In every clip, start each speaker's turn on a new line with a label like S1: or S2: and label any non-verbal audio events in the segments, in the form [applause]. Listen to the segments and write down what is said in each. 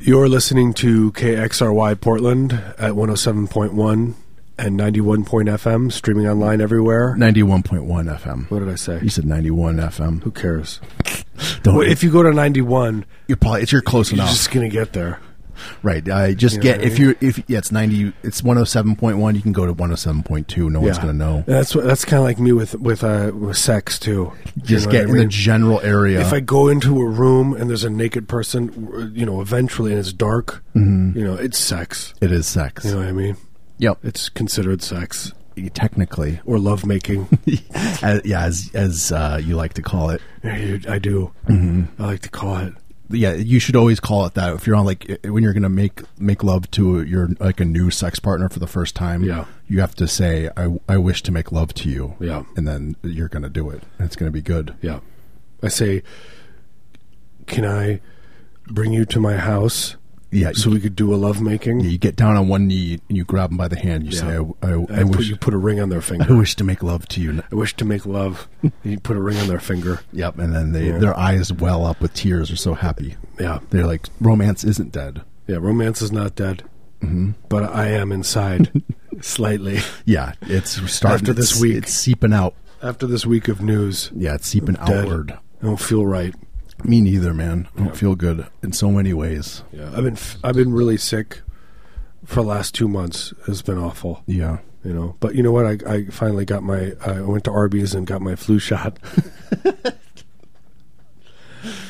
S1: You're listening to KXRY Portland at 107.1 and 91. FM, streaming online everywhere.
S2: 91.1 FM.
S1: What did I say?
S2: You said 91 FM.
S1: Who cares?
S2: Don't
S1: Well, if you go to 91,
S2: you're probably it's you're close
S1: you're
S2: enough.
S1: just going to get there.
S2: right. I just
S1: You know
S2: get
S1: what I
S2: if you if yeah, it's 90 it's 107.1, you can go to 107.2, no one's
S1: Yeah.
S2: going to know.
S1: And that's what, that's kind of like me with with uh, with sex too. You
S2: Just
S1: know
S2: get
S1: what I
S2: in the
S1: mean?
S2: general area.
S1: If I go into a room and there's a naked person, you know, eventually and it's dark,
S2: Mm-hmm.
S1: you know, it's sex.
S2: it is sex.
S1: You know what I mean?
S2: Yep.
S1: It's considered sex
S2: Technically. [laughs]
S1: or love making.
S2: as, yeah, as as uh, you like to call it.
S1: I do.
S2: Mm-hmm.
S1: I like to call it.
S2: yeah, you should always call it that. If you're on like i- when you're gonna make make love to your like a new sex partner for the first time,
S1: Yeah.
S2: you have to say I, I wish to make love to you,
S1: Yeah.
S2: and then you're gonna do it. It's gonna be good.
S1: Yeah. I say, can I bring you to my house
S2: Yeah,
S1: so
S2: you,
S1: we could do a love making?
S2: you get down on one knee and you grab them by the hand. You say I, I, I
S1: I put,
S2: wish
S1: you put a ring on their
S2: I [laughs]
S1: finger.
S2: wish to make love to you.
S1: I wish to make love. you put a ring on their finger.
S2: Yep, and then they
S1: Yeah.
S2: their eyes well up with tears. They're so happy.
S1: Yeah.
S2: They're like romance isn't dead.
S1: Yeah. Romance is not dead,
S2: Mm-hmm.
S1: but I am
S2: [laughs]
S1: inside slightly
S2: Yeah, it's starting
S1: After this
S2: it's-
S1: week.
S2: It's seeping out.
S1: after this week of news.
S2: Yeah, it's seeping
S1: dead.
S2: outward.
S1: I don't feel right.
S2: Me neither, man. I don't feel good in so many ways.
S1: Yeah. I've been f- I've been really sick for the last two months. It's been awful.
S2: Yeah.
S1: you know. But you know what? I, I finally got my. I went to Arby's and got my flu
S2: [laughs]
S1: shot.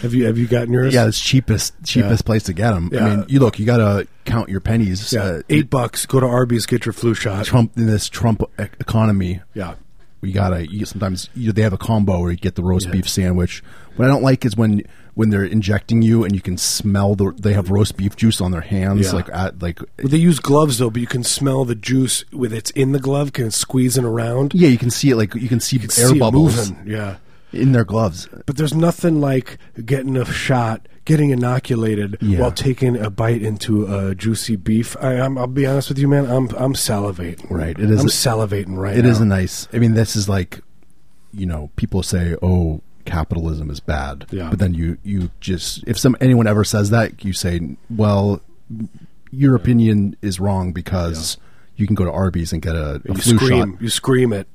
S1: have you Have you gotten yours?
S2: Yeah, it's cheapest cheapest
S1: Yeah.
S2: place to get them. I
S1: Yeah.
S2: mean, you look, you got to count your pennies.
S1: Yeah.
S2: Uh,
S1: Eight bucks. Go to Arby's. Get your flu shot.
S2: Trump in this Trump e- economy,
S1: Yeah.
S2: we got to you sometimes you, they have a combo where you get the roast
S1: Yeah.
S2: beef sandwich. What I don't like is when when they're injecting you and you can smell the they have roast beef juice on their hands
S1: Yeah.
S2: like at, like
S1: Well, they use gloves though, but you can smell the juice with it's in the glove, can squeezing around.
S2: yeah, you can see it like you can see
S1: can
S2: air
S1: see it
S2: bubbles
S1: moving. Yeah.
S2: in their gloves.
S1: But there's nothing like getting a shot, getting inoculated
S2: Yeah.
S1: while taking a bite into a juicy beef. I, I'm, I'll be honest with you, man. I'm I'm salivating.
S2: Right, it is-
S1: I'm salivating right
S2: It
S1: now.
S2: is a nice. I mean, this is like, you know, people say, "Oh, capitalism is bad,"
S1: Yeah.
S2: but then you you just if some anyone ever says that, you say, "Well, your opinion is wrong because you can go to Arby's and get a, a
S1: you
S2: flu
S1: scream,
S2: shot."
S1: you scream it.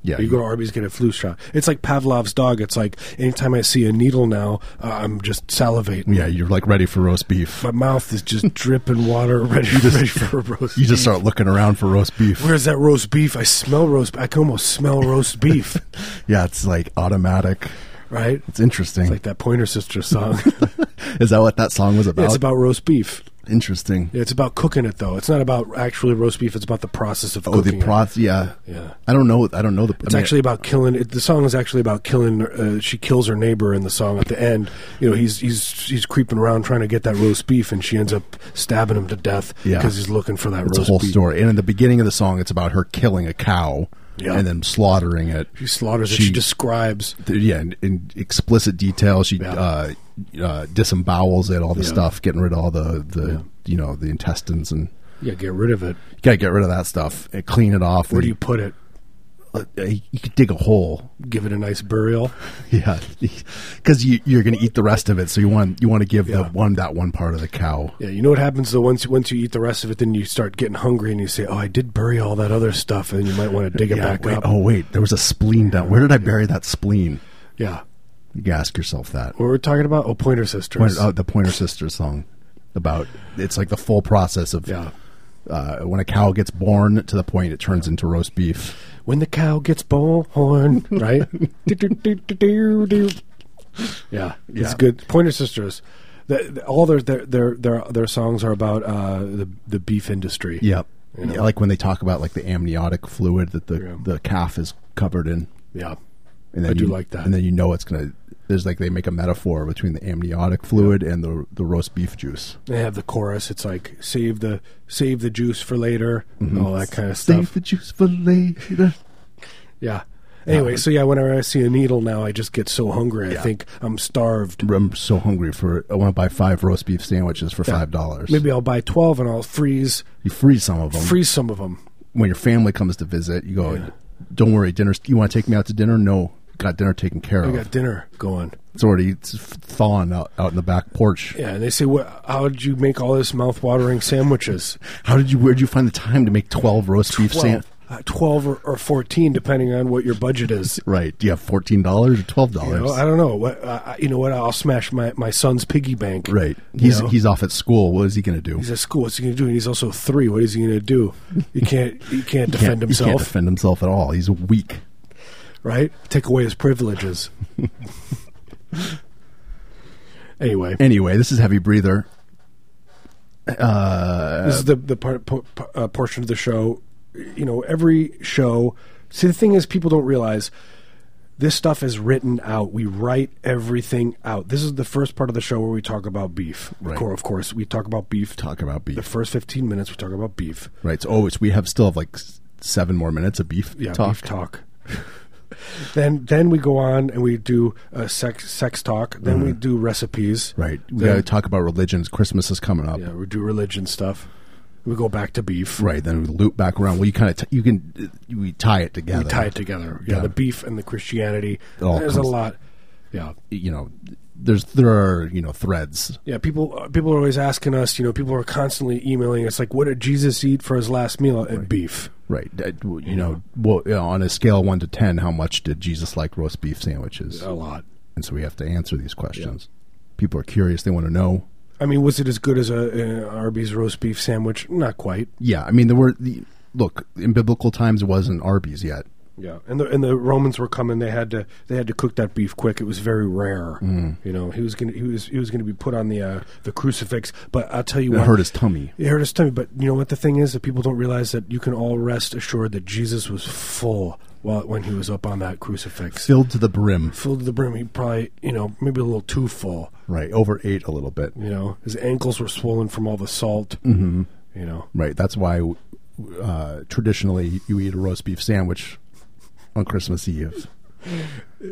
S2: Yeah,
S1: you
S2: you-
S1: go to Arby's get a flu shot. It's like Pavlov's dog. It's like anytime I see a needle now, uh, I'm just salivating.
S2: Yeah, you're like ready for roast beef.
S1: My mouth is
S2: [laughs]
S1: just dripping water, ready, ready for a roast.
S2: You
S1: beef.
S2: just start looking around for roast beef.
S1: where's that roast beef? I smell roast. I can almost smell roast beef. [laughs]
S2: Yeah, it's like automatic.
S1: Right?
S2: It's interesting.
S1: Like that Pointer Sister
S2: [laughs]
S1: song.
S2: is that what that song was about?
S1: it's about roast beef.
S2: interesting.
S1: Yeah, it's about cooking it though. It's not about actually roast beef. It's about the process of
S2: Oh,
S1: cooking.
S2: the proth. Yeah.
S1: it. Yeah.
S2: I don't know. I don't know the.
S1: It's actually about killing. It, the song is actually about killing. Uh, she kills her neighbor in the song at the end. You know, he's he's he's creeping around trying to get that roast beef, and she ends up stabbing him to death
S2: Yeah.
S1: because he's looking for that
S2: It's a
S1: roast
S2: whole
S1: beef.
S2: story. And in the beginning of the song, it's about her killing a cow
S1: Yeah.
S2: and then slaughtering it.
S1: She slaughters it. She
S2: She-
S1: describes.
S2: Th- Yeah, in, in explicit detail, she
S1: Yeah.
S2: uh, uh, disembowels it, all the
S1: Yeah.
S2: stuff, getting rid of all the, the
S1: Yeah.
S2: you know the intestines, and
S1: Yeah, get rid of it.
S2: you gotta get rid of that stuff and clean it off.
S1: Where do you put it?
S2: Uh, you could dig a hole, [laughs]
S1: Give it a nice burial.
S2: yeah, because you, you're gonna eat the rest of it. So you want you want to give the
S1: Yeah.
S2: one that one part of the cow.
S1: Yeah, you know what happens though. Once once you eat the rest of it, then you start getting hungry, and you say, "Oh, I did bury all that other stuff," and you might want to dig it
S2: Yeah,
S1: back
S2: wait,
S1: up.
S2: oh wait, there was a spleen down. Where did I bury that spleen?
S1: Yeah,
S2: You gotta ask yourself that.
S1: what we're we talking about? Oh, Pointer Sisters.
S2: Pointer, uh, the Pointer Sisters song about it's like the full process of
S1: Yeah.
S2: uh, when a cow gets born to the point it turns into roast beef.
S1: when the cow gets born,
S2: [laughs]
S1: right? Do, do, do, do, do, do. yeah, it's
S2: Yeah.
S1: good. Pointer Sisters, the, the- all their, their their their their songs are about uh, the the beef industry.
S2: Yep.
S1: You know.
S2: Yeah, like when they talk about like the amniotic fluid that the
S1: Yeah.
S2: the calf is covered in,
S1: yeah,
S2: and
S1: I do
S2: you-
S1: like that.
S2: And then you know it's gonna. There's like they make a metaphor between the amniotic fluid and the the roast beef juice.
S1: they have the chorus. It's like save the save the juice for later, and all that kind of
S2: Mm-hmm. Save
S1: stuff.
S2: the juice for later.
S1: Yeah. Anyway, so yeah, whenever I see a needle now, I just get so hungry. I think I'm starved.
S2: I'm so hungry for. I want to buy five roast beef sandwiches for five dollars.
S1: Maybe I'll buy twelve and I'll freeze
S2: you freeze some of them.
S1: freeze some of them.
S2: when your family comes to visit, you go, "Don't worry, dinner. You want to take me out to dinner? No, got dinner taken care
S1: I
S2: of."
S1: got dinner going.
S2: It's already it's thawing out, out in the back porch.
S1: Yeah, and they say, "What? How did you make all this mouth-watering sandwiches?
S2: How did you? Where'd you find the time to make twelve roast beef
S1: Twelve,
S2: sand?
S1: uh, 12 or, or fourteen, depending on what your budget is."
S2: Right? Do you have fourteen dollars or twelve
S1: You
S2: dollars?
S1: know, I don't know. What uh, I- you know? What I'll smash my, my son's piggy bank.
S2: right.
S1: you
S2: He's
S1: know?
S2: he's off at school. What is he going to do?
S1: He's at school. What's he going to do? And he's also three. What is he going to do? He can't. He
S2: [laughs]
S1: can't defend
S2: He can't- He can't
S1: himself.
S2: defend himself at all. He's weak.
S1: right? Take away his
S2: [laughs]
S1: privileges. anyway,
S2: Anyway, this is heavy breather.
S1: this is the the part, po, po- uh, portion of the show. You know, every show. See, the thing is, people don't realize this stuff is written out. We write everything out. This is the first part of the show where we talk about beef. Of
S2: Right.
S1: cour- Of course, we talk about beef.
S2: Talk about
S1: The
S2: beef.
S1: first fifteen minutes, we talk about beef.
S2: Right. So, oh, it's, we have still have like s- seven more minutes of beef
S1: yeah,
S2: talk.
S1: beef talk. [laughs] then then we go on and we do uh, sex sex talk. Then we do recipes.
S2: Mm. Right. We
S1: Then-
S2: got to talk about religions. Christmas is coming up.
S1: yeah, we do religion stuff. We go back to beef.
S2: Right. Then we loop back around. Well, you kind of t- you can uh, we tie it together.
S1: We tie it together. Yeah,
S2: Yeah.
S1: the beef and the Christianity.
S2: It all
S1: There's
S2: comes-
S1: a lot. Yeah,
S2: You know, there's there are you know threads.
S1: yeah. People uh, people are always asking us. You know, people are constantly emailing us like, "What did Jesus eat for his last meal?" Uh, Beef.
S2: Right. That, w- you know, well, you know, on a scale of one to ten, how much did Jesus like roast beef sandwiches?
S1: A lot.
S2: And so we have to answer these questions. People are curious. They want to know.
S1: I mean, was it as good as a, uh Arby's roast beef sandwich? Not quite.
S2: Yeah. I mean, there were the, look in biblical times. It wasn't Arby's yet.
S1: Yeah, and the and the Romans were coming. They had to they had to cook that beef quick. It was very rare. You know, he was gonna he was he was gonna be put on the uh, the crucifix. But I'll tell you
S2: It
S1: what,
S2: hurt his tummy.
S1: It hurt his tummy, but you know what the thing is that people don't realize that you can all rest assured that Jesus was full while when he was up on that crucifix,
S2: Filled to the brim.
S1: filled to the brim. He probably, you know, maybe a little too full.
S2: Right. Overate a little bit.
S1: You know, his ankles were swollen from all the salt. Mm-hmm. You know,
S2: Right. That's why uh, traditionally you eat a roast beef sandwich on Christmas Eve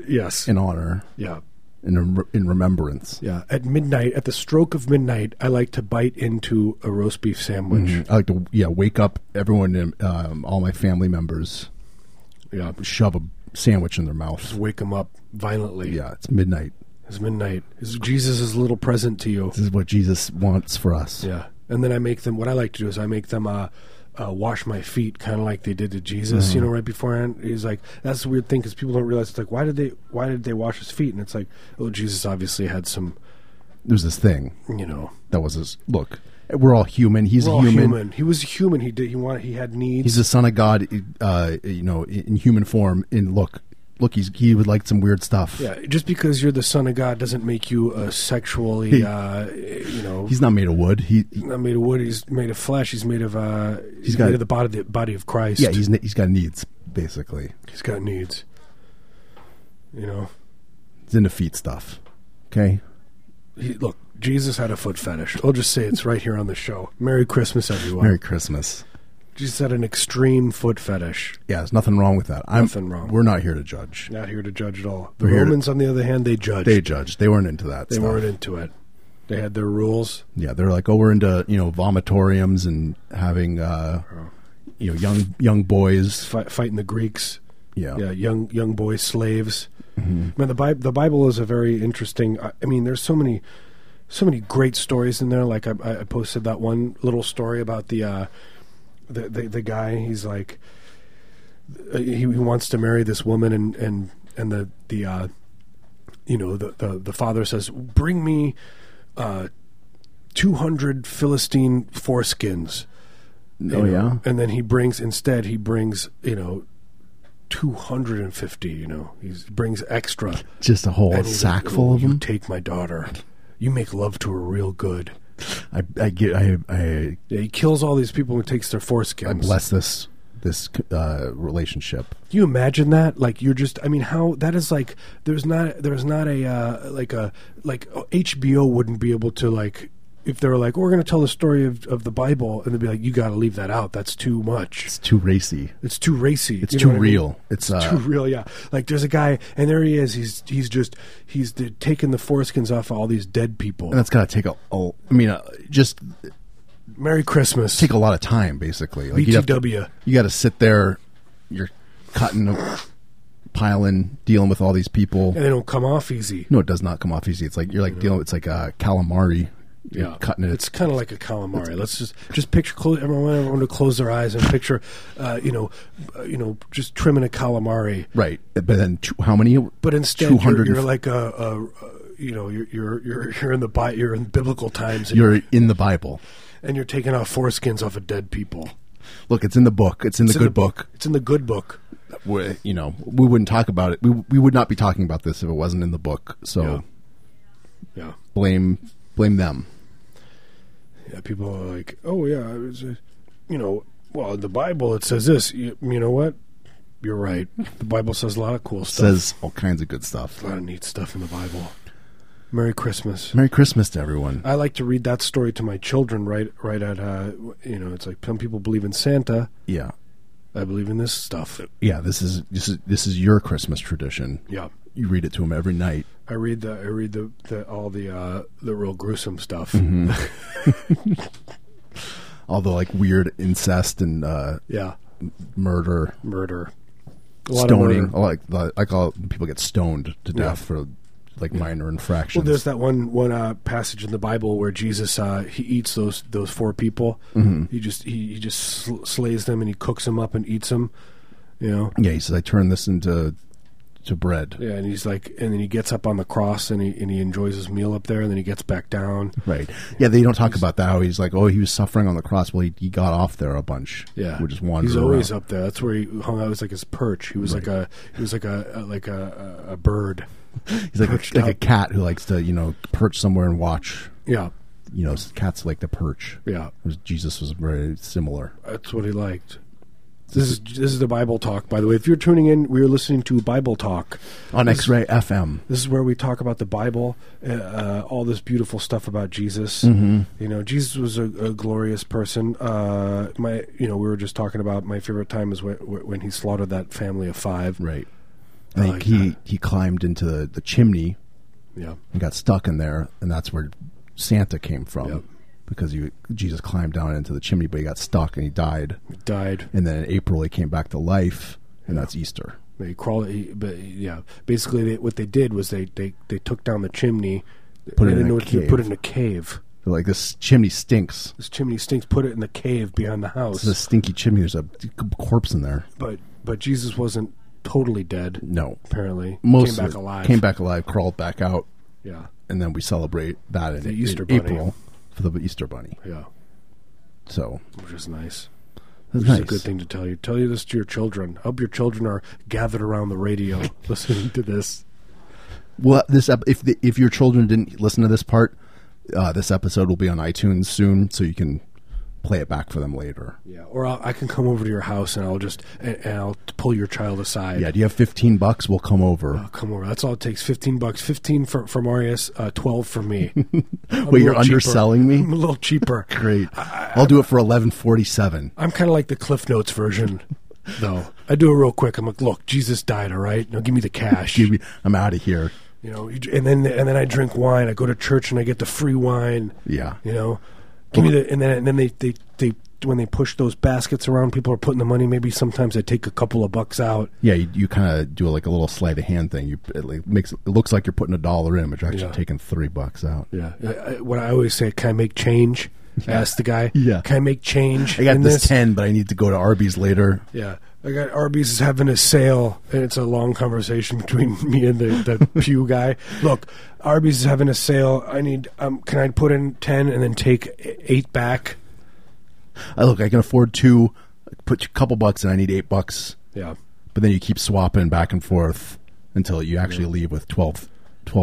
S1: yes,
S2: in honor,
S1: yeah,
S2: in rem- in remembrance.
S1: yeah. At midnight, at the stroke of midnight, I like to bite into a roast beef sandwich.
S2: I like to yeah wake up everyone, in, um, all my family members,
S1: Yeah,
S2: shove a sandwich in their mouth.
S1: wake him up violently.
S2: Yeah, it's midnight.
S1: it's midnight. It's Jesus' little present to you.
S2: This is what Jesus wants for us.
S1: Yeah, and then I make them. What I like to do is I make them uh, uh, wash my feet, kind of like they did to Jesus.
S2: Mm-hmm.
S1: You know, right beforehand. He's like, that's the weird thing because people don't realize it's like, why did they, why did they wash his feet? And it's like, oh, Jesus obviously had some,
S2: There's this thing
S1: you know,
S2: that was his look. We're all human. He's
S1: we're
S2: a
S1: all
S2: human.
S1: human. He was human. He did. He wanted. He had needs.
S2: He's the son of God. Uh, you know, in human form. In look, look, he's he would like some weird stuff.
S1: yeah, just because you're the son of God doesn't make you uh, sexually, uh, you know.
S2: He's not made of wood. He
S1: not made of wood. He's made of flesh. He's made of. Uh, he's
S2: got-
S1: made of the body, the body of Christ.
S2: Yeah, he's he's got needs basically.
S1: he's got needs. You know,
S2: He's into feet stuff. Okay,
S1: he, look, Jesus had a foot fetish. I'll just say it's right here on the show. Merry Christmas, everyone.
S2: Merry Christmas.
S1: Jesus had an extreme foot fetish.
S2: Yeah, there's nothing wrong with that. I'm,
S1: Nothing wrong.
S2: We're not here to judge.
S1: Not here to judge at all. The
S2: We're here to-
S1: Romans, on the other hand, they judged.
S2: They judged. They weren't into that.
S1: They
S2: stuff.
S1: weren't into it. They had their rules.
S2: Yeah, they're like, oh, we're into you know vomitoriums and having uh, you know young young boys.
S1: Fi fighting the Greeks.
S2: Yeah,
S1: Yeah, young young boy slaves. Man, the Bible the Bible is a very interesting. I, I mean, there's so many so many great stories in there. Like I, I posted that one little story about the uh, the, the the guy. He's like uh, he, he wants to marry this woman, and and and the the uh, you know the, the the father says, "Bring me." Uh, 200 Philistine foreskins.
S2: oh
S1: You know,
S2: yeah.
S1: And then he brings instead he brings you know. 250 you know he brings extra
S2: Just a whole
S1: And he's like,
S2: sack full
S1: "Oh,
S2: of
S1: you
S2: them.
S1: take my daughter you make love to her real good
S2: I, I get. I, I
S1: yeah, he kills all these people and takes their foreskins
S2: I bless this this uh, relationship.
S1: Can you imagine that? Like you're just I mean how that is like there's not there's not a uh, like a like oh, HBO wouldn't be able to like if they were like "Oh, we're going to tell the story of, of the Bible and they'd be like you got to leave that out that's too much
S2: It's too racy.
S1: it's too racy
S2: It's
S1: You know
S2: too
S1: what I mean?
S2: real.
S1: [laughs]
S2: It's, uh,
S1: too real, yeah. Like there's a guy, and there he is. He's he's just he's the, taking the foreskins off all these dead people.
S2: and that's gotta take a. a I mean, uh, just
S1: Merry Christmas,
S2: take a lot of time basically. Like you'd have to-
S1: BTW.
S2: you got to sit there. You're cutting piling, dealing with all these people.
S1: and they don't come off easy.
S2: No, it does not come off easy. It's like you're like dealing. It's like a calamari. You're cutting it.
S1: It's kind of like a calamari. Let's just just picture close, everyone, everyone to close their eyes and picture, uh, you know, uh, you know, just trimming a calamari.
S2: right, but then two, how many?
S1: But instead,
S2: two
S1: you're,
S2: hundred.
S1: you're like a, a, a- you know, you're you're you're, you're in the bi- you're in biblical times, and,
S2: You're in the Bible.
S1: and you're taking off foreskins off of dead people.
S2: Look, it's in the book. It's in the
S1: It's in
S2: good
S1: the-
S2: book.
S1: It's in the good book.
S2: We, you know, we wouldn't talk about it. We we would not be talking about this if it wasn't in the book. So
S1: Yeah. Yeah,
S2: blame blame them.
S1: yeah. People are like, oh yeah, it was a, you know, well, in the Bible it says this. You, you know what? You're right. The Bible says a lot of cool stuff.
S2: Says all kinds of good stuff.
S1: a lot of neat stuff in the Bible. Merry Christmas.
S2: Merry Christmas to everyone.
S1: I like to read that story to my children. Right, right at uh, you know, it's like some people believe in Santa.
S2: Yeah,
S1: I believe in this stuff.
S2: yeah. This is this is this is your Christmas tradition.
S1: Yeah,
S2: You read it to them every night.
S1: I read the I read the, the all the uh, the real gruesome stuff.
S2: Mm-hmm. All the like weird incest and uh,
S1: [laughs] Yeah,
S2: murder,
S1: murder, a lot of
S2: stoning.
S1: murder.
S2: I like the, I call it- people get stoned to
S1: Yeah.
S2: death for like minor infractions.
S1: Well, there's that one one uh, passage in the Bible where Jesus uh, he eats those those four people.
S2: Mm-hmm.
S1: He just he, he just sl- slays them and he cooks them up and eats them. You know,
S2: yeah, he says I turn this into to bread.
S1: yeah, and he's like, and then he gets up on the cross and he and he enjoys his meal up there, and then he gets back down.
S2: Right. Yeah, they don't talk about that. How he's like, oh, he was suffering on the cross. Well, he, he got off there a bunch.
S1: Yeah,
S2: we just wandering.
S1: He's always uh,
S2: around.
S1: up there. That's where he hung out. It was like his perch. He was like a he was like a, a like a, a- a bird.
S2: He's like
S1: perched
S2: a, like a
S1: up.
S2: cat who likes to you know perch somewhere and watch.
S1: Yeah,
S2: You know, cats like to perch.
S1: yeah.
S2: Jesus was very similar.
S1: That's what he liked. This is this is the Bible talk. By the way, if you're tuning in, we are listening to Bible talk.
S2: On X Ray FM.
S1: This is where we talk about the Bible, uh, uh, all this beautiful stuff about Jesus.
S2: Mm-hmm.
S1: You know, Jesus was a, a glorious person. Uh, my, you know, we were just talking about my favorite time is when, when he slaughtered that family of five.
S2: Right.
S1: I
S2: I think
S1: like
S2: he, he climbed into the, the chimney
S1: Yeah,
S2: and got stuck in there, and that's where Santa came from.
S1: Yep.
S2: Because he, Jesus climbed down into the chimney, but he got stuck and he died.
S1: he died.
S2: And then in April, he came back to life, and that's Easter.
S1: They crawled, he, but yeah, basically they, what they did was they, they, they took down the chimney, they
S2: Put it in
S1: didn't
S2: a
S1: know what to do,
S2: cave.
S1: put it in a cave.
S2: They're like, this chimney stinks.
S1: This chimney stinks. Put it in the cave behind the house.
S2: It's a stinky chimney. There's a corpse in there.
S1: but but Jesus wasn't totally dead.
S2: No.
S1: Apparently,
S2: Most
S1: came
S2: of
S1: back
S2: it
S1: alive.
S2: Came back alive, crawled back out,
S1: Yeah,
S2: and then we celebrate that in,
S1: The
S2: in
S1: Easter Bunny.
S2: April for the Easter Bunny.
S1: yeah,
S2: So
S1: which is nice.
S2: that's
S1: Which
S2: nice.
S1: is a good thing to tell you. Tell you this to your children. Hope your children are gathered around the radio [laughs] listening to this.
S2: Well, this ep- if the, if your children didn't listen to this part, uh, this episode will be on iTunes soon, so you can play it back for them later.
S1: Yeah, or I'll, I can come over to your house and I'll just and, and I'll pull your child aside.
S2: Yeah, Oh, do you have fifteen bucks? We'll come over.
S1: I'll come over. That's all it takes. Fifteen bucks. Fifteen for from Arius. Uh, Twelve for me. I'm a
S2: [laughs] Wait, you're
S1: little cheaper.
S2: underselling
S1: [laughs]
S2: me?
S1: I'm a little cheaper.
S2: [laughs] Great. I'll do it for eleven forty-seven.
S1: I'm kind of like the Cliff Notes
S2: [laughs]
S1: version, though. I do it real quick. I'm like, look, Jesus died. All right, now give me the cash.
S2: [laughs] Give me. I'm out of here.
S1: you know, you- and then and then I drink wine. I go to church and I get the free wine.
S2: Yeah.
S1: You know, give me the and then and then they they they when they push those baskets around, people are putting the money. Maybe sometimes I take a couple of bucks out.
S2: Yeah, you, you kind of do like a little sleight of hand thing. You it like, makes it looks like you're putting a dollar in, but you're actually
S1: Yeah.
S2: taking three bucks out.
S1: Yeah, I, I, what I always say, can I make change? I Ask the guy.
S2: [laughs] Yeah.
S1: can I make change?
S2: I got
S1: in
S2: this, ten, but I need to go to Arby's later.
S1: Yeah, I got Arby's is having a sale, and it's a long conversation [laughs] between me and the,
S2: [laughs]
S1: the pew guy. Look, Arby's is having a sale. I need. Um, can I put in ten and then take eight back?
S2: I look, I can afford two. Put a couple bucks, and I need eight bucks.
S1: Yeah,
S2: but then you keep swapping back and forth until you actually leave with 12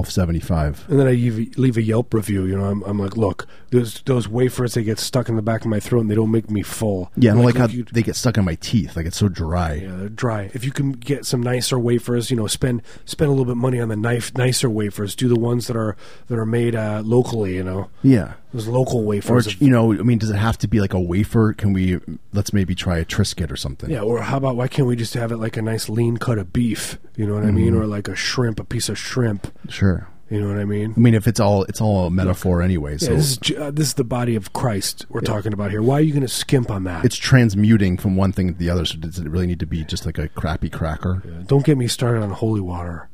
S2: 1275
S1: and then I leave, leave a Yelp review. You know, I'm, I'm like, look, those those wafers they get stuck in the back of my throat, and they don't make me full.
S2: yeah i don't like,
S1: look,
S2: how
S1: you-
S2: they get stuck in my teeth like it's so dry
S1: Yeah, they're dry. If you can get some nicer wafers, you know, spend spend a little bit of money on the knife nicer wafers. Do the ones that are that are made uh, locally. You know,
S2: yeah
S1: those local
S2: or
S1: wafers.
S2: you know i mean does it have to be like a wafer can we let's maybe try a trisket or something
S1: Yeah, or how about why can't we
S2: Mm-hmm.
S1: just have it like a nice lean cut of beef? You know what I mean? Or like a shrimp, a piece of shrimp.
S2: sure
S1: You know what I mean?
S2: I mean, if it's all it's all a metaphor anyway,
S1: Yeah,
S2: so
S1: this, is, J- uh, this is the body of Christ we're talking about here. Why are you going to skimp on that?
S2: it's transmuting from one thing to the other. So does it really need to be just like a crappy cracker?
S1: Don't get me started on holy water.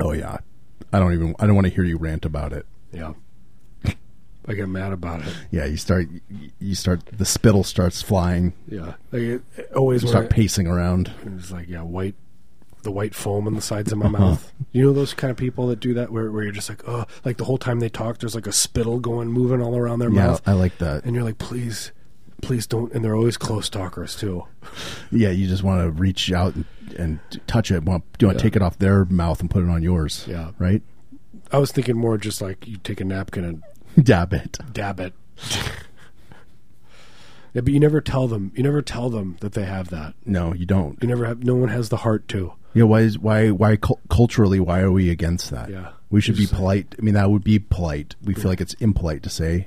S2: Oh yeah, I don't even I don't want to hear you rant about it.
S1: Yeah. I get mad about it.
S2: Yeah, you start you start the spittle starts flying.
S1: Yeah. Like it, it always
S2: You
S1: when I-
S2: start pacing around.
S1: It's like yeah, white, the white foam on the sides of
S2: Uh-huh.
S1: my mouth. You know those kind of people that do that, where where you're just like, oh, like the whole time they talk, there's like a spittle going, moving all around their
S2: Yeah,
S1: mouth,
S2: I like that.
S1: and you're like, please, please don't. And they're always close talkers too.
S2: Yeah, you just want to reach out and, and touch it. Want you want
S1: Yeah.
S2: to take it off their mouth and put it on yours?
S1: Yeah.
S2: right. [laughs]
S1: I was thinking more just like you take a napkin and
S2: Dab it.
S1: dab it. [laughs] yeah, but you never tell them. You never tell them that they have that.
S2: No, you don't.
S1: You never have. No one has the heart to.
S2: Yeah, why is why why cul- culturally why are we against that?
S1: Yeah.
S2: we should be polite. I mean, that would be polite. We feel like it's impolite to say,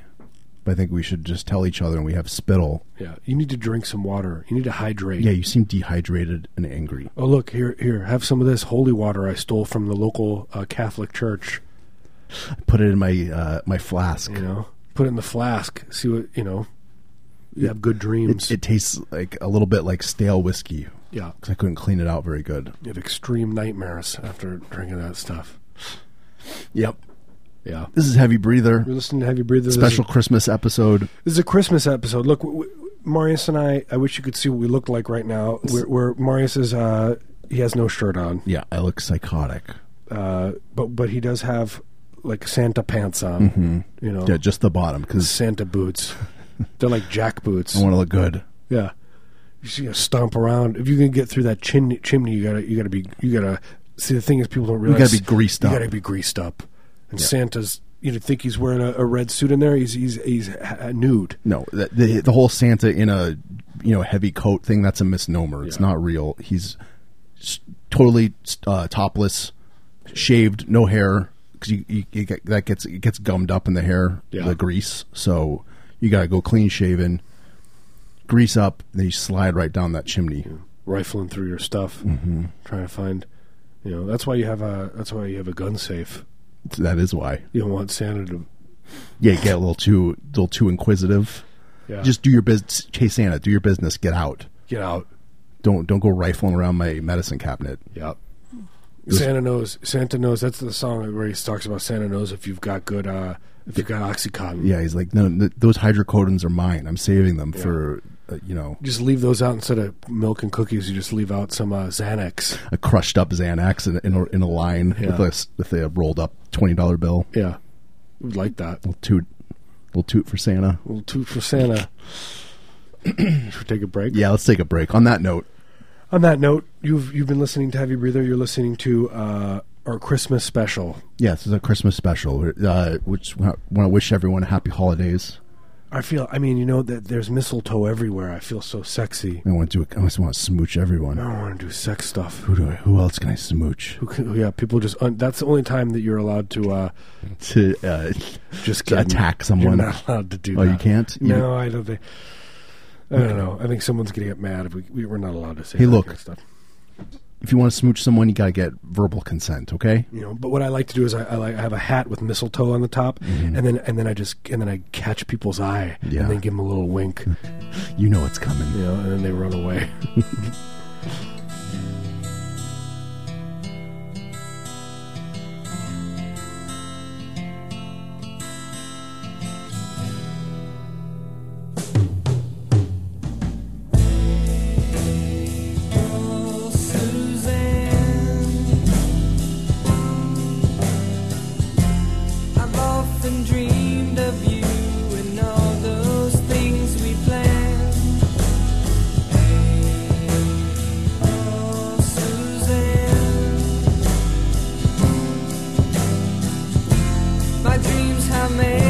S2: but I think we should just tell each other and we have spittle.
S1: Yeah, you need to drink some water. You need to hydrate.
S2: Yeah, you seem dehydrated and angry.
S1: Oh look here, here. Have some of this holy water I stole from the local uh, Catholic church.
S2: Put it in my uh, my flask.
S1: You know, put it in the flask. See what you know. You have good dreams.
S2: It, it tastes like a little bit like stale whiskey
S1: yeah,
S2: because I couldn't clean it out very good.
S1: you have extreme nightmares after drinking that stuff.
S2: Yep.
S1: Yeah,
S2: This is heavy breather.
S1: you're listening to Heavy Breather. This is-
S2: Special Christmas episode.
S1: This is a Christmas episode. Look, w- w- Marius and I. I wish you could see what we look like right now. We're, we're Marius is. Uh, he has no shirt on,
S2: Yeah, I look psychotic.
S1: uh, but but he does have like Santa pants on. You know,
S2: Mm-hmm. Yeah, just the bottom because
S1: Santa
S2: [laughs]
S1: boots. They're like jack boots.
S2: I want to look good.
S1: Yeah. You see a stomp around. If you can get through that chin, chimney, you gotta you gotta be you gotta see the thing is people don't realize
S2: be greased
S1: you
S2: up.
S1: gotta be greased up. And Santa's you'd think he's wearing a, a red suit in there. He's he's he's uh, nude.
S2: No, the, the the whole Santa in a you know heavy coat thing that's a misnomer. It's
S1: Yeah.
S2: not real. He's s- totally uh, topless, shaved, no hair because you, you, you get, that gets it gets gummed up in the hair,
S1: Yeah.
S2: the grease. So you got to go clean shaven, grease up, then you slide right down that chimney.
S1: Rifling through your stuff,
S2: Mm-hmm.
S1: trying to find, you know. That's why you have a. That's why you have a gun safe.
S2: That is why.
S1: You don't want Santa to.
S2: Yeah, you get a little too little too inquisitive.
S1: Yeah.
S2: Just do your business, chase Santa. Do your business. Get out.
S1: get out.
S2: Don't don't go rifling around my medicine cabinet.
S1: Yep. Santa knows. Santa knows. That's the song where he talks about Santa knows if you've got good. uh If you've got OxyContin.
S2: Yeah, he's like, no, th- those hydrocodones are mine. I'm saving them for, uh, you know,
S1: just leave those out instead of milk and cookies. You just leave out some uh, Xanax.
S2: a crushed up Xanax in, in, a, in a line
S1: Yeah.
S2: with a s- with a rolled up twenty dollar bill.
S1: Yeah, We'd like that.
S2: Little toot, little toot for Santa.
S1: A little two for Santa. Should we take a break?
S2: Yeah, let's take a break. On that note,
S1: On that note, you've you've been listening to Heavy Breather. You're listening to uh, our Christmas special.
S2: yeah, this is a Christmas special. Uh, which want to wish everyone happy holidays.
S1: I feel. I mean, you know that there's mistletoe everywhere. I feel so sexy.
S2: I want to. I just want to smooch everyone.
S1: I don't want to do sex stuff.
S2: Who do I, Who else can
S1: [laughs]
S2: I smooch?
S1: Who can, yeah, people just. Un- that's the only time that you're allowed to uh,
S2: To uh,
S1: just
S2: To
S1: kidding.
S2: attack
S1: You're
S2: someone.
S1: not allowed to do
S2: Oh,
S1: that.
S2: you can't? You-
S1: No, I don't think. I don't know. I think someone's going to get mad if we, we we're not allowed to say.
S2: Hey,
S1: that
S2: look.
S1: kind of stuff.
S2: if you want to smooch someone, you gotta get verbal consent. Okay.
S1: You know, but what I like to do is I, I like I have a hat with mistletoe on the top, and then and then I just and then I catch people's eye
S2: Mm-hmm. Yeah.
S1: and then give them a little
S2: [laughs]
S1: wink,
S2: You know it's coming.
S1: you know, and then they run away.
S3: I've often dreamed of you and all those things we planned. oh,
S4: oh, Oh,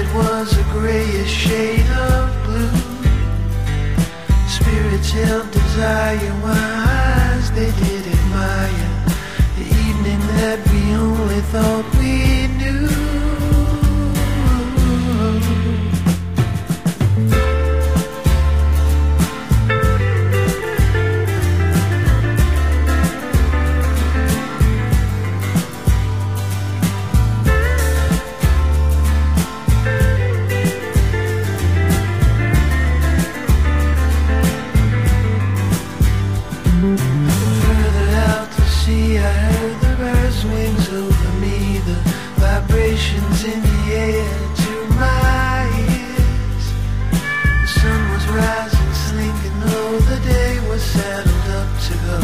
S4: Oh,
S5: was a grayish shade of blue. Spirits held desire, wise they did admire the evening that we only thought we knew. Further out to sea, I heard the bird's wings over me, the vibrations in the air to my ears. The sun was rising, slinking low, the day was saddled up to go.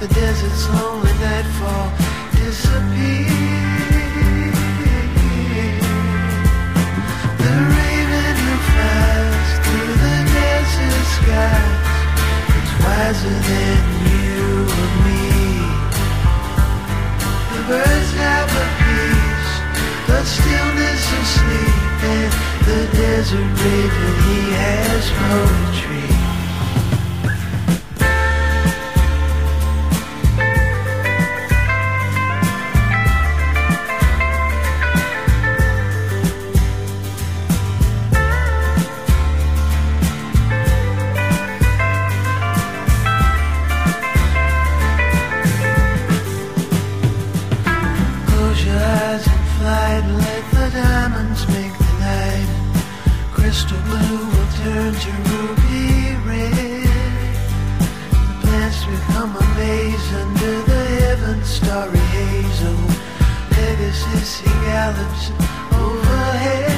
S5: The desert's lonely nightfall disappeared. The raven who flies through the desert skies is wiser than you or me. The birds have a peace, the stillness of sleep, and the desert raven, he has poetry. Close your eyes and fly and let the diamonds make the night. Crystal blue will turn to ruby red. The plants become a maze under the heaven's starry hazel. Pegasus he gallops overhead.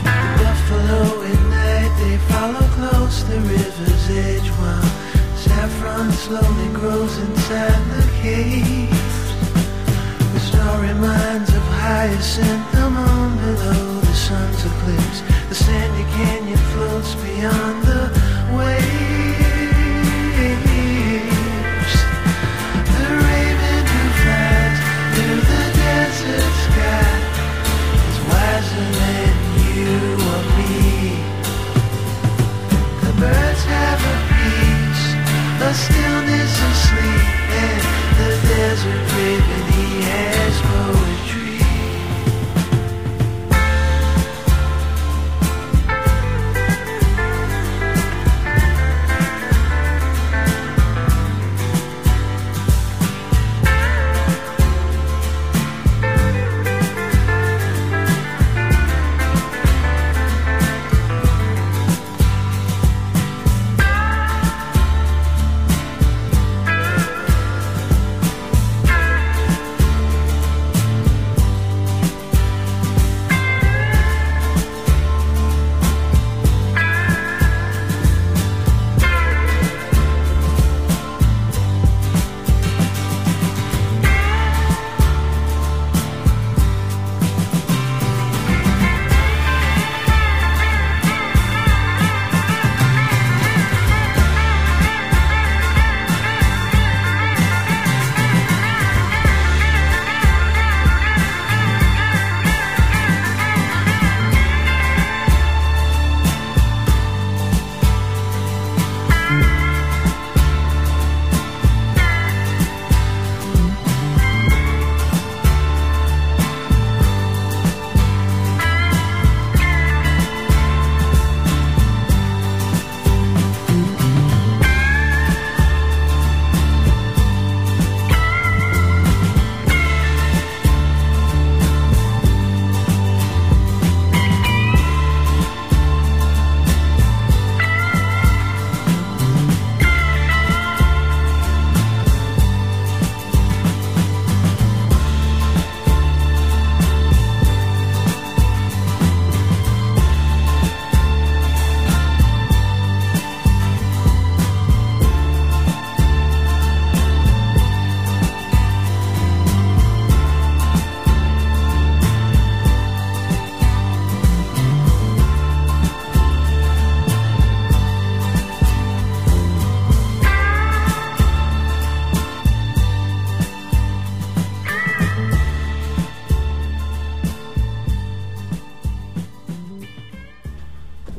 S5: Buffalo at night, they follow close the river's edge while saffron slowly grows inside the caves. The starry minds of hyacinth, the moon below the sun's eclipse. The sandy canyon floats beyond the waves. The raven who flies through the desert sky is wiser than you or me. The birds have a peace, the stillness of sleep, and the desert raven he has poetry.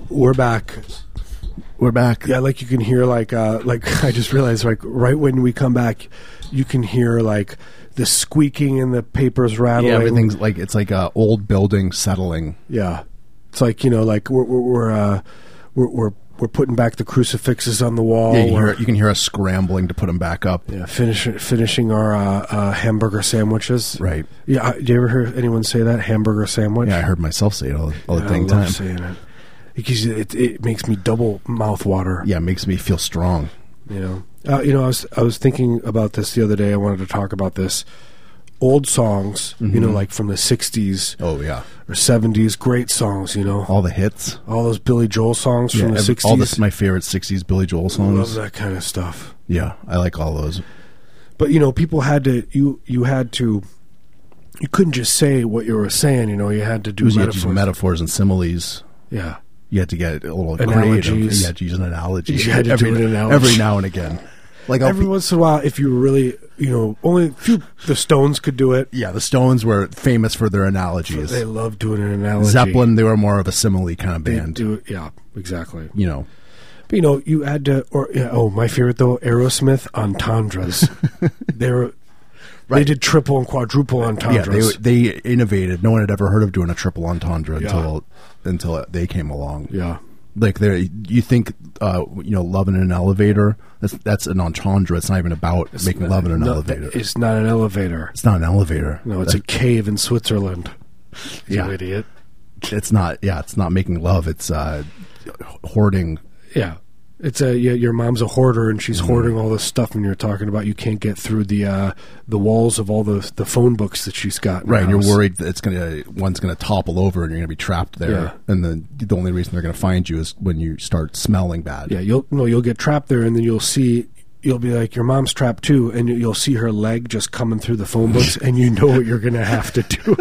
S1: we're back.
S2: We're back.
S1: Yeah, like you can hear like uh like [laughs] I just realized like right when we come back, you can hear like the squeaking and the papers rattling.
S2: Everything's like it's like a old building settling.
S1: Yeah, it's like you know, like we're we're we're uh, we're, we're we're putting back the crucifixes on the wall.
S2: Yeah, you, can
S1: we're-
S2: hear, you can hear us scrambling to put them back up.
S1: yeah, finish finishing our uh, uh, hamburger sandwiches.
S2: Right.
S1: Yeah. I- Do you ever hear anyone say that hamburger sandwich?
S2: Yeah, I heard myself say it all, all the
S1: I
S2: dang
S1: love
S2: time.
S1: saying it because it it makes me double mouth water.
S2: Yeah, it makes me feel strong.
S1: You know. Uh, you know. I was I was thinking about this the other day. I wanted to talk about this. Old songs, you know, like from the '60s
S2: Mm-hmm. Oh yeah,
S1: or '70s, great songs. You know, all,
S2: all the hits.
S1: those Billy Joel songs from
S2: Yeah,
S1: the
S2: ev-
S1: '60s.
S2: all this my favorite '60s Billy Joel
S1: Love
S2: songs.
S1: that kind of stuff.
S2: Yeah, I like all those.
S1: but you know people had to you you had to you couldn't just say what you were saying you know you had to do
S2: You had to
S1: metaphors
S2: use metaphors and similes.
S1: yeah
S2: You had to get a little creative.
S1: Analogies.
S2: You had to use an analogy.
S1: You had to
S2: every,
S1: do an analogy.
S2: every now and again. Like I'll
S1: every
S2: be-
S1: once in a while if you were really you know only a few the stones could do it
S2: yeah, the Stones were famous for their analogies.
S1: they love doing an analogy
S2: Zeppelin, they were more of a simile kind of
S1: They
S2: band.
S1: do it- yeah exactly
S2: You know,
S1: but, you know you had to or yeah, oh my favorite though aerosmith
S2: [laughs]
S1: entendres they were they
S2: Right.
S1: did triple and quadruple
S2: yeah,
S1: entendres
S2: they were- they innovated. No one had ever heard of doing a triple entendre
S1: Yeah.
S2: until until they came along.
S1: yeah
S2: like there you think uh you know love in an elevator that's that's an entendre it's not even about making love in an
S1: No,
S2: elevator it's,
S1: it's not an elevator
S2: not an elevator
S1: no it's a cave in switzerland
S2: Yeah.
S1: you idiot
S2: it's not yeah it's not making love it's uh hoarding
S1: Yeah. It's a yeah, your mom's a hoarder and
S2: Mm-hmm.
S1: she's hoarding all this stuff and you're talking about you can't get through the uh, the walls of all the the phone books that she's got. in her
S2: right and you're
S1: house.
S2: worried that it's gonna one's gonna topple over and you're gonna be trapped there
S1: Yeah.
S2: and then the only reason they're gonna find you is when you start smelling bad
S1: Yeah, you'll no, you'll get trapped there and then you'll see you'll be like your mom's trapped too and you- you'll see her leg just coming through the phone books and you know what you're going to have to do.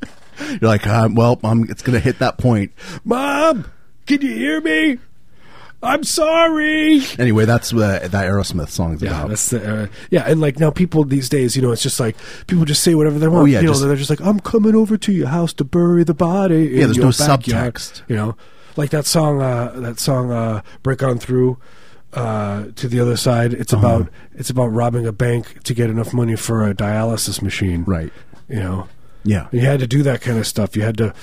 S1: [laughs]
S2: you're like um, well I'm, it's gonna hit that point
S1: Mom, can you hear me? I'm sorry.
S2: anyway that's what that aerosmith song's
S1: Yeah,
S2: about
S1: that's the uh, yeah, and like now people these days, you know, it's just like people just say whatever they want.
S2: Oh, yeah,
S1: you know,
S2: just-
S1: they're just like, "I'm coming over to your house to bury the body." in
S2: Yeah, there's
S1: your
S2: no
S1: backyard,"
S2: subtext.
S1: You know, like that song, uh, that song, uh, "Break On Through." Uh, to the other side, it's
S2: Uh-huh.
S1: about it's about robbing a bank to get enough money for a dialysis machine.
S2: right
S1: You know,
S2: yeah
S1: you had to do that kind of stuff. You had to,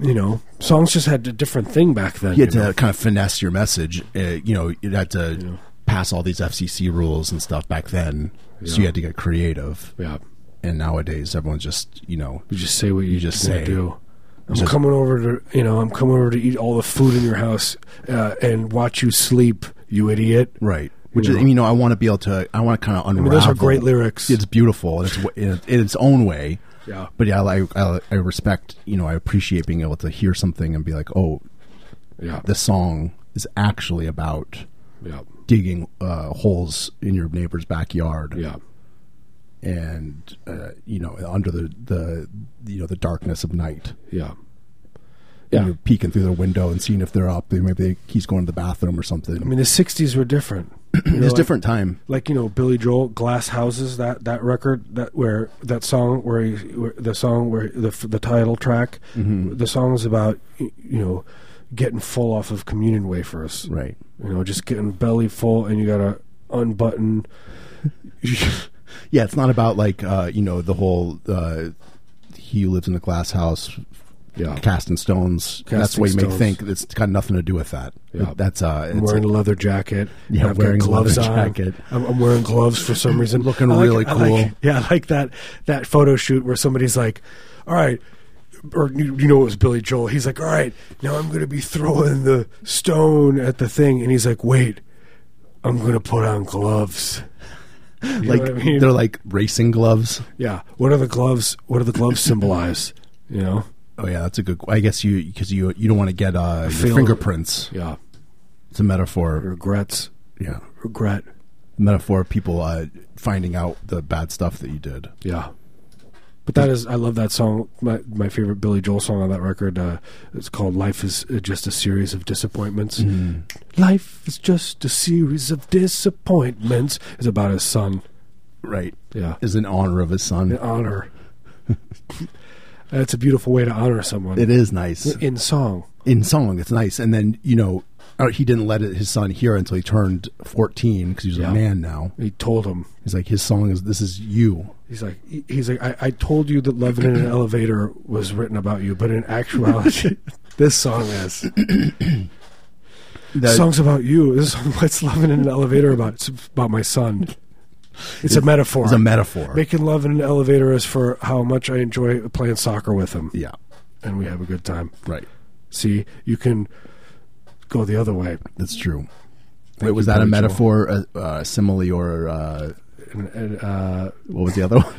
S1: you know, songs just had a different thing back then.
S2: you had
S1: know?
S2: to kind of finesse your message. Uh, you know, you had to pass all these FCC rules and stuff back then, so you had to get creative.
S1: yeah,
S2: And nowadays, everyone's just you know,
S1: You just say what you
S2: just
S1: just
S2: say.
S1: say. Do. I'm
S2: Just-
S1: coming over to you know. I'm coming over to eat all the food in your house uh, and watch you sleep, you idiot.
S2: right. Which
S1: You
S2: is,
S1: know.
S2: you know, I want to be able to. I want to kind of unravel.
S1: mean, those are great lyrics.
S2: It's beautiful. and It's w- in, in its own way.
S1: Yeah.
S2: But yeah, I, I I respect. You know, I appreciate being able to hear something and be like, oh,
S1: Yeah,
S2: the song is actually about
S1: yeah,
S2: digging uh, holes in your neighbor's backyard.
S1: yeah,
S2: and uh, you know under the, the you know the darkness of night
S1: yeah,
S2: you know, peeking through their window and seeing if they're up They- maybe he's going to the bathroom or something
S1: I mean, the '60s were different. You know,
S2: it's
S1: like-
S2: different time
S1: Like you know, Billy Joel, "Glass Houses," that that record, that where that song, where, he, where the song, where the f- the title track, the song is about y- you know getting full off of communion wafers,
S2: right
S1: You know, just getting belly full, and you gotta unbutton.
S2: yeah it's not about like uh, you know the whole uh, he who lives in the glass house
S1: Yeah.
S2: cast in stones that's
S1: Casting
S2: what you may
S1: stones.
S2: think it's got nothing to do with that
S1: Yeah.
S2: that's uh it's,
S1: I'm wearing a leather jacket.
S2: Yeah,
S1: I've
S2: wearing a
S1: got gloves
S2: leather
S1: on.
S2: jacket.
S1: I'm, I'm wearing gloves for
S2: [laughs]
S1: some reason.
S2: Looking
S1: I like-
S2: really
S1: I like-
S2: cool.
S1: [laughs] yeah, I like that that photo shoot where somebody's like, "All right," or you, you know it was Billy Joel. He's like, "All right, now I'm going to be throwing the stone at the thing," and he's like, "Wait, I'm going to put on gloves." You know
S2: like
S1: what I mean?
S2: they're like racing gloves
S1: yeah. What are the gloves? What do the gloves symbolize? You know.
S2: oh yeah that's a good i guess you because you you don't want to get uh, your
S1: feel-
S2: fingerprints
S1: Yeah.
S2: it's a metaphor
S1: Regrets.
S2: yeah
S1: Regret.
S2: metaphor of people uh, finding out the bad stuff that you did.
S1: Yeah. But that is, I love that song. My my favorite Billy Joel song on that record. Uh, it's called "Life Is uh, Just a Series of Disappointments." Life is just a series of disappointments. It's about his son.
S2: Right.
S1: Yeah,
S2: Is in honor of his son.
S1: an honor. That's a beautiful way to honor someone
S2: It is nice.
S1: in song.
S2: in song. It's nice. And then you know, uh, he didn't let it, his son hear it until he turned fourteen because he was
S1: Yeah.
S2: a man now.
S1: He told him.
S2: He's like, his song is "This Is You."
S1: He's like, he- he's like, I, I told you that "Love in an Elevator" was written about you, but in actuality, this song is.
S2: That,
S1: song's about you. This song, [laughs] what's "Love in an Elevator" about? It's about my son. It's a metaphor.
S2: is a metaphor.
S1: Making love in an elevator is for how much I enjoy playing soccer with him,
S2: yeah,
S1: and we have a good time.
S2: right.
S1: See, you can go the other way.
S2: That's true. Wait, was that a
S1: Billy Joel.
S2: metaphor, a, a simile, or uh,
S1: An, an, uh,
S2: what was the other [laughs] one?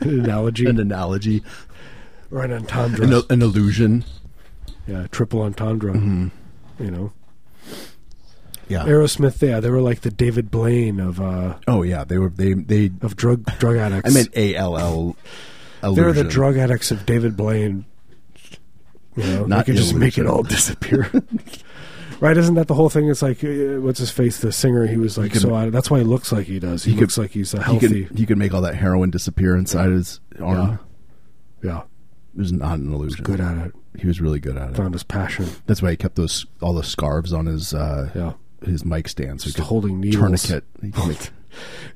S1: an
S2: [laughs]
S1: analogy
S2: an analogy,
S1: or an entendre.
S2: an, an illusion.
S1: yeah, triple entendre. You know,
S2: Yeah.
S1: Aerosmith. Yeah, they were like the David Blaine of uh,
S2: oh yeah, they were they they.
S1: of drug drug addicts.
S2: I meant A L L.
S1: they were the
S2: illusion.
S1: drug addicts of David Blaine. You know,
S2: Not
S1: they could just make it
S2: illusion.
S1: all
S2: [laughs]
S1: disappear. Right, isn't that the whole thing? It's like, uh, what's his face, the singer? He was like,
S2: could-
S1: so out that's why he looks like he does. He,
S2: He could-
S1: looks like he's uh,
S2: He
S1: healthy.
S2: could, he could make all that heroin disappear inside his arm.
S1: yeah,
S2: It was not an illusion.
S1: good at it.
S2: He was really good at it.
S1: Found his passion.
S2: That's why he kept those all the scarves on his uh,
S1: Yeah,
S2: his mic stand. So he
S1: just
S2: could
S1: holding needles.
S2: tourniquet. He
S1: [laughs]
S2: could make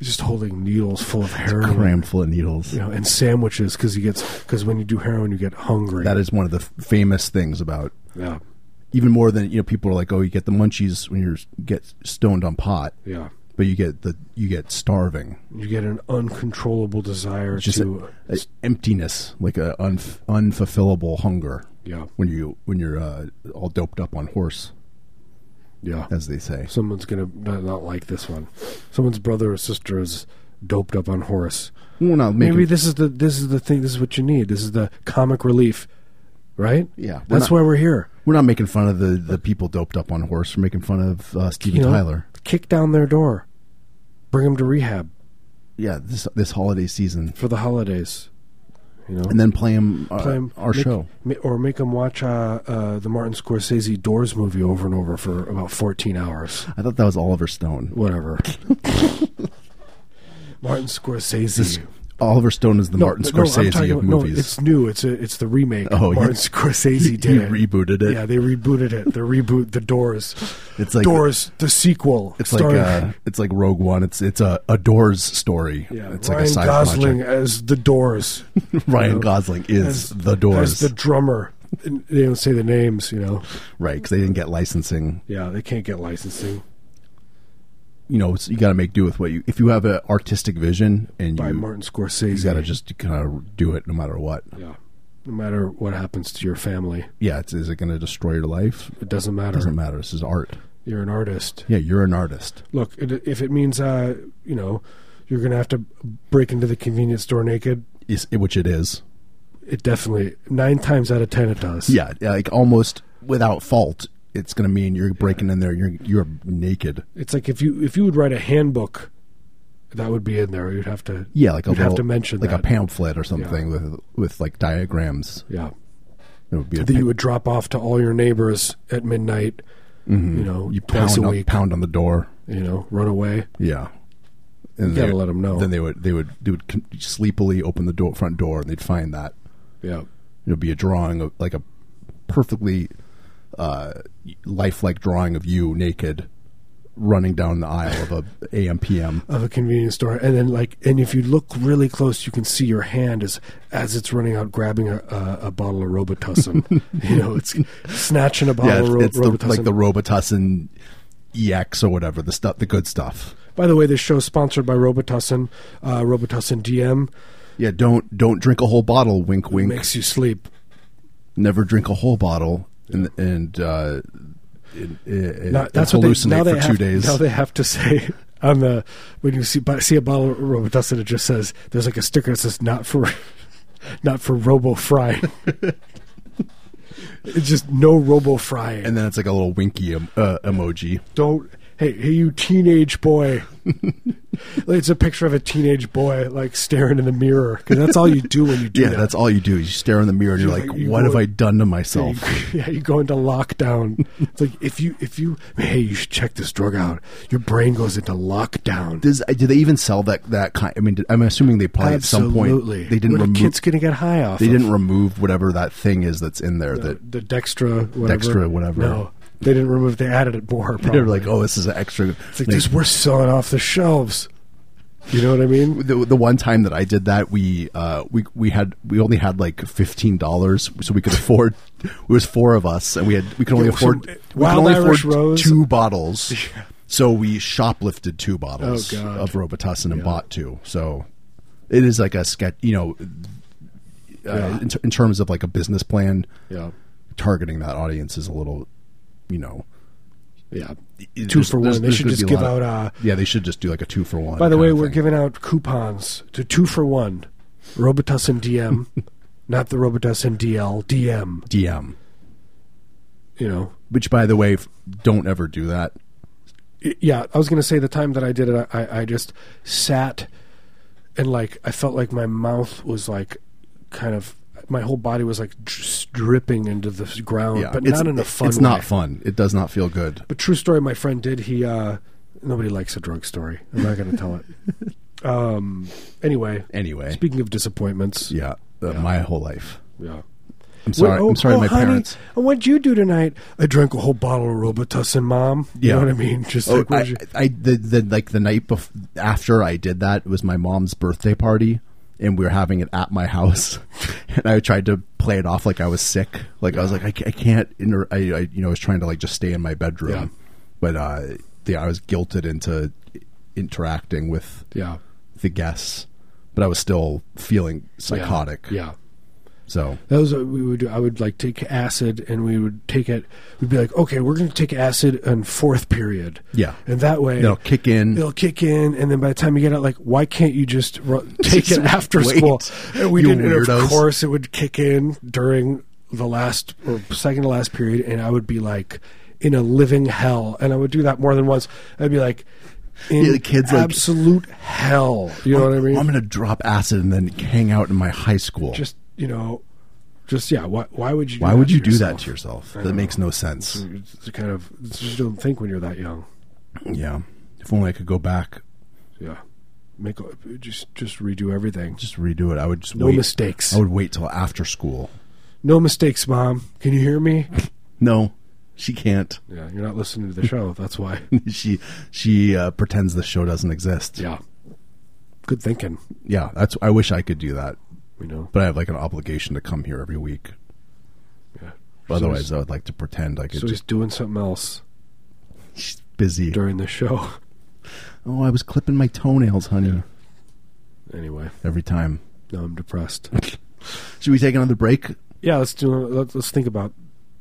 S1: Just holding needles full of heroin.
S2: crammed full of needles.
S1: you know, and sandwiches because he gets because when you do heroin, you get hungry.
S2: That is one of the f- famous things about
S1: yeah,
S2: even more than you know. People are like, "Oh, you get the munchies when you get stoned on pot,
S1: yeah.
S2: but you get the you get starving,
S1: You get an uncontrollable desire
S2: just
S1: to
S2: a, a emptiness, like a unf- unfulfillable hunger
S1: yeah,
S2: when you when you're uh, all doped up on horse,
S1: yeah.
S2: as they say.
S1: Someone's gonna not, not like this one. Someone's brother or sister is doped up on horse.
S2: Well, not
S1: Maybe
S2: making,
S1: this is the this is the thing. This is what you need. This is the comic relief, right?
S2: Yeah, we're
S1: that's
S2: not-
S1: why we're here.
S2: we're not making fun of the, the people doped up on horse. We're making fun of uh, Steven
S1: You know,
S2: Tyler.
S1: kick down their door, bring them to rehab
S2: Yeah, this this holiday season,
S1: for the holidays. You know,
S2: and then play him uh,
S1: Play 'em-
S2: our
S1: make-
S2: show.
S1: ma- or make them watch uh, uh, the Martin Scorsese Doors movie over and over for about fourteen hours,
S2: I thought that was Oliver Stone. [laughs]
S1: whatever. Martin Scorsese.
S2: This- Oliver Stone is the
S1: No,
S2: Martin
S1: no, I'm
S2: Scorsese
S1: talking
S2: of
S1: about- no,
S2: movies.
S1: it's new. It's a, it's the remake.
S2: Oh,
S1: Martin
S2: yeah.
S1: Scorsese
S2: [laughs] He- he
S1: did it.
S2: rebooted it.
S1: Yeah, they rebooted it. The reboot, the Doors.
S2: It's like-
S1: Doors, the sequel.
S2: It's like uh, it's like Rogue One. It's it's a, a Doors story.
S1: yeah,
S2: it's
S1: Ryan
S2: like a side [laughs]
S1: Gosling as the Doors.
S2: project. Ryan Gosling is
S1: As-
S2: the Doors,
S1: as the drummer. And They don't say the names, you know.
S2: right? Because they didn't get licensing.
S1: Yeah, they can't get licensing.
S2: You know, it's, you got to make do with what you. If you have an artistic vision and
S1: by
S2: you,
S1: Martin Scorsese.
S2: you got to just kind of do it no matter what.
S1: yeah. No matter what happens to your family,
S2: Yeah, it's, is it going to destroy your life?
S1: it doesn't matter.
S2: Doesn't matter. This is art.
S1: You're an artist.
S2: Yeah, you're an artist.
S1: Look, it, if it means uh, you know, you're gonna have to break into the convenience store naked.
S2: Is which it is.
S1: It definitely nine times out of ten it does.
S2: Yeah, like almost without fault. It's going to mean you're breaking in there. You're you're naked.
S1: it's like if you if you would write a handbook, that would be in there. You'd have to
S2: Yeah, like a
S1: you'd
S2: little,
S1: have to mention
S2: like
S1: that.
S2: a pamphlet or something with with like diagrams.
S1: yeah,
S2: It would be a
S1: that you
S2: pa-
S1: would drop off to all your neighbors at midnight. You know,
S2: Mm-hmm. you
S1: twice
S2: pound
S1: a
S2: on,
S1: week.
S2: pound on the door.
S1: You know, run away.
S2: Yeah, and
S1: You gotta let 'em know.
S2: Then they would they would they would com- sleepily open the door front door and they'd find that
S1: Yeah.
S2: it would be a drawing of like a perfectly uh, lifelike drawing of you naked running down the aisle of a AM PM.
S1: of a convenience store, and then like, and if you look really close, you can see your hand as as it's running out, grabbing a, a, a bottle of
S2: [laughs]
S1: Robitussin. you know, it's snatching a bottle
S2: [laughs] Yeah,
S1: of
S2: it's,
S1: Ro-
S2: it's the,
S1: Robitussin.
S2: like the Robitussin EX or whatever the stuff, the good stuff.
S1: By the way, this show's sponsored by Robitussin. Uh, Robitussin DM
S2: Yeah, don't don't drink a whole bottle. Wink, wink.
S1: makes you sleep.
S2: never drink a whole bottle and and uh, and- and-
S1: Now,
S2: and
S1: that's what
S2: hallucinate
S1: they, now they
S2: for two
S1: have,
S2: days.
S1: Now they have to say [laughs] on the when you see bu- see a bottle of Robitussin, it just says there's like a sticker that says not for [laughs] not for Robo frying. [laughs] it's just no Robo frying.
S2: and then it's like a little winky em- uh, emoji.
S1: don't hey, hey, you teenage boy. [laughs] it's a picture of a teenage boy like staring in the mirror because that's all you do when you do
S2: [laughs] Yeah,
S1: that.
S2: that's all you do. You stare in the mirror and you're,
S1: You're
S2: like,
S1: like, you
S2: what
S1: go-
S2: have I done to
S1: Yeah,
S2: myself?
S1: you, [laughs] yeah, you go into lockdown. It's like if you if you hey, you should check this drug out. Your brain goes into lockdown.
S2: Does, do they even sell that that kind? I mean, did- I'm assuming they probably at some
S1: Absolutely,
S2: point they didn't
S1: What are
S2: remove.
S1: Kids gonna get high off.
S2: they
S1: of?
S2: didn't remove whatever that thing is that's in there.
S1: the,
S2: that
S1: the Dextra, whatever.
S2: Dextra, whatever.
S1: No, they didn't remove. They added it more. Probably.
S2: they're like, oh, this is an extra.
S1: It's like this, we're selling off the shelves. You know what I mean?
S2: the, the one time that I did that, we uh, we we had we only had like fifteen dollars, so we could afford. It was four of us, and we had we could only
S1: Yeah, so,
S2: afford
S1: uh,
S2: we
S1: Wild
S2: could only
S1: Irish
S2: afford
S1: Rose.
S2: two bottles. So we shoplifted two bottles
S1: Oh, God.
S2: of Robitussin and bought two. So it is like a sketch, you know, uh,
S1: Yeah.
S2: in, t- in terms of like a business plan,
S1: Yeah,
S2: targeting that audience is a little, you know.
S1: yeah.
S2: i-
S1: Two
S2: there's-
S1: for
S2: there's-
S1: one. They
S2: there's
S1: should
S2: gonna
S1: just
S2: be
S1: give out.
S2: lot of-
S1: Uh,
S2: yeah, they should just do like a two for one.
S1: by the
S2: kind
S1: way,
S2: of
S1: we're
S2: thing.
S1: giving out coupons to two for one, Robitussin
S2: [laughs]
S1: DM, not the Robitussin DL DM.
S2: DM.
S1: You know,
S2: Which, by the way, f- don't ever do that.
S1: I- yeah. I was gonna say the time that I did it, I, I, I just sat and like I felt like my mouth was like kind of. My whole body was like just dripping into the ground,
S2: Yeah,
S1: but
S2: it's,
S1: not in a fun.
S2: It's not
S1: way.
S2: fun. It does not feel good.
S1: But true story, my friend did. He uh, nobody likes a drug story. I'm not going to tell it.
S2: [laughs]
S1: Um. Anyway,
S2: Anyway,
S1: speaking of disappointments,
S2: yeah, uh, my whole life.
S1: yeah.
S2: I'm sorry.
S1: oh,
S2: I'm sorry,
S1: oh,
S2: to my
S1: honey,
S2: parents.
S1: What'd you do tonight? I drank a whole bottle of Robitussin, Mom. You
S2: Yeah.
S1: know what I mean? Just
S2: Oh,
S1: like what'd
S2: I,
S1: you-
S2: I the, the like the night bef- after I did that it was my mom's birthday party, and we were having it at my house, [laughs] and I tried to play it off like I was sick, like I was like I, ca- I can't, inter- I, I you know I was trying to like just stay in my bedroom,
S1: Yeah.
S2: but uh, yeah, I was guilted into interacting with
S1: yeah.
S2: the guests, but I was still feeling
S1: Yeah.
S2: psychotic.
S1: Yeah.
S2: So
S1: That was what we would do. I would like take acid, and we would take it. We'd be like, okay, we're going to take acid in fourth period.
S2: Yeah.
S1: and that way
S2: it'll kick in.
S1: it'll kick in, and then by the time you get out, like, why can't you just
S2: [laughs]
S1: ru- take it after
S2: Wait,
S1: school? And we
S2: you
S1: didn't. and
S2: weirdos.
S1: Of course, it would kick in during the last or second to last period, and I would be like in a living hell, and I would do that more than once. I'd be like. In
S2: Yeah, the kids, like-
S1: absolute hell. You know what I mean?
S2: I'm gonna drop acid and then hang out in my high school.
S1: just you know, just yeah. Why, why would you? Do
S2: why
S1: that
S2: would you
S1: to
S2: do
S1: yourself?
S2: that to yourself?
S1: I
S2: That
S1: know.
S2: makes no sense.
S1: It's kind of it's just you don't think when you're that young. Mm-hmm.
S2: Yeah. If only I could go back,
S1: Yeah, make a- just just redo everything.
S2: just redo it. I would just
S1: No
S2: wait.
S1: mistakes.
S2: I would wait till after school.
S1: No mistakes, mom. Can you hear me?
S2: No, she can't. [laughs]
S1: yeah, you're not listening to the show. That's why.
S2: she she uh, pretends the show doesn't exist.
S1: Yeah, good thinking.
S2: Yeah, That's. I wish I could do that,
S1: You know.
S2: but I have like an obligation to come here every week.
S1: Yeah.
S2: Otherwise,
S1: so
S2: I would like to pretend I
S1: he's,
S2: could.
S1: so he's
S2: just
S1: doing something else
S2: she's busy.
S1: during the show. [laughs]
S2: Oh, I was clipping my toenails, honey.
S1: Anyway,
S2: Every time.
S1: now I'm depressed.
S2: Should we take another break?
S1: yeah, let's do. Let's, let's think about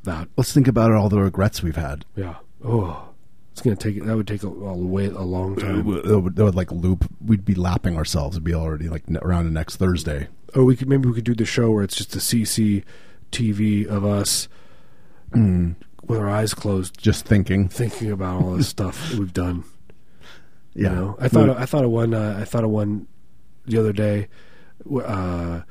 S1: that.
S2: Let's think about all the regrets we've had.
S1: Yeah. Oh, it's gonna take. That would take a, a way a long
S2: That
S1: time.
S2: would, that would- that would, like loop. We'd be lapping ourselves. It'd be already like ne- around the next Thursday.
S1: or we could maybe we could do the show where it's just a CC TV of us
S2: Hmm.
S1: with our eyes closed,
S2: Just thinking.
S1: thinking about all this stuff that we've done.
S2: Yeah.
S1: You know? I thought
S2: We-
S1: I thought of one. Uh, I thought of one the other day. w- Uh,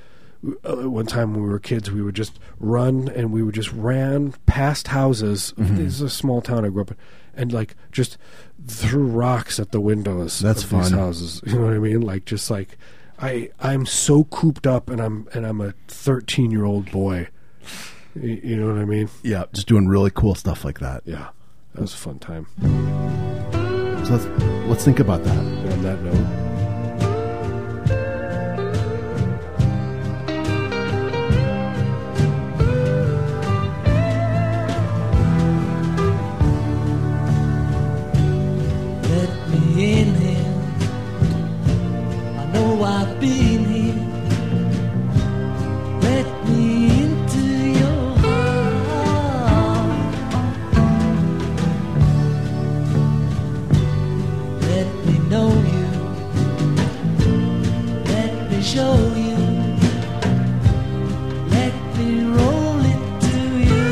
S1: w- uh, one time when we were kids, we would just run and we would just ran past houses. This is a small town I grew up in, and like just threw rocks at the windows.
S2: That's
S1: of these
S2: fun.
S1: houses. [laughs] You know what I mean? Like just like I I'm so cooped up, and I'm and I'm a 13 year old boy. Y- You know what I mean?
S2: yeah, just doing really cool stuff like that.
S1: Yeah, that was a fun time.
S2: So let's let's think about that.
S1: And on that note,
S3: Let me in here. I know I've been here. Let me into your heart. Let me know you. Let me show you. Let me roll it to you.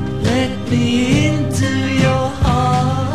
S3: me into your heart.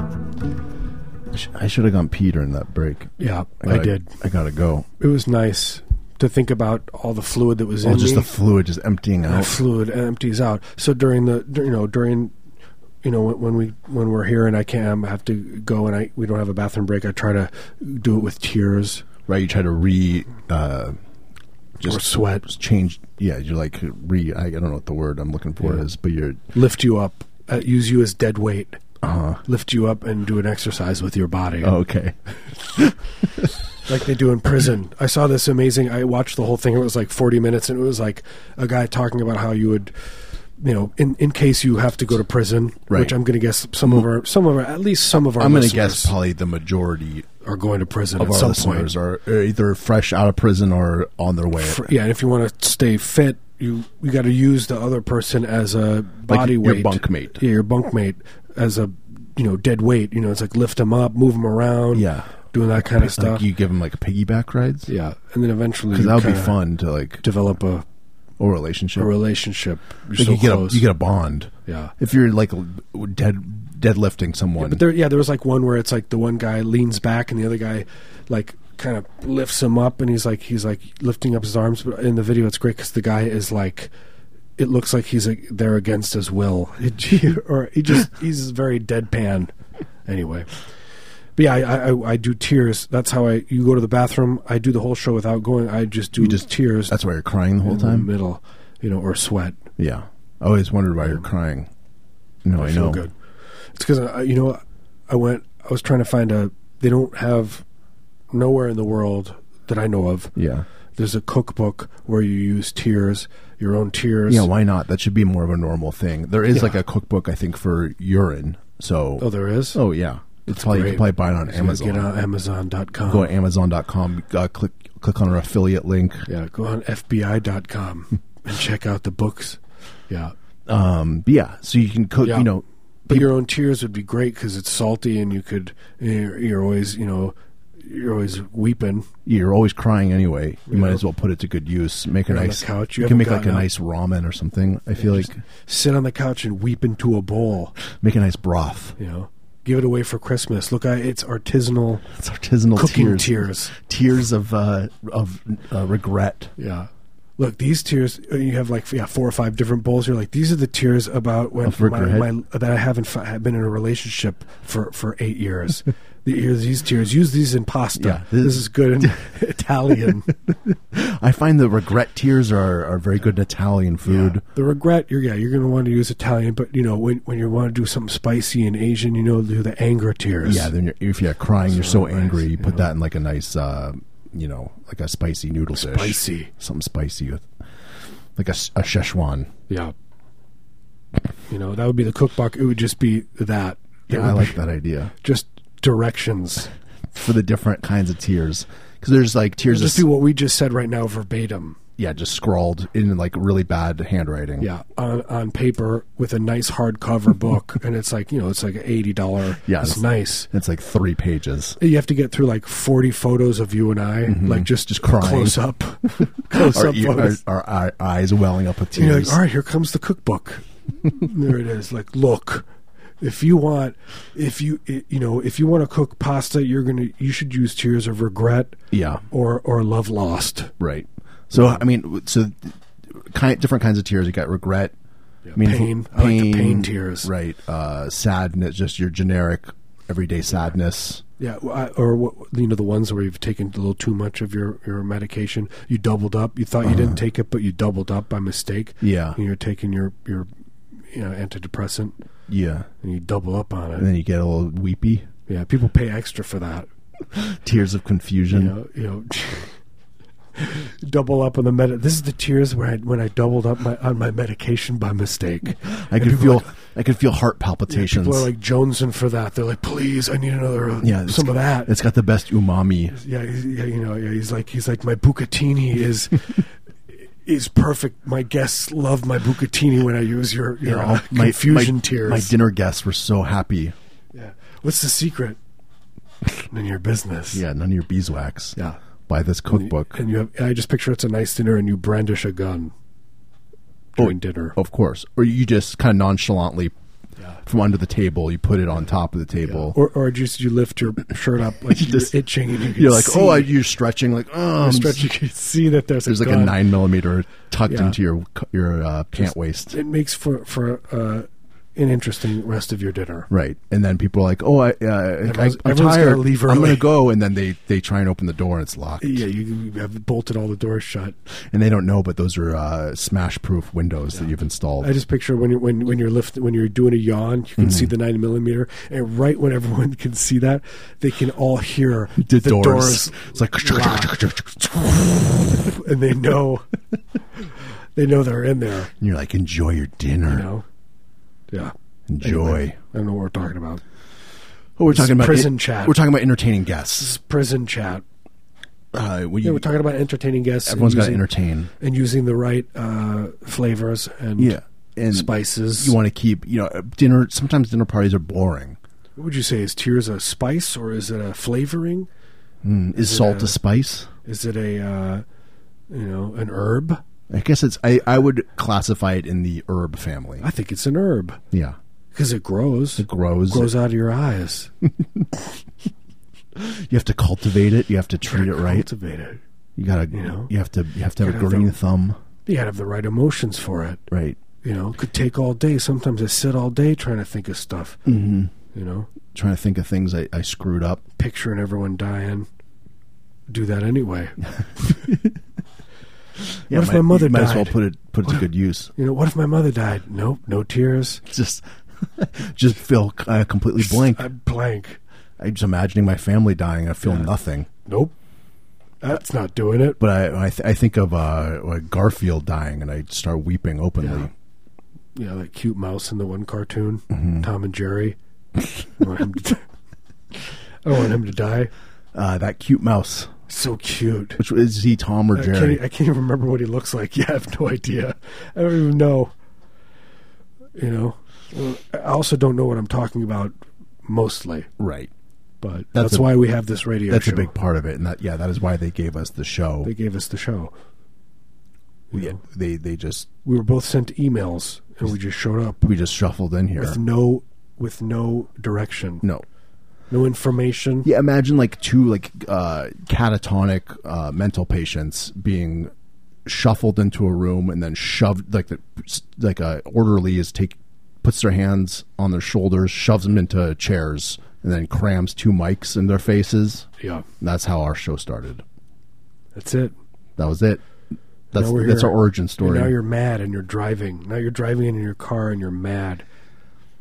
S2: I, sh- I should have gone pee during that break.
S1: Yeah, I,
S2: gotta-
S1: did.
S2: I gotta go.
S1: It was nice to think about all the fluid that was
S2: Well,
S1: in
S2: just
S1: me.
S2: the fluid just emptying
S1: that
S2: out.
S1: fluid empties out. So during the dur- you know during you know when, when we when we're here and I can't I have to go and I we don't have a bathroom break. I try to do it with tears
S2: right, you try to re, uh,
S1: or
S2: just
S1: sweat,
S2: just change. Yeah, you're like re. I, I don't know what the word I'm looking for
S1: Yeah.
S2: is, but you're.
S1: lift you up, uh, use you as dead weight,
S2: Uh,
S1: lift you up and do an exercise with your body
S2: oh, okay.
S1: like they do in prison. I saw this amazing. I watched the whole thing. It was like 40 minutes, and it was like a guy talking about how you would. You know, in, in case you have to go to prison,
S2: Right.
S1: which I'm going to guess some of our, some of our, at least some of our,
S2: I'm gonna
S1: going to
S2: guess probably the majority
S1: are going to prison
S2: of
S1: at
S2: our
S1: some
S2: listeners
S1: point.
S2: are are either fresh out of prison or on their way.
S1: For- yeah, and if you want to stay fit, you you got to use the other person as a body
S2: your
S1: weight,
S2: bunkmate.
S1: Yeah, your bunkmate as a you know dead weight. You know, it's like lift them up, move them around.
S2: Yeah.
S1: doing that kind of
S2: Like
S1: stuff.
S2: you give them like piggyback rides.
S1: yeah, and then eventually
S2: because
S1: you
S2: that would be
S1: kinda
S2: fun to like
S1: Develop a,
S2: a relationship.
S1: a relationship. You're
S2: Like
S1: so
S2: you get
S1: close.
S2: a you get a bond.
S1: Yeah.
S2: If you're like l- dead deadlifting someone.
S1: But there, yeah, there was like one where it's like the one guy leans back and the other guy, like, kind of lifts him up, and he's like, he's like lifting up his arms. But in the video, it's great because the guy is like, it looks like he's like, there against his will, [laughs] or he just he's very deadpan. Anyway, but yeah, I, I I do tears. That's how I you go to the bathroom. I do the whole show without going. I just do
S2: You just-
S1: tears
S2: That's why you're crying the whole
S1: in the
S2: time.
S1: middle, you know, or sweat.
S2: Yeah, I always wondered why you're crying. No, I,
S1: Mm-hmm. I
S2: know.
S1: feel good. It's because uh, you know I went. I was trying to find a. They don't have nowhere in the world that I know of.
S2: Yeah,
S1: There's a cookbook where you use tears, your own tears.
S2: yeah. Why not? That should be more of a normal thing. There is
S1: Yeah.
S2: like a cookbook, I think, for urine. So
S1: oh, there is.
S2: Oh, yeah, it's probably you
S1: great.
S2: can probably buy it on
S1: So you
S2: Amazon.
S1: Get on Amazon.com.
S2: Go to Amazon.com. Uh, click click on our affiliate link.
S1: yeah, go on
S2: [laughs]
S1: FBI.com and check out the books. Yeah,
S2: Um, but yeah, so you can cook.
S1: Yeah.
S2: You know,
S1: but your own tears would be great because it's salty and you could. You're, you're always, you know, you're always weeping.
S2: you're always crying anyway. You
S1: Yeah.
S2: might as well put it to good use. Make a
S1: You're on
S2: nice
S1: the couch, you haven't
S2: can make like a
S1: gotten up.
S2: nice ramen or something. I feel like
S1: Sit on the couch and weep into a bowl.
S2: make a nice broth.
S1: you know give it away for christmas look I, it's artisanal
S2: It's artisanal
S1: cooking
S2: tears,
S1: tears.
S2: tears of uh, of uh, regret.
S1: yeah look these tears uh, you have like yeah four or five different bowls you're like these are the tears about when
S2: Of
S1: my,
S2: regret.
S1: my that i haven't fi- have been in a relationship for for eight
S2: [laughs]
S1: years the, here's these tears use these in pasta
S2: Yeah,
S1: this,
S2: this-
S1: is good
S2: [laughs]
S1: in italian
S2: I find the regret tears are, are very good in Italian food.
S1: Yeah. the regret you're yeah you're gonna want to use italian but you know when, when you want to do something spicy and asian you know do the anger tears
S2: Yeah, then you're, if you're crying, you're so
S1: nice,
S2: angry, you
S1: you
S2: put
S1: know.
S2: that in like a nice, uh, you know, like a spicy noodle dish.
S1: spicy
S2: Something spicy with, like a, s- a Szechuan.
S1: Yeah. You know, that would be the cookbook. It would just be that. It
S2: Yeah,
S1: would
S2: I like
S1: be
S2: that idea
S1: Just directions.
S2: for the different kinds of tears. Because there's like tears,
S1: just
S2: of,
S1: do what we just said right now verbatim.
S2: yeah, just scrawled in like really bad handwriting.
S1: Yeah, on on paper with a nice hardcover book,
S2: [laughs]
S1: and it's like you know, it's like an eighty dollar.
S2: Yeah,
S1: it's
S2: it's-
S1: nice.
S2: it's like three pages.
S1: You have to get through like forty photos of you and I, like just
S2: Mm-hmm. Just crying.
S1: close
S2: [laughs]
S1: up, [laughs] close
S2: Our,
S1: up
S2: ear- our,
S1: photos.
S2: our, our eyes welling up with
S1: And you're
S2: tears.
S1: like, all right, here comes the
S2: [laughs]
S1: cookbook. there it is. Like, look, if you want, if you i- you know, if you want to cook pasta, you're gonna you should use tears of regret
S2: Yeah,
S1: or or love lost.
S2: right. So I mean, w- so th- kind different kinds of tears. You got regret, meaningful-
S1: pain. I like the pain tears.
S2: Right, uh, sadness, just your generic everyday sadness.
S1: Yeah, w- I- or what, you know, the ones where you've taken a little too much of your your medication. You doubled up. You thought you didn't take it, but you doubled up by mistake.
S2: Uh-huh. Yeah,
S1: And you're taking your your you know antidepressant
S2: yeah.
S1: and you double up on it.
S2: And then you get a little weepy,
S1: Yeah, people pay extra for that.
S2: tears of confusion.
S1: you know, you know, [laughs] double up on the med. This is the tears where I when I doubled up my on my medication by mistake.
S2: I
S1: And
S2: could
S1: people
S2: feel,
S1: are like-
S2: I could feel heart
S1: yeah,
S2: palpitations.
S1: people are like jonesing for that. They're like, please, I need another uh,
S2: Yeah, it's-
S1: some of that.
S2: it's got the best umami.
S1: yeah, he's- yeah, you know, yeah, he's like he's like my bucatini
S2: [laughs]
S1: is. Is perfect. My guests love my bucatini when I use your your
S2: Yeah,
S1: uh,
S2: my
S1: confusion
S2: my,
S1: tears.
S2: My dinner guests were so happy.
S1: yeah. What's the secret? None of your business.
S2: Yeah, none of your beeswax.
S1: yeah.
S2: Buy this cookbook,
S1: And you have. I just picture it's a nice dinner, and you brandish a gun
S2: Oh,
S1: during dinner.
S2: of course, or you just kind of nonchalantly from under the table. You put it on top of the table.
S1: or or just you lift your shirt up like
S2: [laughs] You
S1: you're
S2: just-
S1: itching and you can
S2: You're like,
S1: see,
S2: oh, I, you're stretching. Like, oh,
S1: you
S2: I'm
S1: stretch, you can see that there's,
S2: There's
S1: a
S2: like a
S1: gun.
S2: nine millimeter tucked
S1: Yeah.
S2: into your your uh, pant waist,
S1: It makes for for uh, an interesting rest of your dinner.
S2: right? And then people are like, "Oh, I, uh, I
S1: Everyone's-
S2: I'm
S1: everyone's gotta
S2: tired.
S1: leave
S2: I'm
S1: early."
S2: gonna go." And then they they try and open the door and it's locked,
S1: Yeah, you have bolted all the doors shut.
S2: and they don't know. But those are uh, smash proof windows that you've installed.
S1: I just picture when you when when you're lift when you're doing a yawn, you can see
S2: Mm-hmm.
S1: the nine millimeter, and right when everyone [laughs] can see that, they can all hear
S2: the, doors.
S1: doors
S2: It's like
S1: and they
S2: [laughs]
S1: know they know they're in there.
S2: and you're like, enjoy your dinner,
S1: You know, yeah.
S2: enjoy.
S1: I don't know what we're talking about.
S2: Oh, we're talking about
S1: prison chat.
S2: We're talking about entertaining guests.
S1: Prison chat.
S2: Uh, when
S1: Yeah,
S2: you,
S1: we're talking about entertaining guests.
S2: everyone's got
S1: and
S2: to
S1: using,
S2: entertain.
S1: and using the right uh, flavors and
S2: Yeah, and
S1: spices.
S2: you want to keep. You know, dinner. Sometimes dinner parties are boring.
S1: what would you say? Is tears a spice or is it a flavoring?
S2: Is salt
S1: uh,
S2: a spice?
S1: Is it a uh, you know an herb?
S2: I guess it's. I, I would classify it in the herb family.
S1: I think it's an herb
S2: Yeah,
S1: because it grows.
S2: It grows.
S1: grows out of your eyes.
S2: You have to cultivate it. You have to treat it right.
S1: Cultivate it.
S2: You gotta.
S1: You
S2: You,
S1: know?
S2: have to. You have to have a
S1: Gotta have
S2: green
S1: the-
S2: thumb.
S1: You gotta have the right emotions for it.
S2: Right.
S1: You know, could take all day. Sometimes I sit all day trying to think of stuff.
S2: Mm-hmm.
S1: You know,
S2: Trying to think of things I, I screwed up.
S1: picturing everyone dying. Do that anyway.
S2: Yeah,
S1: if
S2: might-
S1: my mother
S2: you Might as well
S1: died?
S2: put it put it to good use. [laughs]
S1: You know, what if my mother died? Nope, no tears.
S2: Just, [laughs] just feel uh, completely blank.
S1: I'm blank.
S2: I'm just imagining my family dying. I feel
S1: Yeah.
S2: nothing.
S1: Nope. That's not doing it.
S2: But I, I, th- I think of uh, like Garfield dying, and I start weeping openly.
S1: Yeah, that cute mouse in the one cartoon,
S2: Mm-hmm.
S1: Tom and Jerry. I want him to, [laughs] I want him to die.
S2: Uh, that cute mouse,
S1: So cute.
S2: which is he Tom or
S1: I can't, e,
S2: Jerry?
S1: I can't even remember what he looks like. [laughs] Yeah, I have no idea. I don't even know. You know, Well, I also don't know what I'm talking about mostly,
S2: right.
S1: but that's,
S2: That's a-
S1: why we have this radio
S2: That's
S1: show.
S2: a big part of it, and that yeah, that is why they gave us the show.
S1: They gave us the show.
S2: We- they they just
S1: We were both sent emails and we just showed up
S2: we just shuffled in here.
S1: with no with no direction,
S2: No,
S1: no information.
S2: yeah. Imagine like two like uh, catatonic uh, mental patients being shuffled into a room and then shoved like the like a orderly is take puts their hands on their shoulders, shoves them into chairs, and then crams two mics in their faces.
S1: Yeah,
S2: And that's how our show started.
S1: that's it.
S2: That was it. That's
S1: Now we're
S2: that's
S1: here.
S2: our origin
S1: And
S2: story.
S1: now you're mad and you're driving. Now you're driving in your car and you're mad.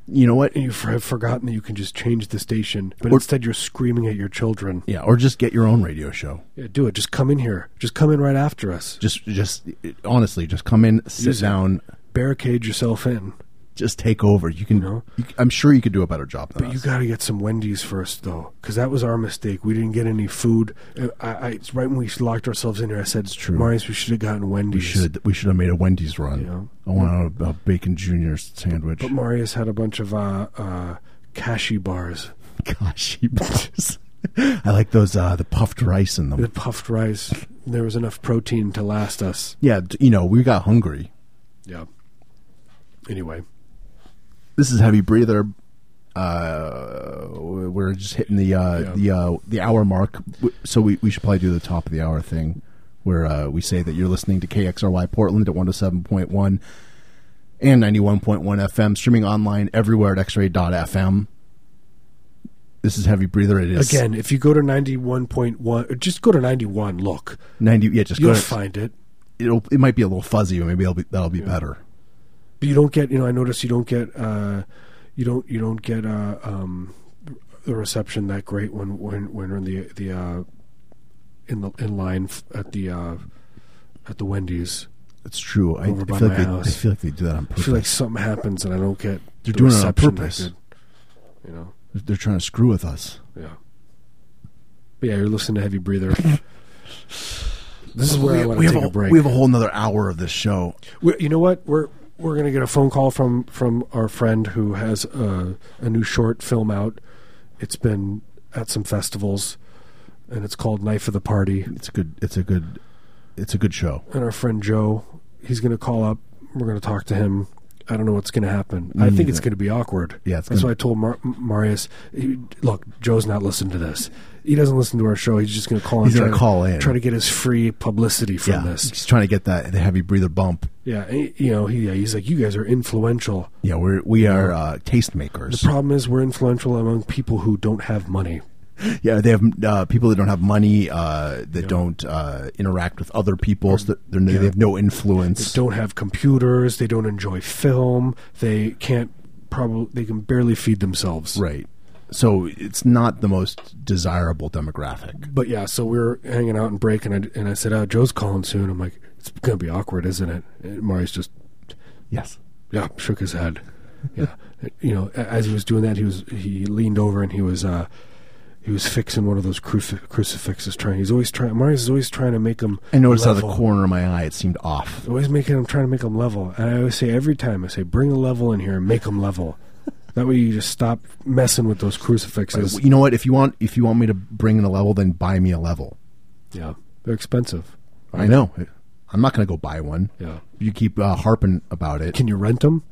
S2: you know what?
S1: And you've have forgotten that you can just change the station, but
S2: Or-
S1: instead you're screaming at your children.
S2: Yeah, or just get your own radio show.
S1: Yeah, do it. Just come in here. Just come in right after us.
S2: Just, just honestly, just come in, sit
S1: Use it.
S2: down,
S1: Barricade yourself in.
S2: just take over. You can.
S1: You know?
S2: you- I'm sure you could do a better job than
S1: But you
S2: us.
S1: got to get some Wendy's first, though, because that was our mistake. We didn't get any food. Uh, I, I, it's right when we locked ourselves in here, I said, "It's
S2: true.
S1: Marius, we should have gotten Wendy's."
S2: we should. We should have made a Wendy's run.
S1: Yeah.
S2: I want a, a bacon junior sandwich.
S1: But Marius had a bunch of uh, uh, cashew bars,
S2: [laughs] Gosh, you bitches. [laughs] I like those uh, the puffed rice in
S1: the
S2: them.
S1: puffed rice. There was enough protein to last us.
S2: Yeah, d- you know we got hungry.
S1: Yeah. Anyway,
S2: This is heavy breather. Uh, we're just hitting the uh,
S1: Yeah.
S2: the uh, the hour mark, W- so we, we should probably do the top of the hour thing, where uh, we say that you're listening to KXRY Portland at one hundred seven point one and ninety one point one FM, streaming online everywhere at xray.fm. This is heavy breather. It is
S1: again, if you go to ninety-one point one, just go to ninety-one. Look,
S2: ninety. Yeah, just go.
S1: you'll
S2: to-
S1: find it.
S2: It'll it might be a little fuzzy, but maybe that'll be that'll be better.
S1: But you don't get, you know, I notice you don't get, uh, you don't, you don't get uh, um, the reception that great when when when we're in the the uh, in the in line f- at the uh, at the Wendy's.
S2: It's true. I, I
S1: Over
S2: feel
S1: by
S2: like
S1: my
S2: they, I
S1: house.
S2: feel like they do that on purpose.
S1: I feel like something happens and I don't get. the
S2: They're doing it on
S1: reception that
S2: purpose.
S1: good, you know.
S2: They're trying to screw with us.
S1: Yeah. But yeah, you're listening to Heavy
S2: [laughs]
S1: Breather. this is where I want to take
S2: have
S1: a break.
S2: We have a whole another hour of this show.
S1: we you know what? We're we're gonna get a phone call from from our friend who has a, a new short film out. It's been at some festivals, and it's called Knife of the Party.
S2: It's a good. It's a good. It's a good show.
S1: And our friend Joe, he's gonna call up. We're gonna talk to him. I don't know what's gonna happen. I think it's
S2: neither.
S1: gonna be awkward.
S2: Yeah, it's
S1: that's
S2: gonna-
S1: why I told Mar- Marius, he- look, Joe's not listening to this. He doesn't listen to our show. He's just gonna call.
S2: He's
S1: and
S2: gonna
S1: try to-
S2: call in.
S1: try to get his free publicity from
S2: yeah,
S1: this.
S2: he's trying to get that the heavy breather bump.
S1: Yeah, he- you know, he, yeah, he's like, you guys are influential.
S2: Yeah, we're we are uh,
S1: The
S2: tastemakers.
S1: problem is we're influential among people who don't have money.
S2: yeah, they have uh, people that don't have money, uh, that don't uh, interact with other people. so that they're, They have no influence.
S1: Don't have computers. They don't enjoy film. They can't probably. They can barely feed themselves.
S2: right. So it's not the most desirable demographic.
S1: But yeah, so we were hanging out and breaking, and I, and I said, "Oh, Joe's calling soon." I'm like, "It's gonna be awkward, isn't it?" And Marius just
S2: Yes.
S1: yeah shook his head. Yeah, [laughs] you know, a- as he was doing that, he was he leaned over and he was uh he was fixing one of those crucif- crucifixes. Trying, he's always trying. Marius is always trying to make him.
S2: I noticed out of the
S1: level.
S2: corner of my eye, it seemed off.
S1: always making them trying to make them level and i always say every time i say bring a level in here and make them
S2: [laughs]
S1: level that way you just stop messing with those crucifixes
S2: You know what? If you want, if you want me to bring in a level, then buy me a level.
S1: yeah they're expensive
S2: I know. I'm not going to go buy one.
S1: yeah
S2: You keep uh, harping about it.
S1: can you rent them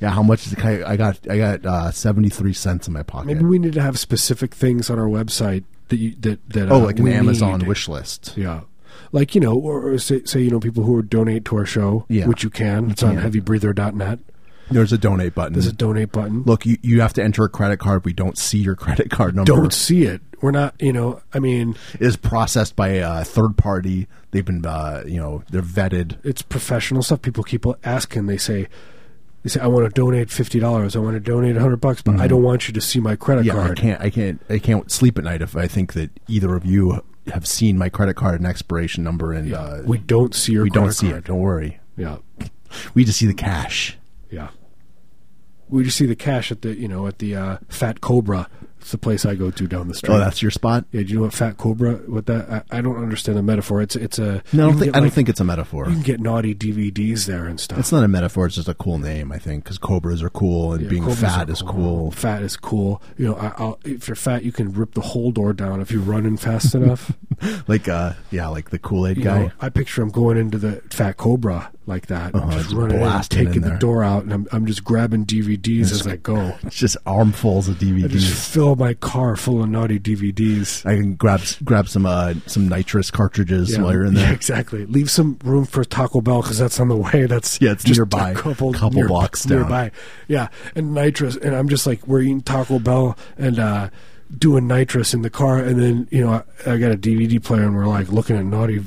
S2: Yeah, how much is it? I got I got uh, seventy three cents in my pocket.
S1: Maybe we need to have specific things on our website that you, that that
S2: oh,
S1: uh,
S2: like an
S1: we
S2: Amazon
S1: need.
S2: wish list.
S1: Yeah. Like, you know, or or say, say, you know, people who donate to our show,
S2: Yeah.
S1: which you can. It's on
S2: can.
S1: heavybreather.net.
S2: There's a donate button.
S1: There's a donate button.
S2: Look, you, you have to enter a credit card. We don't see your [laughs] credit card number.
S1: Don't see it. We're not, you know, I mean,
S2: It is processed by a third party. They've been, uh, you know, they're vetted.
S1: it's professional stuff. People keep asking. They say, they say, I want to donate fifty dollars. I want to donate hundred bucks, but I don't want you to see my credit
S2: Mm-hmm. Yeah, I
S1: card.
S2: can't, I can't, I can't sleep at night if I think that either of you have seen my credit card and expiration number, and uh,
S1: we don't see your.
S2: we
S1: credit
S2: don't see
S1: card.
S2: it. Don't worry,
S1: Yeah,
S2: we just see the cash.
S1: yeah. We just see the cash at the you know at the uh, Fat Cobra. It's the place I go to down the street.
S2: Oh, that's your spot.
S1: yeah. Do you know what Fat Cobra? What that? I, I don't understand the metaphor. It's it's a. you
S2: No, I don't
S1: can
S2: think,
S1: get,
S2: I don't
S1: like-
S2: think it's a metaphor.
S1: you can get naughty DVDs there and stuff.
S2: It's not a metaphor. It's just a cool name, I think, because cobras are cool and
S1: Yeah,
S2: being
S1: cobras
S2: fat
S1: are
S2: is cool.
S1: Fat is cool. You know, I, I'll, if you're fat, you can rip the whole door down if you're running
S2: [laughs]
S1: fast enough.
S2: Like, uh, yeah, like the Kool Aid
S1: You
S2: guy.
S1: know, I picture him going into the Fat Cobra like that,
S2: Uh-huh,
S1: just
S2: just
S1: running, in,
S2: blasting in
S1: taking the
S2: there.
S1: door out, and I'm, I'm just grabbing DVDs as I go.
S2: It's just armfuls of DVDs.
S1: I just fill my car full of naughty DVDs.
S2: I can grab grab some uh, some nitrous cartridges while you're in
S1: yeah, [laughs]
S2: there.
S1: exactly. Leave some room for Taco Bell because that's on the way. That's
S2: Yeah, it's
S1: just
S2: nearby,
S1: A couple,
S2: couple
S1: near-
S2: blocks down.
S1: nearby. Yeah, and nitrous, and I'm just like we're eating Taco Bell and uh, doing nitrous in the car, and then you know I, I got a DVD player, and we're like looking at naughty,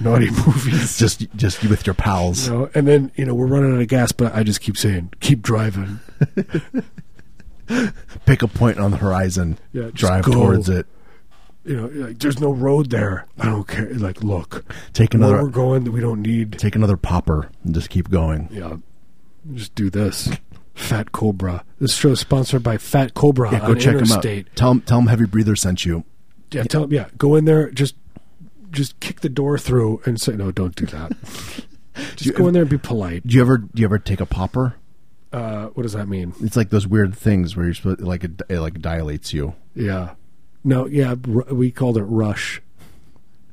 S1: naughty [laughs] movies.
S2: Just just you with your pals.
S1: You know, and then you know we're running out of gas, but I just keep saying, keep driving.
S2: Pick a point on the horizon.
S1: Yeah, just
S2: drive
S1: go.
S2: towards it.
S1: You know, like there's no road there. I don't care. Like, look,
S2: Take
S1: where
S2: another
S1: we're going, we don't need.
S2: take another popper and just keep going.
S1: Yeah, just do this. Fat Cobra. This show is sponsored by Fat Cobra.
S2: Yeah, go
S1: on
S2: check them out.
S1: Interstate.
S2: Tell them tell them Heavy Breather sent you.
S1: Yeah, tell yeah, go in there. Just, just kick the door through and say no. Don't do
S2: [laughs]
S1: that. just
S2: You-
S1: go in there and be polite.
S2: Do you ever do you ever take a popper?
S1: Uh, what does that mean?
S2: It's like those weird things where you're supposed like it, it like dilates you.
S1: Yeah, no, yeah. r- We called it rush.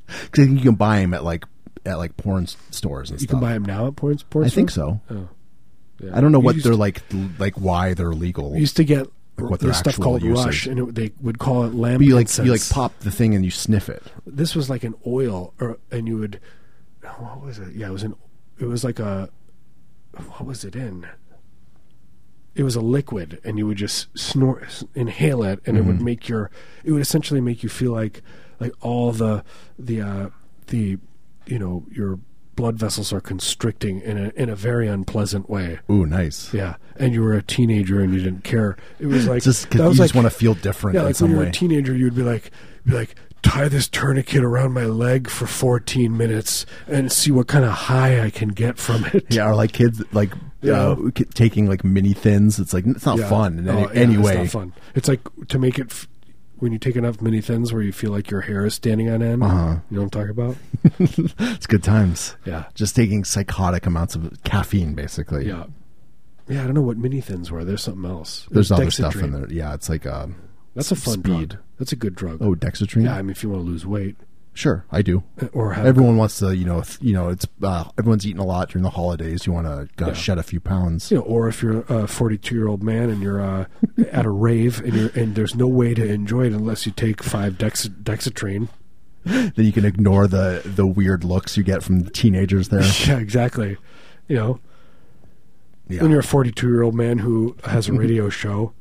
S2: 'Cause I think you can buy them at like at like porn s- stores and
S1: You can
S2: stuff.
S1: buy them now at porn. porn
S2: I think
S1: stores?
S2: so.
S1: Oh. Yeah.
S2: I don't know
S1: We
S2: what
S1: used
S2: they're
S1: to-
S2: like like why they're legal.
S1: we used to get
S2: Like what
S1: this
S2: their
S1: stuff
S2: actual
S1: called
S2: use
S1: rush,
S2: is.
S1: and it, they would call it lamp.
S2: But you like you like
S1: incense.
S2: pop the thing and you sniff it.
S1: This was like an oil, or and you would. oh, What was it? Yeah, it was an. It was like a. What was it in? It was a liquid, and you would just snort, s- inhale it, and it
S2: Mm-hmm.
S1: would make your. It would essentially make you feel like, like all the the uh, the, you know, your blood vessels are constricting in a in a very unpleasant way.
S2: Ooh, nice.
S1: Yeah, and you were a teenager and you didn't care. It was like
S2: Just 'cause
S1: that
S2: you
S1: was
S2: just
S1: like
S2: want to feel different
S1: yeah,
S2: in
S1: like when
S2: some
S1: you were
S2: way.
S1: a teenager, you'd be like, be like, tie this tourniquet around my leg for 14 minutes and see what kind of high I can get from it.
S2: yeah, or like kids like
S1: Yeah.
S2: uh, ki- taking like mini thins. It's like it's not
S1: Yeah.
S2: fun in any,
S1: Oh, yeah,
S2: any
S1: it's
S2: way.
S1: not fun. It's like to make it. F- when you take enough mini thins where you feel like your hair is standing on end,
S2: Uh-huh.
S1: you know what I'm talking
S2: [laughs]
S1: about?
S2: It's good times.
S1: Yeah.
S2: just taking psychotic amounts of caffeine, basically.
S1: Yeah. Yeah, I don't know what mini thins were. There's something else. It
S2: there's
S1: was
S2: other stuff in
S1: Dexedrine.
S2: there. Yeah, it's like um,
S1: That's a fun
S2: Speed.
S1: drug. That's a good drug.
S2: oh dexedrine.
S1: yeah, I mean, if you want to lose weight eh,
S2: sure, I do.
S1: or have
S2: Everyone wants to, you know, th- you know, it's uh, everyone's eating a lot during the holidays. You want to uh,
S1: Yeah.
S2: shed a few pounds.
S1: you know, or if you're a 42 year old man and you're uh, at a rave and you're and there's no way to enjoy it unless you take five dex, dexatrine.
S2: Then you can ignore the the weird looks you get from the teenagers there.
S1: [laughs] Yeah, exactly. You know,
S2: Yeah. Mm-hmm.
S1: when you're a 42 year old man who has a radio show,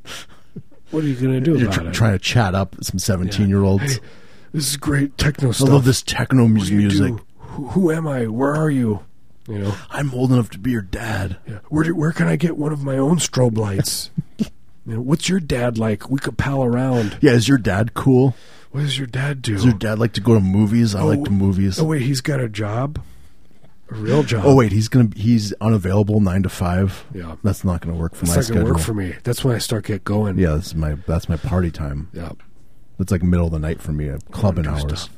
S1: what are you going to do
S2: You're
S1: about
S2: tr-
S1: it?
S2: trying to chat up some seventeen year olds.
S1: Hey, this is great techno
S2: I
S1: stuff.
S2: love this techno mu-
S1: What do you
S2: music.
S1: do? Who, who am I? Where are you? You know,
S2: I'm old enough to be your dad.
S1: yeah. where do, where can I get one of my own strobe
S2: [laughs]
S1: lights? you know, what's your dad like? We could pal around.
S2: Yeah, is your dad cool?
S1: What does your dad do?
S2: Does your dad like to go to movies? I like to movies.
S1: Oh wait, he's got a job, a real job.
S2: Oh wait, he's gonna he's unavailable nine to five.
S1: Yeah.
S2: that's not gonna work for
S1: it's
S2: my
S1: not gonna
S2: schedule.
S1: work for me. That's when I start get going.
S2: yeah, that's my that's my party time.
S1: yeah.
S2: That's like middle of the night for me. uh, Clubbing
S1: do
S2: hours.
S1: stuff.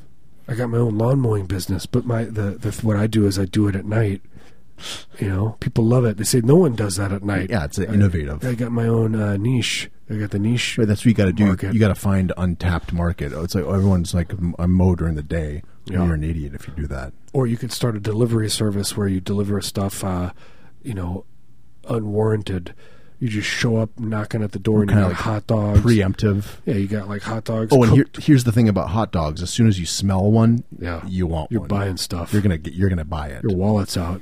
S1: I got my own lawn mowing business, but my the, the what I do is I do it at night. You know, people love it. They say no one does that at night.
S2: Yeah, it's uh,
S1: I-
S2: innovative.
S1: I got my own uh, niche. I got the niche.
S2: Right, that's what you got to do.
S1: Market.
S2: You got to find untapped market. Oh, It's like oh, everyone's like "M- I mow during the day.
S1: Yeah.
S2: You're an idiot if you do that.
S1: Or you could start a delivery service where you deliver stuff. Uh, you know, unwarranted. You just show up knocking at the door and you
S2: Kinda
S1: got
S2: like
S1: hot dogs.
S2: Preemptive.
S1: yeah, you got like hot dogs.
S2: Oh, and here,
S1: cooked.
S2: here's the thing about hot dogs: as soon as you smell one,
S1: Yeah.
S2: you want
S1: you're
S2: one.
S1: buying stuff.
S2: You're gonna get. You're gonna buy it.
S1: Your
S2: You're,
S1: wallet's
S2: [laughs]
S1: out.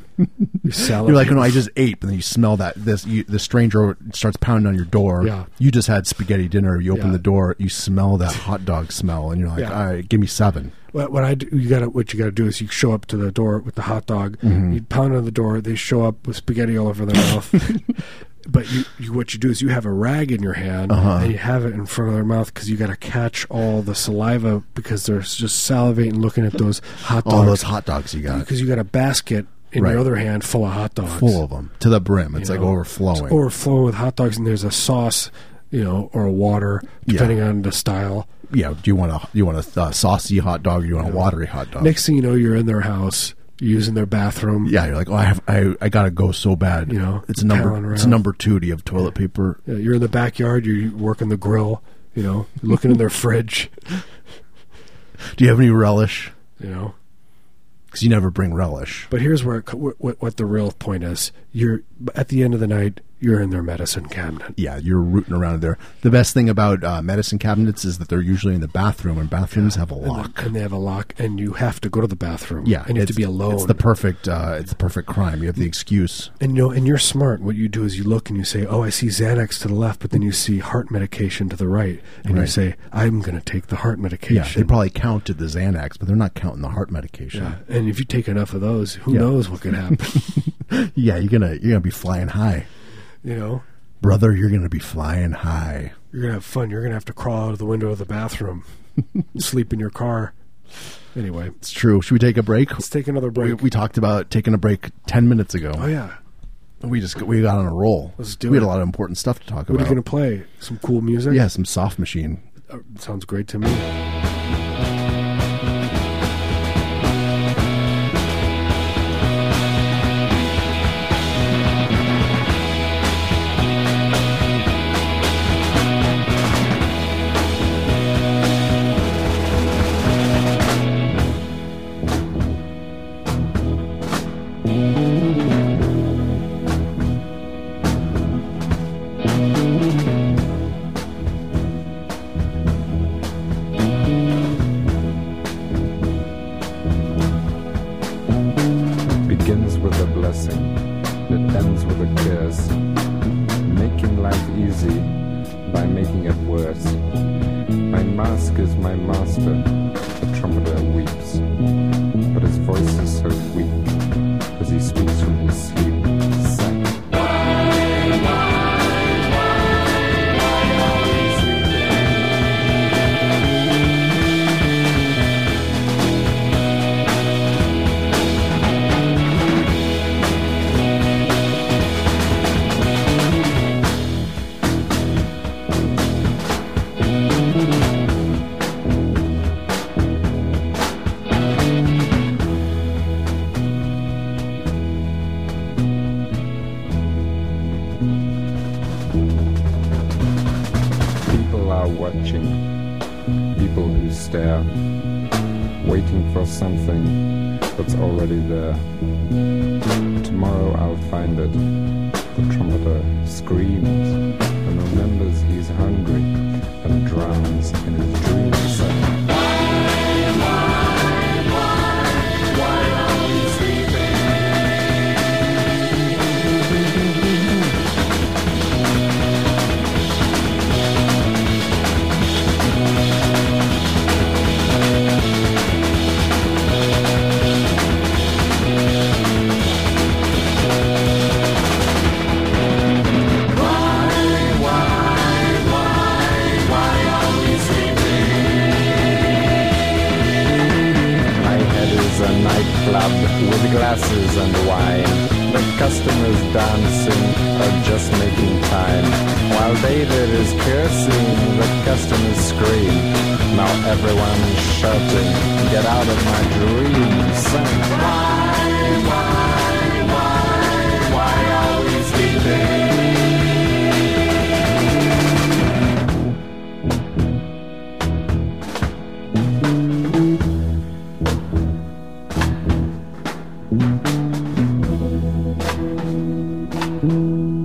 S1: Your salad.
S2: like, no, I just ate, and then you smell that. This you, the stranger starts pounding on your door.
S1: Yeah.
S2: You just had spaghetti dinner. You open
S1: Yeah.
S2: the door, you smell that hot dog smell, and you're like,
S1: Yeah.
S2: all right, give me seven.
S1: what, what I do, you got what you got to do is you show up to the door with the hot dog.
S2: Mm-hmm.
S1: You pound on the door. They show up with spaghetti all
S2: [laughs]
S1: over their mouth. but you, you, what you do is you have a rag in your hand
S2: Uh-huh.
S1: and you have it in front of their mouth because you got to catch all the saliva because they're s- just salivating looking at those hot dogs.
S2: All those hot dogs you got,
S1: because you got a basket in
S2: Right.
S1: your other hand full of hot dogs,
S2: full of them to the brim. It's
S1: You
S2: like
S1: know,
S2: overflowing.
S1: It's overflowing with hot dogs, and there's a sauce, you know, or a water depending on the style.
S2: yeah. Do you want a you want a uh, saucy hot dog? Or you want a watery hot dog?
S1: Next thing you know, you're in their house using their bathroom.
S2: yeah, you're like, oh, I have, I, I gotta go so bad.
S1: You know,
S2: it's
S1: palling
S2: number, it's
S1: around.
S2: number two. Do you have toilet paper?
S1: Yeah, You're in the backyard. You're working the grill. You know, looking in
S2: [laughs]
S1: their fridge.
S2: Do you have any relish?
S1: You know,
S2: Because you never bring relish.
S1: but here's where it, co- what- what what the real point is. You're at the end of the night. You're in their medicine cabinet.
S2: yeah, you're rooting around there. The best thing about uh, medicine cabinets is that they're usually in the bathroom, and bathrooms have a
S1: And the-
S2: lock.
S1: and they have a lock, and you have to go to the bathroom.
S2: Yeah,
S1: and you have to
S2: it's-
S1: be alone. Mm.
S2: It's the perfect. Uh, it's the perfect crime. You have the excuse.
S1: and you know, and you're smart. What you do is you look and you say, "Oh, I see Xanax to the left," but then you see heart medication to the right, and you
S2: Right.
S1: say, "I'm going to take the heart medication."
S2: Yeah, they probably counted the Xanax, but they're not counting the heart medication.
S1: Yeah, and if you take enough of those, who
S2: Yeah.
S1: knows what could
S2: [laughs]
S1: happen?
S2: Yeah, you're gonna you're gonna be flying high,
S1: you know,
S2: brother. You're gonna be flying high.
S1: you're gonna have fun. You're gonna have to crawl out of the window of the
S2: [laughs]
S1: bathroom, sleep in your car. Anyway,
S2: It's true. Should we take a break?
S1: let's take another
S2: We,
S1: break.
S2: we talked about taking a break ten minutes ago.
S1: oh yeah,
S2: We just we got on a roll.
S1: Let's do
S2: we had
S1: it.
S2: a lot of important stuff to talk
S1: what are
S2: about.
S1: you gonna play? Some cool music.
S2: yeah, some soft machine.
S1: Uh, sounds great to me.
S6: begins with a blessing that ends with a curse. Making life easy by making it worse. My mask is my master, the trumpeter weeps. But his voice is so weak as he speaks from his sleep. Sack. People are watching. People who stare, waiting for something that's already there. Tomorrow I'll find it. The trumpeter screams and remembers he's hungry and drowns in his dreams. My head is a nightclub with glasses and wine. The customers dancing or just making time. While David is cursing, the customers scream. Now everyone's shouting, get out of my dream, son. Why, why, why are we sleeping?
S1: All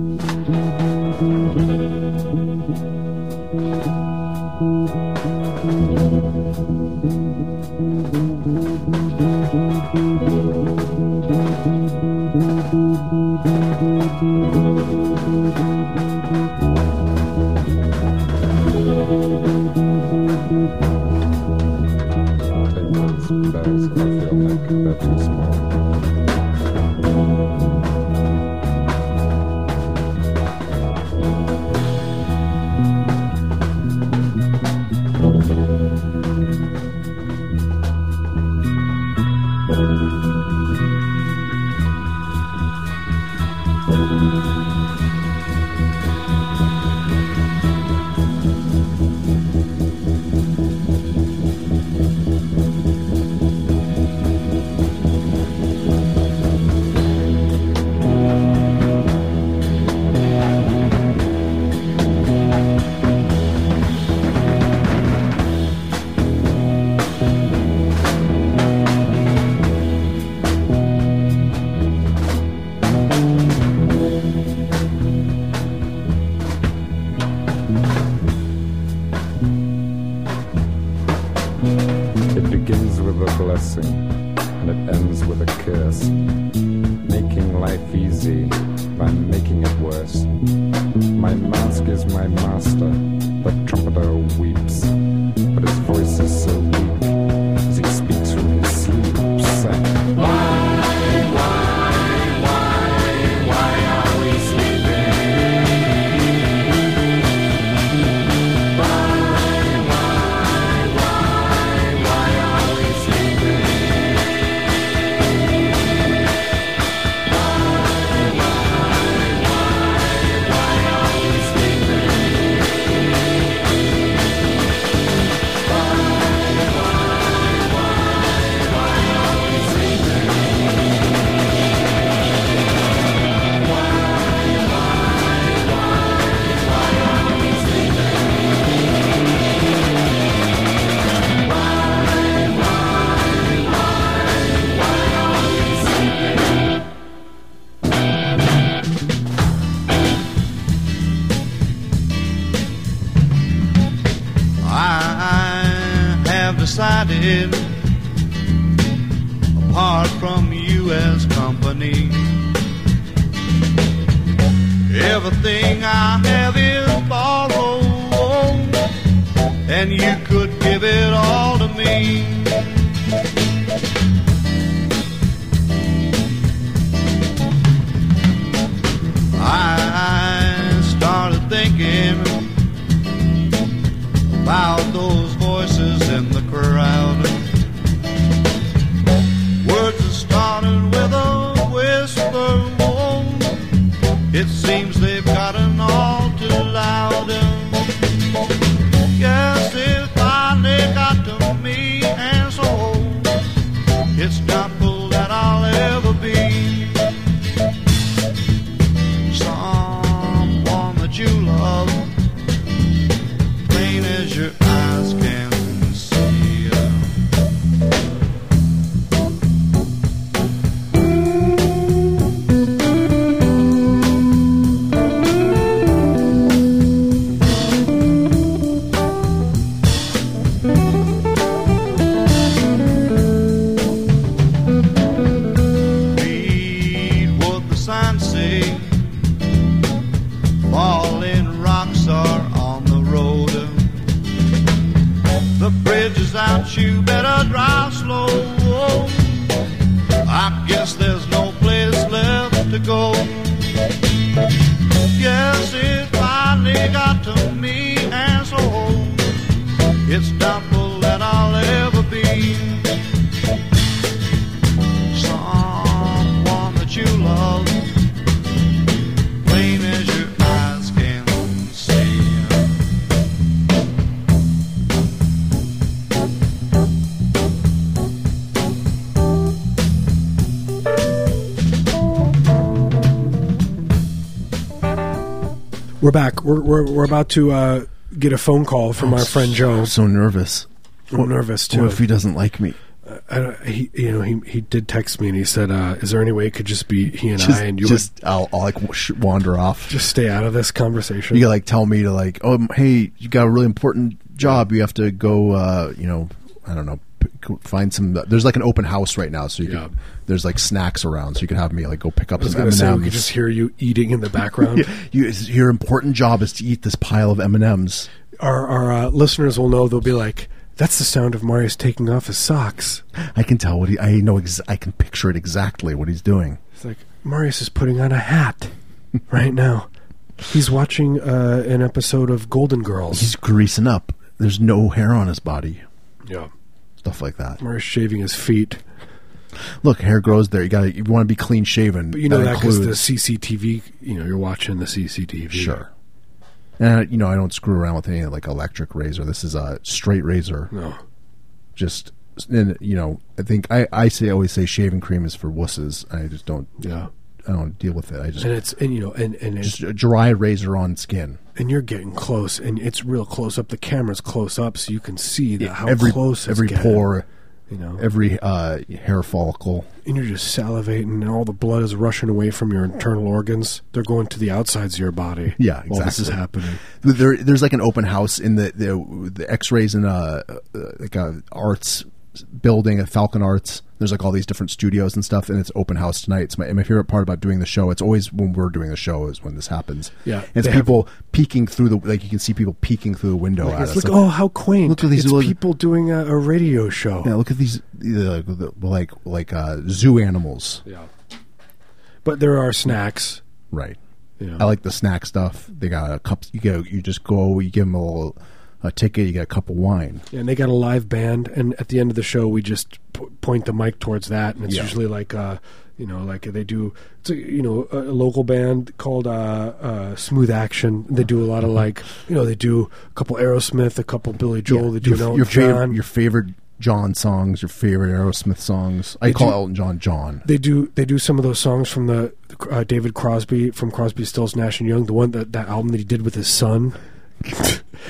S6: Take those bells off your neck, they're too small. It begins with a blessing and it ends with a curse. Making life easy by making it worse. My mask is my master, the trumpeter weeps, but his voice is so weak as he speaks from his sleep. Saying,
S5: I have decided, apart from you as company, everything I have is borrowed, and you could give it all to me. I started thinking about those voices in the crowd. Words that started with a whisper. Oh, it seems they've gotten all too loud. Yes, it finally got to me, and so it's doubtful that I'll ever be someone that you love plain as your eyes can see. Read what the signs say. Falling rocks are on the road. The bridge is out, you better drive slow. I guess there's no place left to go. Yes, it finally got to me, and so it's doubtful that I'll ever be someone that you love plain as your eyes can see.
S1: We're back. We're we're, we're about to uh, get a phone call from our friend Joe.
S2: I'm so nervous.
S1: Oh, I'm nervous too.
S2: What if he doesn't like me?
S1: I don't, he, you know, he he did text me and he said, uh, "Is there any way it could just be he and
S2: Just,
S1: I and you
S2: just I'll, I'll like sh- wander off.
S1: would just stay out of this conversation?"
S2: you gotta like tell me to like, oh hey, you got a really important job. You have to go. uh, You know, I don't know, p- find some. There's like an open house right now, so you
S1: Yeah.
S2: can. There's like snacks around, so you can have me like go pick up
S1: I was
S2: some
S1: going to
S2: M and
S1: say, we could
S2: M's.
S1: just hear you eating in the
S2: [laughs]
S1: background.
S2: You, it's- your important job is to eat this pile of M and M's.
S1: Our, our uh, listeners will know, they'll be like, that's the sound of Marius taking off his socks.
S2: I can tell what he. I know. Ex- I can picture it exactly what he's doing.
S1: It's like, Marius is putting on a
S2: [laughs]
S1: hat right now. He's watching uh, an episode of Golden Girls.
S2: He's greasing up. There's no hair on his body.
S1: Yeah.
S2: Stuff like that.
S1: Marius shaving his feet.
S2: Look, hair grows there. You got. to You want to be clean shaven.
S1: But you know that because the
S2: includes-
S1: CCTV, you know, you're watching the CCTV.
S2: Sure. And I, you know, I don't screw around with any like electric razor. This is a straight razor.
S1: No.
S2: Just and you know, I think I I say always say shaving cream is for wusses. I just don't.
S1: Yeah.
S2: I don't deal with it. I just
S1: And it's, and you know, and, and it's,
S2: just a dry razor on skin.
S1: and you're getting close, and it's real close up. The camera's close up, so you can see that how
S2: every
S1: close it's
S2: every
S1: getting,
S2: pore,
S1: you know,
S2: every uh, hair follicle.
S1: and you're just salivating, and all the blood is rushing away from your internal organs. They're going to the outsides of your body.
S2: Yeah,
S1: while this is
S2: exactly.
S1: happening.
S2: There, there's like an open house in the the, the X-rays in a uh, like a arts building at Falcon Arts. There's like all these different studios and stuff, and it's open house tonight. It's my, my favorite part about doing the show. It's always when we're doing the show is when this happens.
S1: Yeah,
S2: And it's
S1: they have-
S2: people peeking through the like you can see people peeking through the window
S1: Like,
S2: at
S1: it's
S2: us.
S1: like,
S2: Like,
S1: oh, how quaint!
S2: Look at these
S1: It's
S2: little-
S1: people doing a, a radio show.
S2: yeah, look at these uh, the- like like uh, zoo animals,
S1: Yeah. But there are snacks.
S2: right?
S1: You know.
S2: I like the snack stuff. They got a cup. You go. You just go. You give them a little a ticket. You get a cup of wine.
S1: and they got a live band and at the end of the show we just p- point the mic towards that and it's
S2: Yeah.
S1: usually like uh you know like they do it's a, you know a, a local band called uh, uh smooth action they do a lot of
S2: Mm-hmm.
S1: like you know they do a couple aerosmith a couple billy joel they do
S2: your,
S1: an Elton
S2: your
S1: John.
S2: favorite your favorite John songs, your favorite Aerosmith songs. I
S1: Did
S2: call
S1: you-
S2: Elton John John.
S1: they do they do some of those songs from the uh, david crosby from crosby stills nash and young the one that that album that he did with his son [laughs]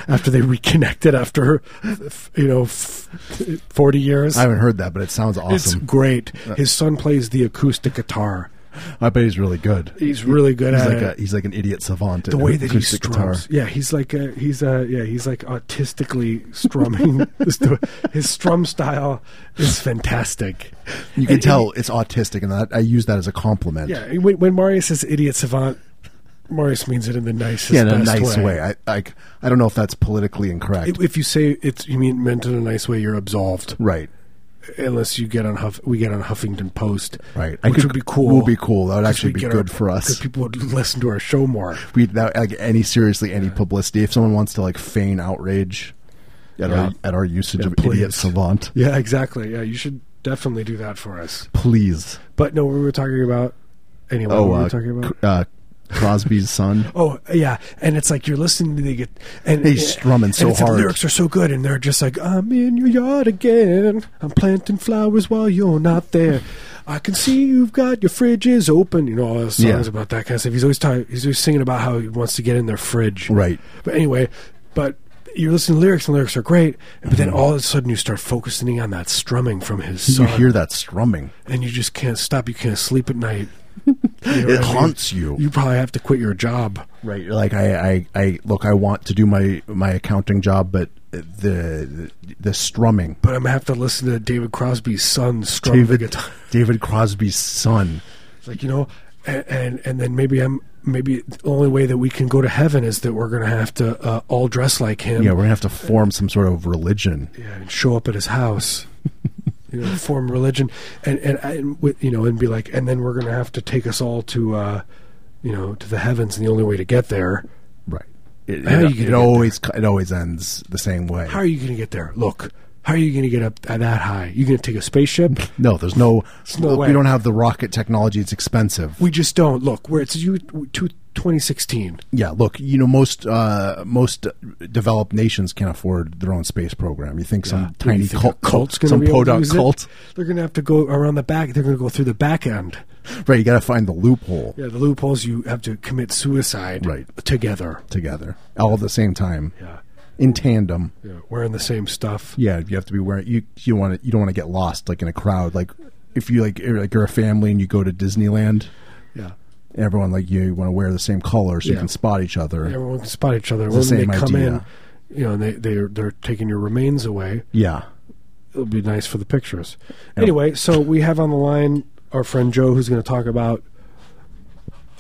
S1: after they reconnected after f- you know f- 40 years
S2: I haven't heard that, but it sounds
S1: It's
S2: awesome.
S1: great. His son plays the acoustic guitar.
S2: I bet he's really good.
S1: He's really good
S2: he's
S1: at
S2: like
S1: it.
S2: A, he's like an idiot savant.
S1: the
S2: at
S1: way that he
S2: acoustic guitar.
S1: strums. Yeah, he's like a, he's a, yeah he's like autistically
S2: [laughs]
S1: strumming. His- His strum style is fantastic.
S2: You can
S1: And-
S2: tell it's autistic, and that, I use that as a compliment.
S1: Yeah, when, when Marius says idiot savant, Marius means it in the nicest,
S2: Yeah, in a
S1: best
S2: nice way.
S1: way.
S2: I like. I don't know if that's politically incorrect.
S1: If- If you say it's you mean meant in a nice way, you're absolved.
S2: right.
S1: Unless you get on Huff, we get on Huffington Post,
S2: Right. I
S1: Which
S2: could-
S1: would be cool.
S2: would be cool. That would
S1: 'Cause
S2: actually
S1: we'd
S2: be
S1: get
S2: good
S1: our-
S2: for us.
S1: 'cause people would listen to our show more.
S2: We that, like any seriously any publicity. If someone wants to like feign outrage at
S1: Yeah.
S2: our at our usage
S1: Yeah,
S2: of idiot
S1: please.
S2: savant,
S1: Yeah, exactly. Yeah, you should definitely do that for us.
S2: please.
S1: But no, we were talking about anyway.
S2: Oh,
S1: what were we
S2: uh,
S1: talking about?
S2: C- uh,
S1: [laughs]
S2: Crosby's son.
S1: Oh yeah, and it's like you're listening to they get and
S2: He's strumming so
S1: and it's like
S2: hard.
S1: The lyrics are so good, and they're just like, "I'm in your yard again. I'm planting flowers while you're not there. I can see you've got your fridges open. You know all those songs
S2: Yeah.
S1: about that kind of stuff. He's always talking, he's always singing about how he wants to get in their fridge,
S2: Right.
S1: But anyway, but you're listening to lyrics, and the lyrics are great. But then all of a sudden, you start focusing on that strumming from his
S2: Mm-hmm. You
S1: son,
S2: hear that strumming.
S1: and you just can't stop. You can't sleep at
S2: [laughs]
S1: night. You know what I
S2: it
S1: mean?
S2: haunts you.
S1: You probably have to quit your job.
S2: Right. You're like I, I, I look I want to do my my accounting job, but the the, the strumming.
S1: but I'm gonna have to listen to David Crosby's son strum the
S2: David
S1: guitar. [laughs]
S2: David Crosby's son.
S1: It's like you know, and, and and then maybe I'm maybe the only way that we can go to heaven is that we're gonna have to uh, all dress like him,
S2: Yeah, we're gonna have to form some sort of religion.
S1: yeah, and show up at his
S2: [laughs]
S1: house, you know, form religion, and and, and with, you know, and be like, and then we're gonna have to take us all to, uh, you know, to the heavens, and the only way to get there.
S2: Right. It,
S1: How
S2: it-
S1: you gonna
S2: it
S1: get
S2: always it always ends the same way.
S1: How are you gonna get there? Look. How are you going to get up that high? You going to take a
S2: [laughs]
S1: spaceship?
S2: No, there's no.
S1: no
S2: look,
S1: way.
S2: we don't have the rocket technology. It's expensive.
S1: We just don't. Look, where it's you, two, 2016.
S2: Yeah, look, you know, most uh, most developed nations can't afford their own space program. You think some
S1: What,
S2: Uh, tiny
S1: you think
S2: cult,
S1: a cult's gonna
S2: some
S1: be able to
S2: podunk
S1: use it?
S2: cult,
S1: They're going to have to go around the back. They're going to go through the back end.
S2: right? You got to find the loophole
S1: Yeah, the loopholes. You have to commit suicide
S2: Right.
S1: together.
S2: together, all at the same time,
S1: Yeah.
S2: in tandem.
S1: yeah, wearing the same stuff.
S2: Yeah, you have to be wearing. You you want to you don't want to get lost like in a crowd. Like if you like you're, like you're a family and you go to Disneyland,
S1: Yeah,
S2: everyone like you, want to wear the same color so
S1: Yeah.
S2: you can spot each other.
S1: everyone can spot each other.
S2: the
S1: when they
S2: same
S1: come
S2: idea.
S1: in, you know, and they they are, they're taking your remains away.
S2: Yeah,
S1: it'll be nice for the pictures. Anyway, so we have on the line our friend Joe, who's going to talk about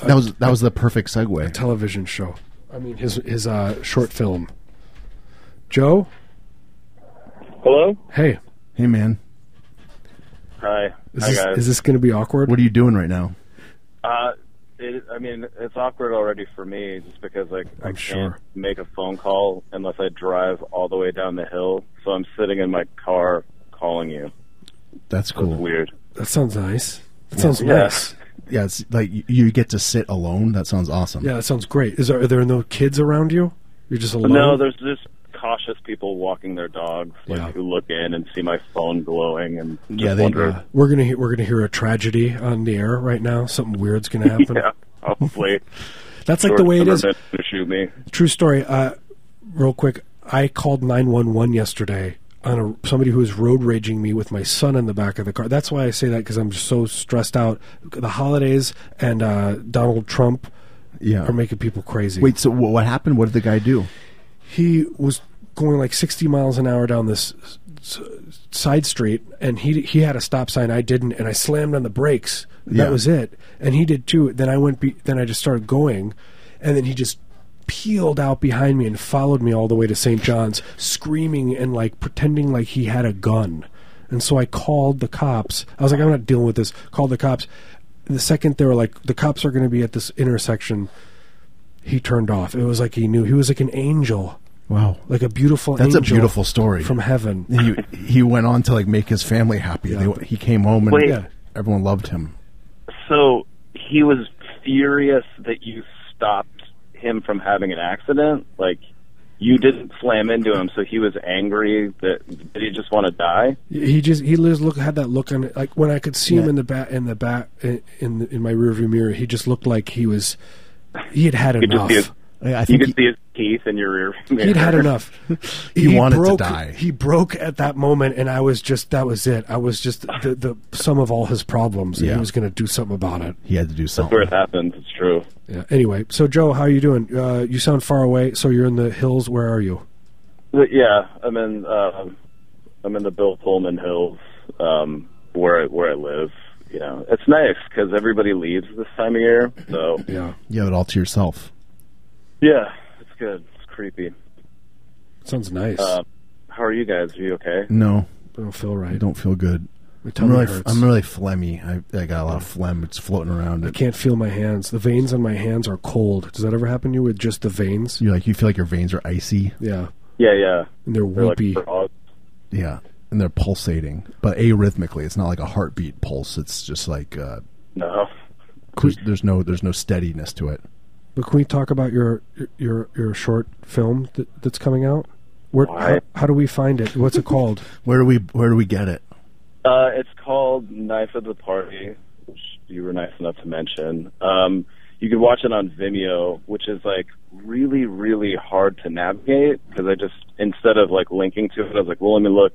S2: That was that was the perfect segue.
S1: television show. I mean, his his uh, short film. Joe,
S7: Hello.
S1: hey,
S2: Hey man,
S7: Hi.
S1: is
S7: Hi
S1: this,
S7: guys.
S1: is this going to be awkward?
S2: what are you doing right now?
S7: uh, it, I mean, it's awkward already for me just because like I
S1: I'm
S7: can't
S1: sure.
S7: make a phone call unless I drive all the way down the hill. So I'm sitting in my car calling you.
S2: That's
S7: It's
S2: cool.
S7: weird.
S1: that sounds nice. That sounds
S7: Yeah.
S1: nice.
S2: Yeah, it's like you- you get to sit alone. That sounds awesome.
S1: Yeah, that sounds great. Is there are there no kids around you? You're just alone.
S7: No, there's just cautious people walking their dogs like
S1: Yeah.
S7: who look in and see my phone glowing and just
S2: Yeah, they,
S7: wonder.
S2: uh,
S1: we're gonna hear, we're gonna hear a tragedy on the air right now. Something weird's
S7: [laughs]
S1: gonna happen.
S7: yeah,
S1: [laughs]
S7: probably.
S1: That's like the way it is.
S7: Going to shoot me.
S1: True story. Uh, real quick, I called nine one one yesterday on a, somebody who was road raging me with my son in the back of the car. That's why I say that because I'm just so stressed out. The holidays and uh, Donald Trump
S2: yeah.
S1: are making people crazy.
S2: Wait, so what, what happened? What did the guy do?
S1: he was going like 60 miles an hour down this s- s- side street and he he had a stop sign I didn't and I slammed on the brakes
S2: Yeah.
S1: that was it and he did too then I went be- then I just started going and then he just peeled out behind me and followed me all the way to St. John's screaming and like pretending like he had a gun and so I called the cops I was like I'm not dealing with this called the cops the second they were like the cops are going to be at this intersection he turned off it was like he knew he was like an angel
S2: Wow.
S1: like a beautiful
S2: That's a
S1: angel
S2: beautiful story.
S1: from heaven
S2: he, he went on to like make his family happy. They, he came home and
S7: Wait.
S1: Yeah.
S2: everyone loved him.
S7: So he was furious that you stopped him from having an accident. Like you didn't slam into him, so he was angry that did he just want to die?
S1: he just he just look had that look on it like when i could see him in the back in the back in in, the, in my rearview mirror he just looked like he was he had had
S7: could
S1: enough
S7: just see
S2: I
S7: You
S2: think
S7: could see his teeth in your rear mirror.
S1: he'd had
S7: [laughs]
S1: enough
S2: He wanted to
S1: broke,
S2: die.
S1: he broke at that moment and i was just that was it i was just the, the sum of all his problems and
S2: Yeah.
S1: he was going to do something about it
S2: he, he had to do
S7: That's where
S2: something.
S7: it happens. It's true.
S1: yeah anyway so joe how you doing uh, you sound far away so you're in the hills where are you
S7: But yeah, I'm in. Uh, I'm in the Bill Pullman Hills, um, where I, where I live. You know, it's nice because everybody leaves this time of year. So
S1: yeah
S2: You have it all to yourself.
S7: yeah, it's good. It's creepy.
S1: sounds nice
S7: Uh, How are you guys? Are you okay?
S2: No,
S1: i don't feel
S2: I
S1: right
S2: don't feel good.
S1: my
S2: I'm
S1: tummy
S2: really,
S1: hurts
S2: I'm really phlegmy. I, I got a lot of phlegm. It's floating around.
S1: I can't feel my hands. The veins on my hands are cold. Does that ever happen to you with just the veins?
S2: you like you feel like your veins are icy.
S1: Yeah.
S7: Yeah, yeah.
S1: And they're
S7: They're like
S1: weepy.
S7: frogs.
S2: Yeah, and they're pulsating, but arrhythmically. It's not like a heartbeat pulse. It's just like uh,
S7: No.
S2: there's, there's no there's no steadiness to it.
S1: But can we talk about your your your short film that, that's coming out? Where how,
S7: Why?
S1: how do we find it? What's it called?
S2: Where do we where do we get it?
S7: Uh, it's called Knife of the Party, which you were nice enough to mention. Um, you can watch it on Vimeo, which is like really, really hard to navigate because I just instead of like linking to it, I was like, well, let me look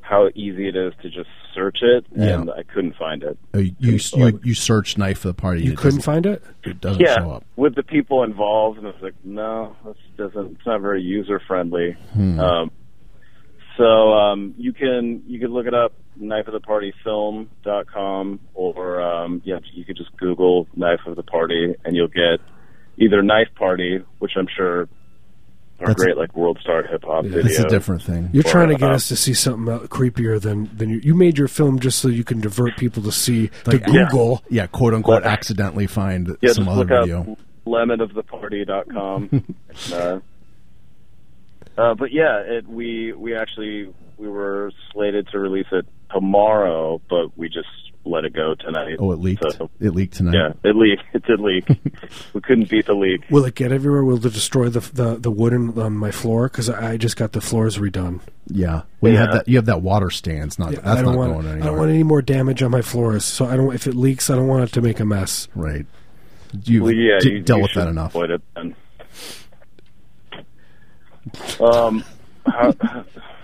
S7: how easy it is to just search it,
S2: Yeah.
S7: and I couldn't find it.
S2: Uh, You you you, you search knife for the party.
S1: You
S2: and it
S1: couldn't
S2: doesn't-
S1: find it?
S2: it doesn't
S7: Yeah,
S2: show up.
S7: with the people involved, and I was like, no, this doesn't. It's not very user friendly.
S2: Hmm.
S7: Um, so um, you can you can look it up, knife of the party film dot com, or um, yeah, you could just Google knife of the party, and you'll get either knife party, which I'm sure are
S2: That's-
S7: great, like world star hip hop videos.
S2: It's a different thing.
S1: You're trying to get
S7: uh,
S1: us to see something uh, creepier than than you. You made your film just so you can divert people to see
S2: Like,
S1: to
S2: yeah.
S1: Google.
S2: yeah, quote unquote,
S7: Well,
S2: accidentally find
S7: Yeah,
S2: some
S7: just
S2: other
S7: look up
S2: video.
S7: lemon of the party dot
S2: [laughs]
S7: com. uh, uh, but yeah, it, we we actually we were slated to release it tomorrow, but we just let it go tonight.
S2: Oh, it leaked.
S7: So,
S2: it leaked tonight.
S7: yeah, it leaked. [laughs] It
S2: [laughs]
S7: did leak. we couldn't beat the leak.
S1: Will it get everywhere? Will it destroy the the, the wood on on my floor? Because I I just got the floors redone.
S2: Yeah. Well, you have
S7: Yeah.
S2: that. You have that water stand. It's not. that's
S1: I
S2: not
S1: don't want
S2: going
S1: I
S2: anywhere.
S1: don't want any more damage on my floors. So I don't. If it leaks, I don't want it to make a mess.
S2: right. You
S7: Well, yeah,
S2: d-
S7: you,
S2: dealt
S7: you
S2: with
S7: should
S2: that enough.
S7: Avoid it then. Um, how,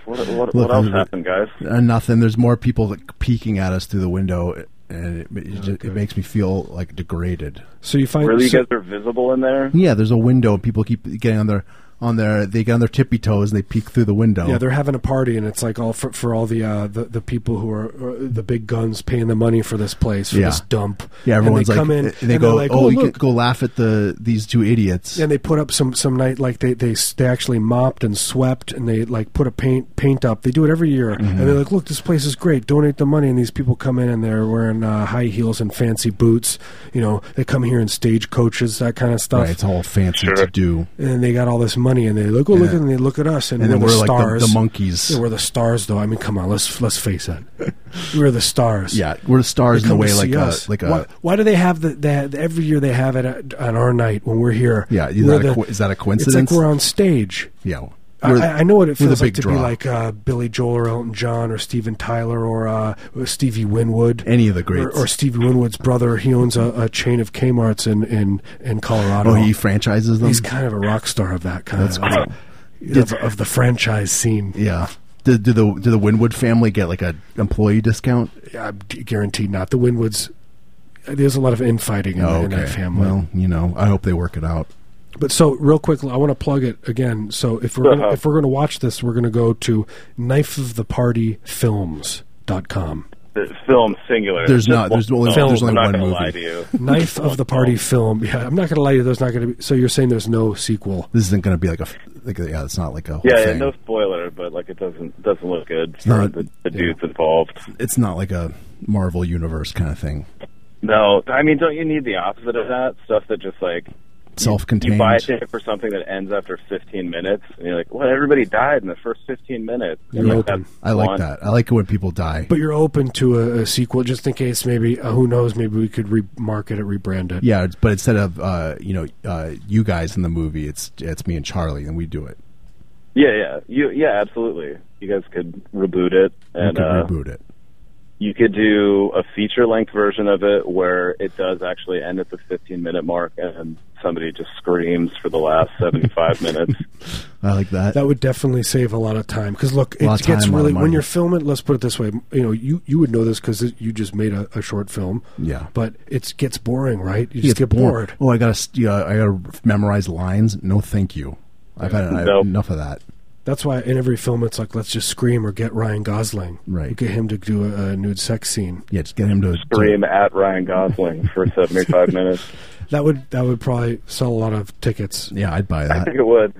S7: what what,
S2: Look,
S7: what else
S2: I'm-
S7: happened, guys?
S2: Uh, nothing. There's more people like, peeking at us through the window, and it, it, just, it makes me feel like degraded.
S1: So you find
S7: Really,
S2: [laughs]
S7: you
S1: so-
S7: guys are visible in there.
S2: Yeah, there's a window. and People keep getting on their on their they get on their tippy toes and they peek through the window.
S1: Yeah, they're having a party, and it's like all for, for all the, uh, the the people who are uh, the big guns paying the money for this place for
S2: Yeah.
S1: this dump.
S2: yeah,
S1: And
S2: everyone's
S1: they
S2: like,
S1: come in
S2: and they
S1: and they're
S2: go,
S1: like,
S2: "Oh, you
S1: look.
S2: can go laugh at the these two idiots."
S1: and they put up some some night like they they s- they actually mopped and swept and they like put a paint paint up. They do it every year,
S2: Mm-hmm.
S1: and they're like, "Look, this place is great. Donate the money." And these people come in and they're wearing uh, high heels and fancy boots. You know, they come here in stage coaches, that kind of stuff.
S2: right, it's all fancy
S7: Sure.
S2: to do,
S1: And they got all this money, and they look, oh look,
S2: Yeah.
S1: and they look at us, and,
S2: and then
S1: we're,
S2: we're
S1: the
S2: like
S1: stars.
S2: the, the monkeys.
S1: Yeah, we're the stars, though. I mean, come on, let's let's face it,
S2: [laughs]
S1: we're the stars.
S2: yeah, we're the
S1: They
S2: stars in the
S1: come
S2: way,
S1: to
S2: like
S1: see
S2: a,
S1: us.
S2: like a
S1: why, why do they have the, the every year they have it at, on our night when we're here?
S2: yeah. Is
S1: we're
S2: that, a,
S1: the-
S2: co- is that a
S1: it's like
S2: coincidence?
S1: we're on stage.
S2: yeah,
S1: I,
S2: We're-
S1: I I know what it
S2: we're the
S1: feels like
S2: big
S1: to be
S2: draw.
S1: like uh, Billy Joel or Elton John or Steven Tyler or uh, Stevie Winwood.
S2: any of the
S1: or,
S2: greats.
S1: or Stevie Winwood's brother, he owns a, a chain of Kmart's in in, in Colorado.
S2: oh, he franchises them.
S1: He's kind of a rock star of that kind
S2: That's
S1: of,
S2: cool.
S1: of, of the franchise scene.
S2: Yeah. Do, do the do the Winwood family get like a employee discount?
S1: I'm gu- guaranteed not. The Winwoods, there's a lot of infighting in,
S2: Oh,
S1: in that family.
S2: Well, you know, I hope they work it out.
S1: But so real quick, I want to plug it again. So if we're gonna, if we're going to watch this, we're going to go to knifeofthepartyfilms.com.
S7: The film singular.
S2: There's
S7: Just
S2: not- there's
S7: one
S2: only-
S7: film.
S2: there's only
S7: I'm not
S2: one
S7: gonna
S2: movie.
S7: Lie to
S2: [laughs]
S7: you.
S1: Knife of the Party film. Yeah, I'm not going to lie to you. There's not going to be. So you're saying there's no sequel?
S2: This isn't going to be like a f- like a, yeah. It's not like a whole
S7: Yeah, yeah,
S2: thing.
S7: no spoiler, but like it doesn't doesn't look good for
S2: not-
S7: the, the dudes involved.
S2: It's not like a Marvel universe kind of thing.
S7: No, I mean, don't you need the opposite of that stuff that just like
S2: Self-contained.
S7: you buy a ticket for something that ends after 15 minutes, and you're like, well, everybody died in the first 15 minutes.
S1: You're
S7: And, like,
S1: open.
S7: that's
S2: I like
S7: one.
S2: that. I like it when people die.
S1: But you're open to a, a sequel, just in case. Maybe uh, who knows? Maybe we could remarket it, rebrand it.
S2: yeah, it's- but instead of uh, you know uh, you guys in the movie, it's it's me and Charlie, and we do it.
S7: Yeah, yeah, you, yeah, absolutely. You guys could reboot it, and
S2: we could
S7: uh,
S2: reboot it.
S7: you could do a feature-length version of it where it does actually end at the 15-minute mark, and somebody just screams for the last 75 minutes.
S2: I like that.
S1: That would definitely save a lot of time because look,
S2: lot
S1: it
S2: of
S1: gets
S2: time, a lot
S1: really
S2: of
S1: when
S2: money.
S1: you're filming. Let's put it this way: you know, you you would know this because you just made a, a short film.
S2: Yeah.
S1: but it gets boring, right? You
S2: You
S1: just get bored.
S2: Oh, I gotta st- yeah, I gotta memorize lines. No, thank you. I've had I-
S7: Nope.
S2: enough of that.
S1: That's why in every film it's like let's just scream or get Ryan Gosling,
S2: Right.
S1: Get him to do a, a nude sex scene.
S2: Yeah, just get him to
S7: Scream at Ryan Gosling for 75 minutes.
S1: That would that would probably sell a lot of tickets.
S2: Yeah, I'd buy
S7: I
S2: that.
S7: [laughs] think it would.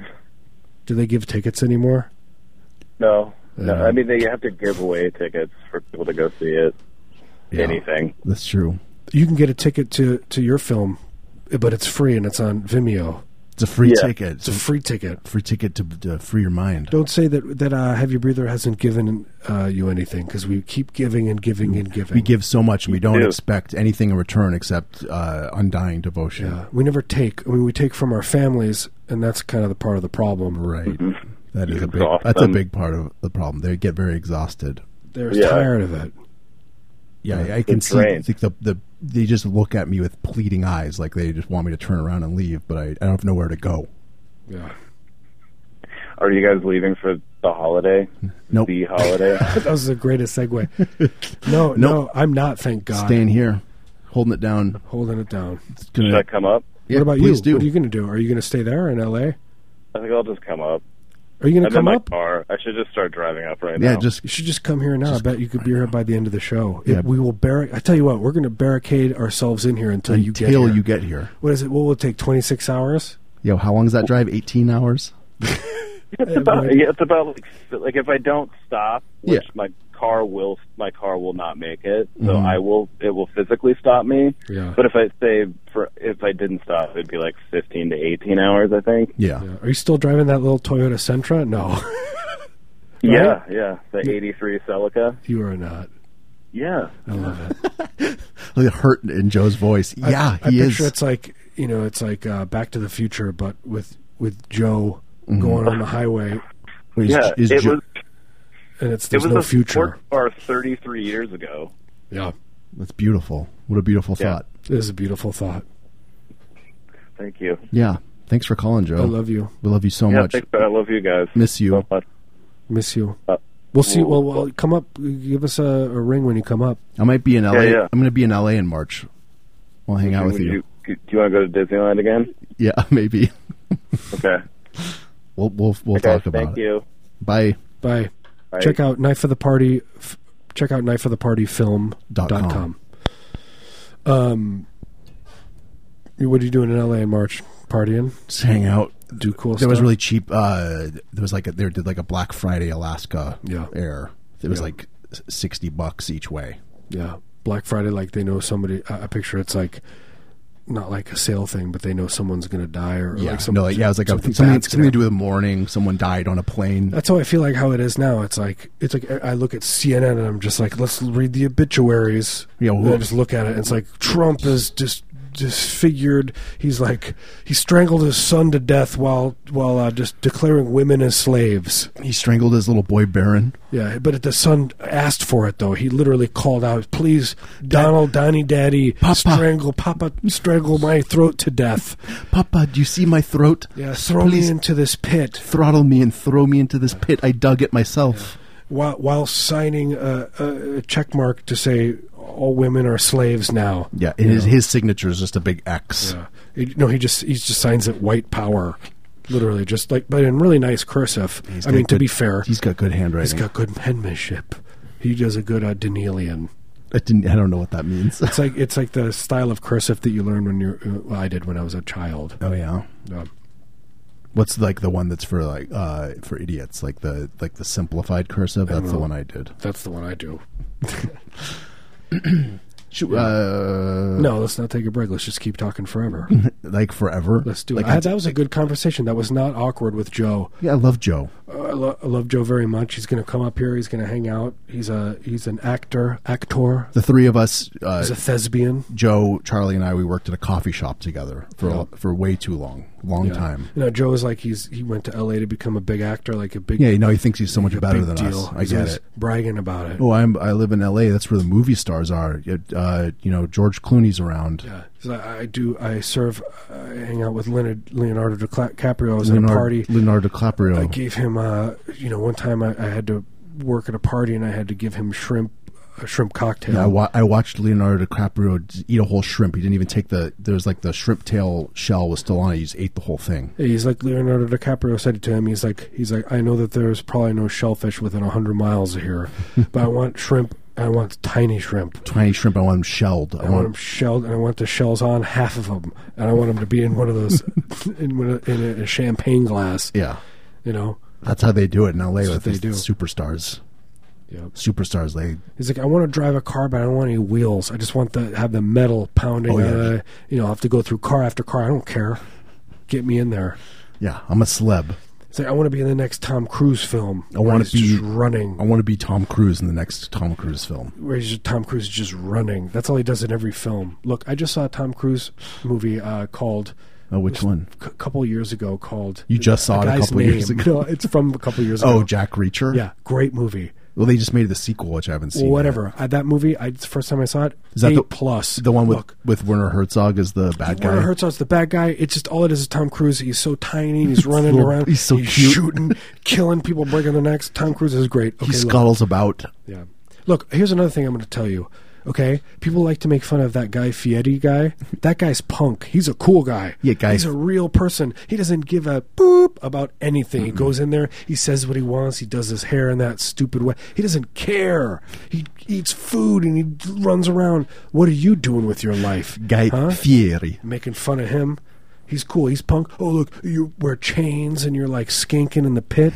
S1: Do they give tickets anymore?
S7: No. No,
S2: Yeah.
S7: I mean they have to give away tickets for people to go see it.
S2: Yeah.
S7: Anything.
S2: That's true.
S1: You can get a ticket to to your film, but it's free and it's on Vimeo.
S2: It's a free
S7: Yeah.
S2: ticket. It's
S1: It's a
S2: a
S1: free ticket.
S2: free ticket to, to free your mind.
S1: Don't say that that uh, Have You Breather hasn't given uh, you anything because we keep giving and giving and giving.
S2: We give so much, and we don't
S7: do.
S2: expect anything in return except uh, undying devotion.
S1: Yeah, Uh, we never take. I mean, we take from our families, and that's kind of the part of the problem.
S2: Right. That is a big.
S7: Mm-hmm. Exhaust
S2: That's a
S7: them.
S2: big part of the problem. They get very exhausted.
S1: They're
S7: Yeah.
S1: tired of it.
S2: Yeah, I- I can see.
S7: drained.
S2: Like the, the they just look at me with pleading eyes, like they just want me to turn around and leave, but I, I don't know where to go.
S1: Yeah, [laughs]
S7: Are you guys leaving for the holiday?
S2: Nope.
S7: The holiday?
S1: that was the greatest
S2: [laughs]
S1: segue. No, no, I'm not. Thank God,
S2: Staying here, holding it down.
S1: holding it down. What
S7: Should I come up?
S2: Yeah,
S1: about you?
S2: please Do.
S1: What are you going to do? Are you going to stay there in L.A.?
S7: I think I'll just come up.
S1: Are you going to come
S7: I'm in my
S1: up?
S7: car. I should just start driving up right now.
S2: yeah, just
S1: You should just come here now. I bet you could be here by the end of the show. If
S2: Yeah.
S1: we will barric. I tell you what, we're going to barricade ourselves in here until, you get
S2: until
S1: here.
S2: you get here.
S1: What is it? What will it take? Twenty six hours.
S2: Yo, how long is that drive? 18 hours?
S7: it's [laughs] about, yeah, it's about like, like if I don't stop, which
S2: Yeah. Mm-hmm.
S7: my car will my car will not make it. So I will it will physically stop me.
S1: Yeah.
S7: But if I say for if I didn't stop, it'd be like 15 to 18 hours, I think.
S2: Yeah.
S1: Yeah. Are you still driving that little Toyota Sentra? No, [laughs]
S7: Yeah, yeah, the 83 Celica.
S1: you are not.
S7: Yeah.
S1: I love it.
S2: Look at hurt in Joe's voice. yeah,
S1: I
S2: he is.
S1: picture it's like you know, it's like uh, Back to the Future, but with with Joe
S2: Mm-hmm.
S1: going on the highway,
S2: Wait, is-
S7: Yeah,
S2: is
S7: it
S2: Joe-
S7: was
S1: and it's
S7: it
S1: there's
S7: was
S1: no
S7: a
S1: future.
S7: sports car 33 years ago.
S1: Yeah,
S2: that's beautiful. What a beautiful
S7: Yeah.
S2: thought.
S1: it is a beautiful thought.
S7: Thank you.
S2: Yeah. Thanks for calling, Joe.
S1: I love you,
S2: we love you so
S7: yeah,
S2: much.
S7: thanks, but I love you guys.
S2: Miss you.
S7: So much.
S1: miss you.
S7: Uh,
S1: We'll see.
S7: well,
S1: Well, well, come up. Give us a, a ring when you come up.
S2: I might be in LA.
S7: yeah.
S2: I'm going to be in LA in March. I'll hang out with
S7: Would
S2: you. [laughs]
S7: you- Do you want to go to Disneyland again?
S2: Yeah, maybe.
S7: Okay.
S2: We'll we'll we'll
S7: Okay,
S2: talk about
S7: thank
S2: it.
S7: you.
S2: Bye.
S1: Bye.
S7: Bye.
S1: Check out Knife of the Party. F- check out Knife of the Party Film
S2: Dot com.
S1: Um, what are you doing in LA in March? Partying?
S2: Just hang out.
S1: Do cool
S2: There was
S1: stuff?
S2: really cheap. Uh, there was like a, there did like a Black Friday Alaska
S1: Yeah.
S2: air. It was
S1: Yeah.
S2: like s- sixty bucks each way.
S1: Yeah. Black Friday, like they know somebody. I, I picture it's like not like a sale thing, but they know someone's going to die or, or
S2: Yeah,
S1: like
S2: no, like, yeah, it was like
S1: something
S2: a, something,
S1: bad's
S2: something
S1: gonna
S2: to do with the morning. Someone died on a plane.
S1: That's how I feel like how it is now. It's like it's like I look at CNN and I'm just like, let's read the obituaries.
S2: Yeah,
S1: And
S2: who-
S1: I just look at it. and It's like Trump is just disfigured. He's like he strangled his son to death while while uh, just declaring women as slaves.
S2: he strangled his little boy Baron.
S1: Yeah, but the son asked for it though. He literally called out, "Please, Donald, Donny, Daddy,
S2: Papa.
S1: strangle Papa, strangle my throat to death.
S2: Papa, do you see my throat?
S1: Yeah, throw
S2: Please
S1: me into this pit."
S2: throttle me and throw me into this pit. I dug it myself.
S1: while, while signing a, a a check mark to say all women are slaves now.
S2: Yeah, and his, his signature is just a big X.
S1: Yeah. He- no, he just he just signs it white power, literally just like but in really nice cursive.
S2: He's
S1: I
S2: got
S1: mean, to
S2: good-
S1: be fair,
S2: he's got good handwriting.
S1: he's got good penmanship. He does a good uh, Danelian.
S2: I didn't. I don't know what that means. [laughs]
S1: It's like it's like the style of cursive that you learn when you're. uh, Well, I did when I was a child.
S2: oh yeah.
S1: Um,
S2: What's like the one that's for like uh for idiots? Like the like the simplified cursive. That's the
S1: know.
S2: one I did.
S1: that's the one I do.
S2: Shoot, uh,
S1: No, let's not take a break. Let's just keep talking
S2: [laughs]
S1: forever.
S2: like forever.
S1: Let's do it.
S2: Like,
S1: I,
S2: I,
S1: that was a good conversation. That was not awkward with Joe.
S2: yeah, I love Joe.
S1: I, lo- I love Joe very much. He's going to come up here. He's going to hang out. He's a he's an actor, actor.
S2: The three of us, uh,
S1: He's a thespian.
S2: Joe, Charlie, and I, we worked at a coffee shop together for
S1: Yeah.
S2: for way too long, long time.
S1: You know, Joe is like he's he went to L.A. to become a big actor, like a big
S2: Yeah, you know, he thinks he's so much
S1: a
S2: better
S1: big
S2: than
S1: deal.
S2: us. I
S1: He's
S2: get
S1: always
S2: it.
S1: bragging about it.
S2: Oh, I'm I live in L.A. That's where the movie stars are. Uh, you know, George Clooney's around.
S1: Yeah, so I, I do. I serve. I hang out with Leonard Leonardo DiCaprio. I was at a
S2: Leonardo,
S1: party.
S2: Leonardo DiCaprio.
S1: I gave him. Uh, you know, one time I, I had to work at a party and I had to give him shrimp a shrimp cocktail.
S2: Yeah, I, wa- I watched Leonardo DiCaprio d- eat a whole shrimp. He didn't even take the. There was like the shrimp tail shell was still on it. He just ate the whole thing.
S1: He's like Leonardo DiCaprio said to him. He's like, he's like, I know that there's probably no shellfish within hundred miles of
S2: [laughs]
S1: here, but I want shrimp. I want tiny shrimp.
S2: Tiny shrimp. I want them shelled.
S1: I want them shelled, and I want the shells on half of them, and I want them to be in one of those, [laughs] in, one of- in a, a champagne glass.
S2: Yeah,
S1: You know.
S2: that's how they do it in L.A.
S1: That's
S2: with
S1: what they
S2: these
S1: do.
S2: superstars.
S1: Yep.
S2: Superstars. They
S1: He's like, I want to drive a car, but I don't want any wheels. I just want to have the metal pounding.
S2: Oh, yeah.
S1: uh, you know, I have to go through car after car. I don't care. Get me in there.
S2: yeah. I'm a celeb.
S1: It's like I want to be in the next Tom Cruise film.
S2: I want
S1: He's
S2: to be
S1: just running.
S2: I want to be Tom Cruise in the next Tom Cruise film.
S1: where he's just, Tom Cruise is just running. That's all he does in every film. Look, I just saw a Tom Cruise movie uh, called
S2: Oh, which one?
S1: a couple years ago called.
S2: You just saw it a
S1: guy's
S2: couple years
S1: name.
S2: ago.
S1: [laughs] No, it's from a couple years ago.
S2: Oh, Jack Reacher.
S1: yeah, great movie.
S2: Well, they just made the sequel, which I haven't seen.
S1: Well,
S2: yet.
S1: whatever. I, that movie, I, it's the first time I saw it.
S2: Is that
S1: eight
S2: the-
S1: plus?
S2: The one with
S1: Look,
S2: with Werner Herzog is the bad guy.
S1: Werner Herzog's the bad guy. It's just all it is is Tom Cruise. He's so tiny. He's running
S2: little-
S1: around.
S2: [laughs] he's so cute. [laughs]
S1: shooting, killing people, breaking their necks. Tom Cruise is great. Okay,
S2: he
S1: look.
S2: scuttles about.
S1: Yeah. Look, here's another thing I'm going to tell you. Okay, people like to make fun of that guy Fieri guy.
S2: [laughs]
S1: That guy's punk. He's a cool guy.
S2: Yeah, guy-
S1: He's a real person. He doesn't give a boop about anything. He goes in there. He says what he wants. He does his hair in that stupid way. He doesn't care. He eats food and he runs around. What are you doing with your life,
S2: Guy
S1: Huh?
S2: Fieri.
S1: making fun of him. He's cool. He's punk. Oh look, you wear chains and you're like skanking in the pit.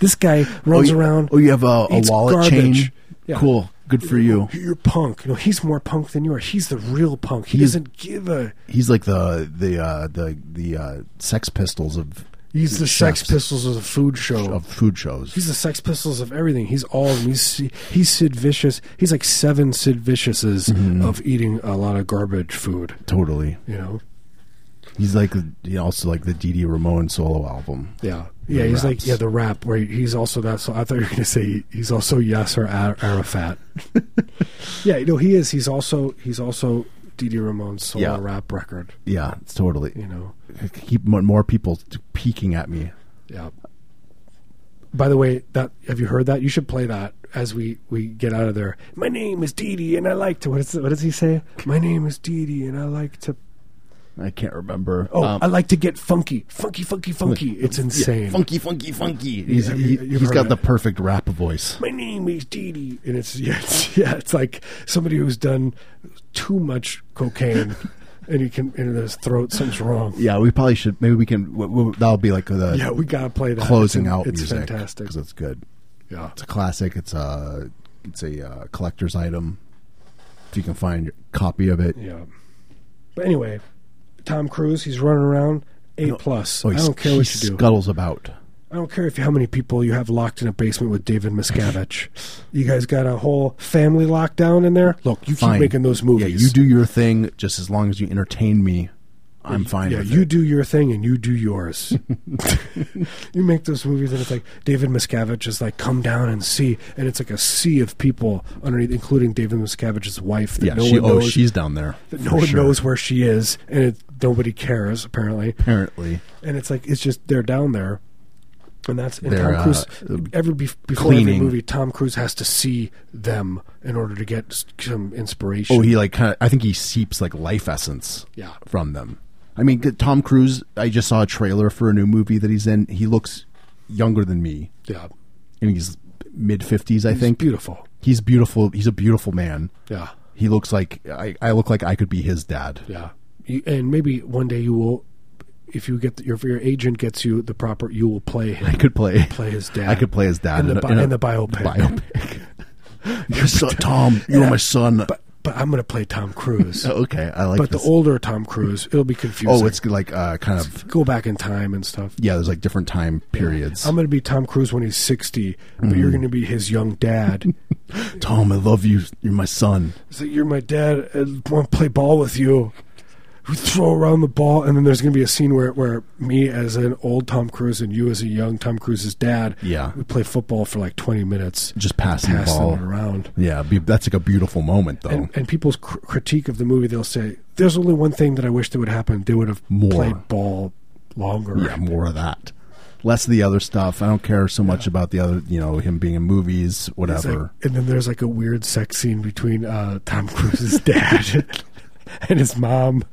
S1: This guy runs
S2: [laughs] oh, you,
S1: around.
S2: Oh, you have a, a
S1: eats
S2: wallet
S1: garbage.
S2: chain.
S1: Yeah.
S2: Cool. Good for you.
S1: You're punk. No, he's more punk than you are. He's the real punk. He
S2: He's-
S1: doesn't give a.
S2: He's like the the uh, the the uh, Sex Pistols of
S1: He's the Sex
S2: chefs.
S1: Pistols of the food show.
S2: of food shows.
S1: He's the Sex Pistols of everything. He's all. of 'em. He's he's Sid Vicious. He's like seven Sid Viciouses
S2: Mm-hmm.
S1: of eating a lot of garbage food.
S2: totally.
S1: You know.
S2: He's like you know, also like the Didi Ramon solo album.
S1: Yeah. Yeah. he's like
S2: raps.
S1: yeah the rap where he- he's also that. So I thought you were going to say he's also Yasser Ar-
S2: [laughs]
S1: Arafat. yeah. No, he is. He's also he's also Didi Ramon's solo
S2: Yeah.
S1: rap record.
S2: Yeah, it's totally.
S1: You know.
S2: Keep more, more people t- peeking at me.
S1: Yeah. By the way, that have you heard that? You should play that as we we get out of there. My name is Dee Dee, and I like to. What, is, what does he say? My name is Dee Dee, and I like to.
S2: I can't remember.
S1: Oh,
S2: Um,
S1: I like to get funky, funky, funky, funky. It's insane.
S2: funky, funky, funky. He's,
S1: Yeah,
S2: he,
S1: you- you've
S2: has
S1: heard
S2: got
S1: it.
S2: the perfect rap voice.
S1: My name is Dee Dee, and it's [laughs] yeah, it's yeah, it's like somebody who's done too much cocaine, and he can and his throat something's wrong.
S2: Yeah, we probably should. Maybe we can. w- w- That'll be like the
S1: Yeah, we gotta play that.
S2: closing
S1: It's-
S2: out
S1: It's
S2: music.
S1: fantastic.
S2: because it's good.
S1: Yeah,
S2: It's a classic. It's a it's a uh, collector's item. If you can find a copy of it,
S1: yeah. But anyway, Tom Cruise, he's running around. A plus.
S2: Oh,
S1: I
S2: he
S1: don't
S2: sc-
S1: care what
S2: he
S1: you do.
S2: Scuttles about.
S1: I don't care if how many people you have locked in a basement with David Miscavige. you guys got a whole family lockdown in there. Look, you
S2: Fine.
S1: keep making those movies.
S2: Yeah, you do your thing. Just as long as you entertain me, I'm fine.
S1: Yeah,
S2: with
S1: you
S2: it.
S1: do your thing and you do
S2: [laughs]
S1: yours. you make those movies and it's like David Miscavige is like come down and see, and it's like a sea of people underneath, including David Miscavige's wife. That
S2: Yeah,
S1: no
S2: she,
S1: one
S2: oh,
S1: knows,
S2: she's down there.
S1: that
S2: for
S1: no one
S2: sure.
S1: knows where she is, and it, nobody cares apparently.
S2: Apparently,
S1: And it's like it's just they're down there. And that's and
S2: They're,
S1: Tom Cruise.
S2: uh,
S1: every bef- before every
S2: cleaning.
S1: movie, Tom Cruise has to see them in order to get s- some inspiration.
S2: oh, he like kind of. I think he seeps like life essence.
S1: Yeah.
S2: from them. I mean, good- Tom Cruise. I just saw a trailer for a new movie that he's in. He looks younger than me,
S1: yeah,
S2: and he's mid fifties. I think
S1: beautiful.
S2: he's beautiful. He's a beautiful man.
S1: Yeah,
S2: He looks like I, I look like I could be his dad.
S1: Yeah, you, and maybe one day you will, if you get the, your your agent gets you the proper, you will play
S2: [laughs] I
S1: him,
S2: could play
S1: play his dad.
S2: [laughs] I could play his dad
S1: in the,
S2: a-
S1: bi- in the biopic.
S2: [laughs]
S1: [laughs]
S2: biopic. Your son- Tom, you're
S1: Yeah.
S2: my son.
S1: But but I'm gonna play Tom Cruise.
S2: [laughs] Oh, okay, I like.
S1: but
S2: this.
S1: the older Tom Cruise, it'll be confusing.
S2: oh, it's like uh, kind of
S1: go back in time and stuff.
S2: yeah. There's like different time periods.
S1: I'm gonna be Tom Cruise when he's 60, but
S2: Mm.
S1: you're gonna be his young dad.
S2: [laughs] Tom, I love you. You're my son.
S1: It's like, you're my dad. I want to play ball with you. We throw around the ball, and then there's going to be a scene where, where me as an old Tom Cruise and you as a young Tom Cruise's dad,
S2: Yeah.
S1: we play football for like 20 minutes,
S2: Just passing the
S1: passing
S2: ball. Oh.
S1: it around.
S2: Yeah, be, that's like a beautiful moment though.
S1: And, and people's cr- critique of the movie, they'll say, "There's only one thing that I wish that would happen. They would have
S2: More.
S1: played ball longer."
S2: yeah, more of that. Less of the other stuff. I don't care so much about the other, you know, him being in
S1: It's
S2: movies,
S1: like-
S2: whatever.
S1: and then there's like a weird sex scene between uh, Tom Cruise's [laughs] dad and his mom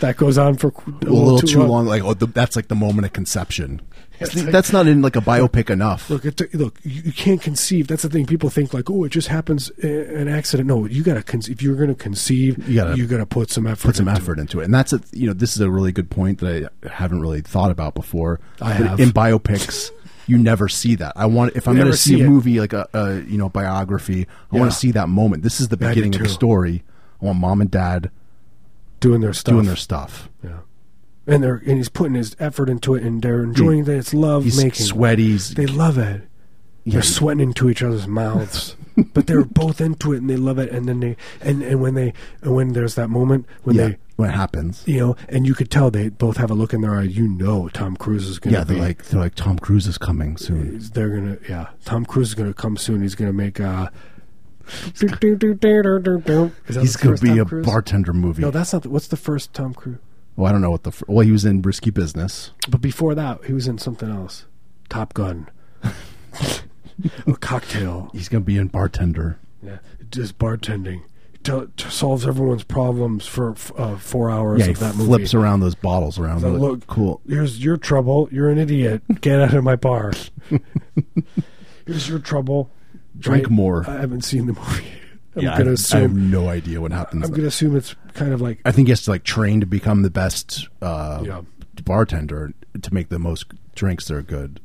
S1: that goes on for qu-
S2: a little too long. Like, oh, the, that's like the moment
S1: [laughs]
S2: of conception.
S1: It's
S2: See,
S1: like-
S2: that's not in like a biopic enough.
S1: Look, it took- look, you, you can't conceive. That's the thing. People think like, oh, it just happens i- an accident. No, you gotta con- if you're gonna conceive,
S2: You gotta
S1: gotta put some effort.
S2: put some
S1: into
S2: effort
S1: It.
S2: into it, and that's a you know this is a really good point that I haven't really thought about before.
S1: I
S2: But
S1: have.
S2: in biopics. You never see that. I want if I'm
S1: Never
S2: going to see,
S1: see
S2: a
S1: it.
S2: movie like a, a you know biography, I
S1: Yeah.
S2: want to see that moment. This is the
S1: I do
S2: beginning of the
S1: too.
S2: story. I want mom and dad
S1: Doing their stuff.
S2: doing their stuff.
S1: yeah. And they're and he's putting his effort into it, and they're enjoying that. It's love
S2: He's
S1: making.
S2: sweaty. He's,
S1: They love it. They're sweating into each other's
S2: [laughs]
S1: mouths, but they're both into it and they love it. And then they and, and when they and when there's that moment when
S2: yeah,
S1: they
S2: when it happens.
S1: you know and you could tell they both have a look in their eye. You know, Tom Cruise is going to
S2: Yeah,
S1: be
S2: they're like they're like Tom Cruise is coming soon.
S1: they're gonna yeah tom cruise is gonna come soon he's gonna make uh is that
S2: He's
S1: the
S2: gonna
S1: first
S2: be
S1: Tom
S2: a
S1: Cruise?
S2: bartender movie.
S1: no that's not the, what's the first tom cruise
S2: well, I don't know what the fir- well he was in Risky Business.
S1: but before that he was in something else top
S2: [laughs]
S1: gun a cocktail
S2: He's gonna be in bartender.
S1: yeah just bartending T- t- solves everyone's problems for f- uh, four hours
S2: yeah, he
S1: of that
S2: flips
S1: movie
S2: around those bottles around.
S1: So
S2: They're like,
S1: look-
S2: cool.
S1: here's your trouble you're an idiot get out of my
S2: [laughs]
S1: bar here's your trouble
S2: Drink
S1: Right?
S2: more.
S1: i haven't seen the movie i'm
S2: yeah, I,
S1: gonna
S2: I have
S1: assume
S2: no idea what happens.
S1: I'm going to assume it's kind of like
S2: I think he has to like train to become the best uh,
S1: Yeah.
S2: bartender to make the most drinks that are good.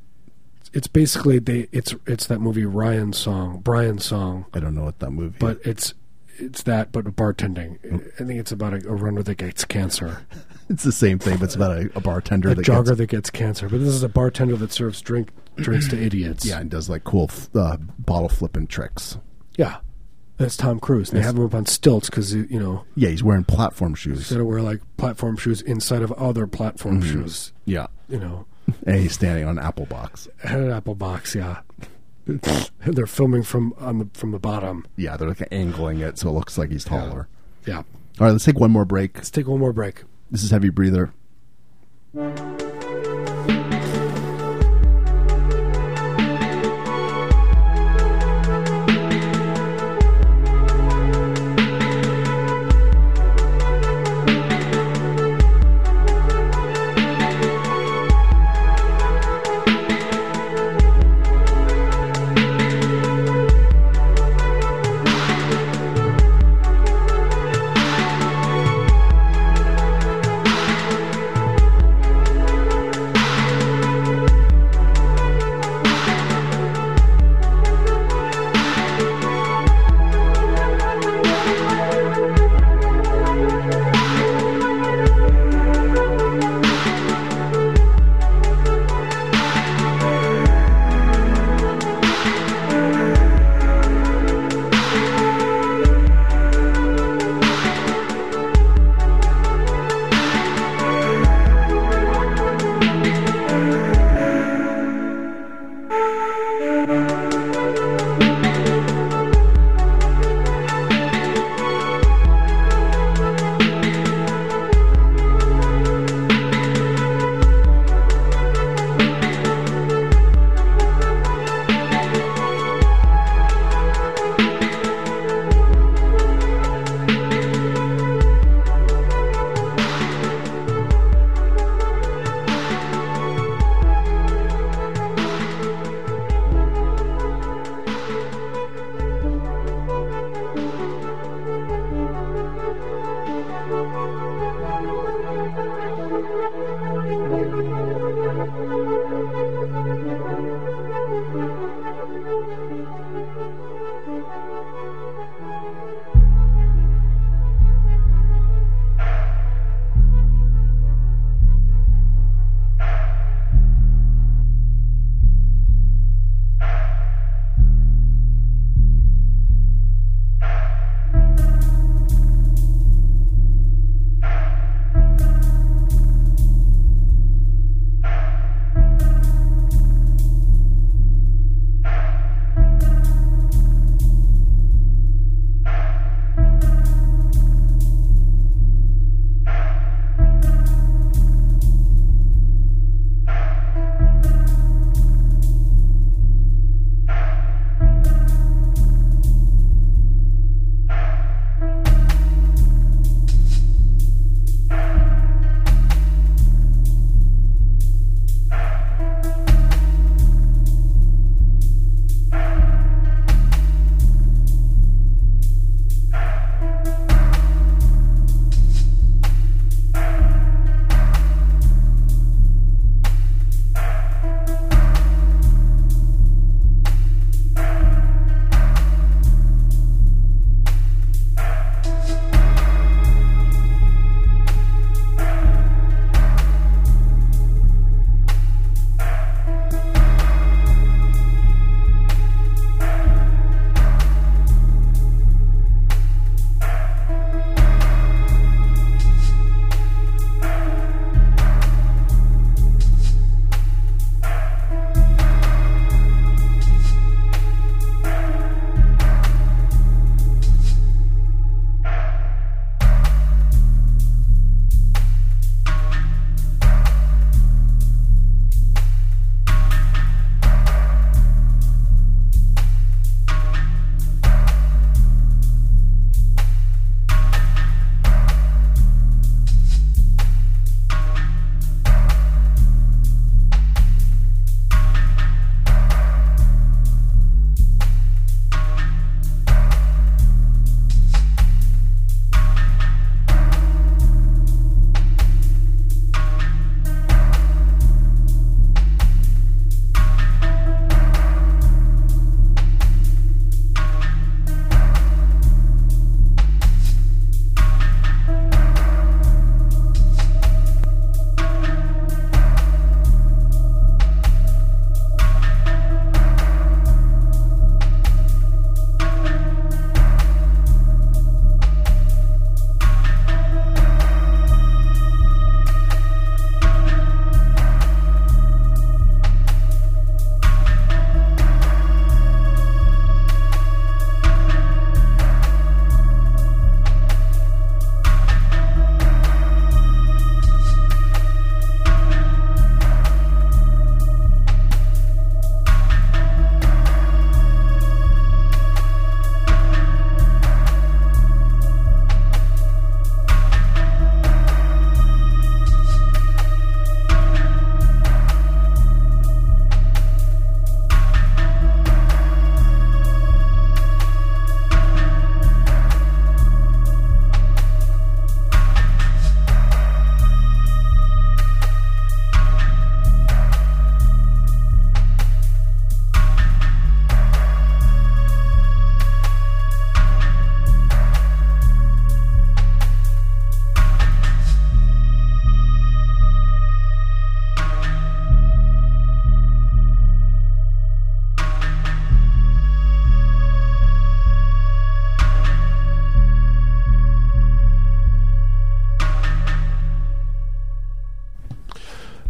S1: it's basically they it's it's that movie Ryan's song, Brian's song,
S2: I don't know what that movie.
S1: but it's it's that but bartending. I think it's about a, a runner that gets cancer,
S2: it's the same thing. But it's about a, a bartender
S1: a
S2: that
S1: jogger
S2: gets,
S1: that gets cancer, but this is a bartender that serves drink drinks to idiots.
S2: yeah and does like cool f- uh, bottle flipping tricks.
S1: yeah. That's Tom Cruise. They have him up on stilts because you know
S2: Yeah, he's wearing platform
S1: he's
S2: shoes.
S1: got to wear like platform shoes inside of other platform
S2: Mm-hmm.
S1: shoes.
S2: Yeah,
S1: You know,
S2: and he's standing on an apple box.
S1: had an apple box. Yeah, [laughs] And they're filming from on the from the bottom.
S2: Yeah, they're like angling it so it looks like he's taller.
S1: Yeah,
S2: All right, let's take one more break.
S1: let's take one more break.
S2: This is Heavy Breather.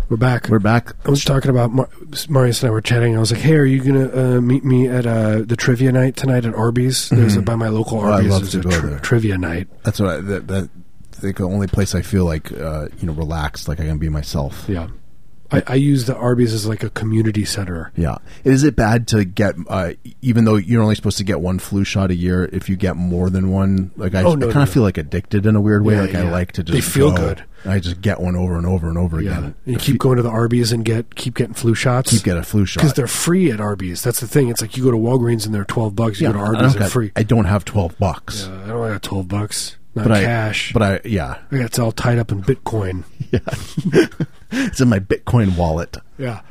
S1: We're back.
S2: We're back.
S1: I was talking about Mar- Marius and I were chatting. I was like, "Hey, are you gonna uh, meet me at uh, the trivia night tonight at Arby's? There's a, by my local
S2: Mm-hmm. I'd
S1: Arby's.
S2: love
S1: there's
S2: to
S1: a
S2: go there.
S1: trivia night.
S2: That's what I, that, that the only place I feel like uh, you know relaxed, like I can be myself.
S1: Yeah, I, I use the Arby's as like a community center.
S2: Yeah. Is it bad to get, uh, even though you're only supposed to get one flu shot a year, if you get more than one? Like, I,
S1: Oh, no,
S2: I kind
S1: no,
S2: of
S1: no.
S2: feel like addicted in a weird way.
S1: Yeah,
S2: like, I
S1: yeah.
S2: like to just
S1: They feel
S2: go.
S1: good.
S2: I just get one over and over and over
S1: Yeah,
S2: again.
S1: and you
S2: If
S1: keep going to the Arby's and get keep getting flu shots.
S2: keep get a flu shot.
S1: because they're free at Arby's. That's the thing. It's like you go to Walgreens and they're twelve bucks. You
S2: Yeah,
S1: go to
S2: I
S1: Arby's
S2: don't
S1: they're
S2: got-
S1: free.
S2: I don't have 12 bucks.
S1: Uh, I don't got twelve bucks. Not
S2: But
S1: cash.
S2: I, but I, yeah,
S1: I got it's all tied up in Bitcoin.
S2: it's in my Bitcoin wallet.
S1: Yeah,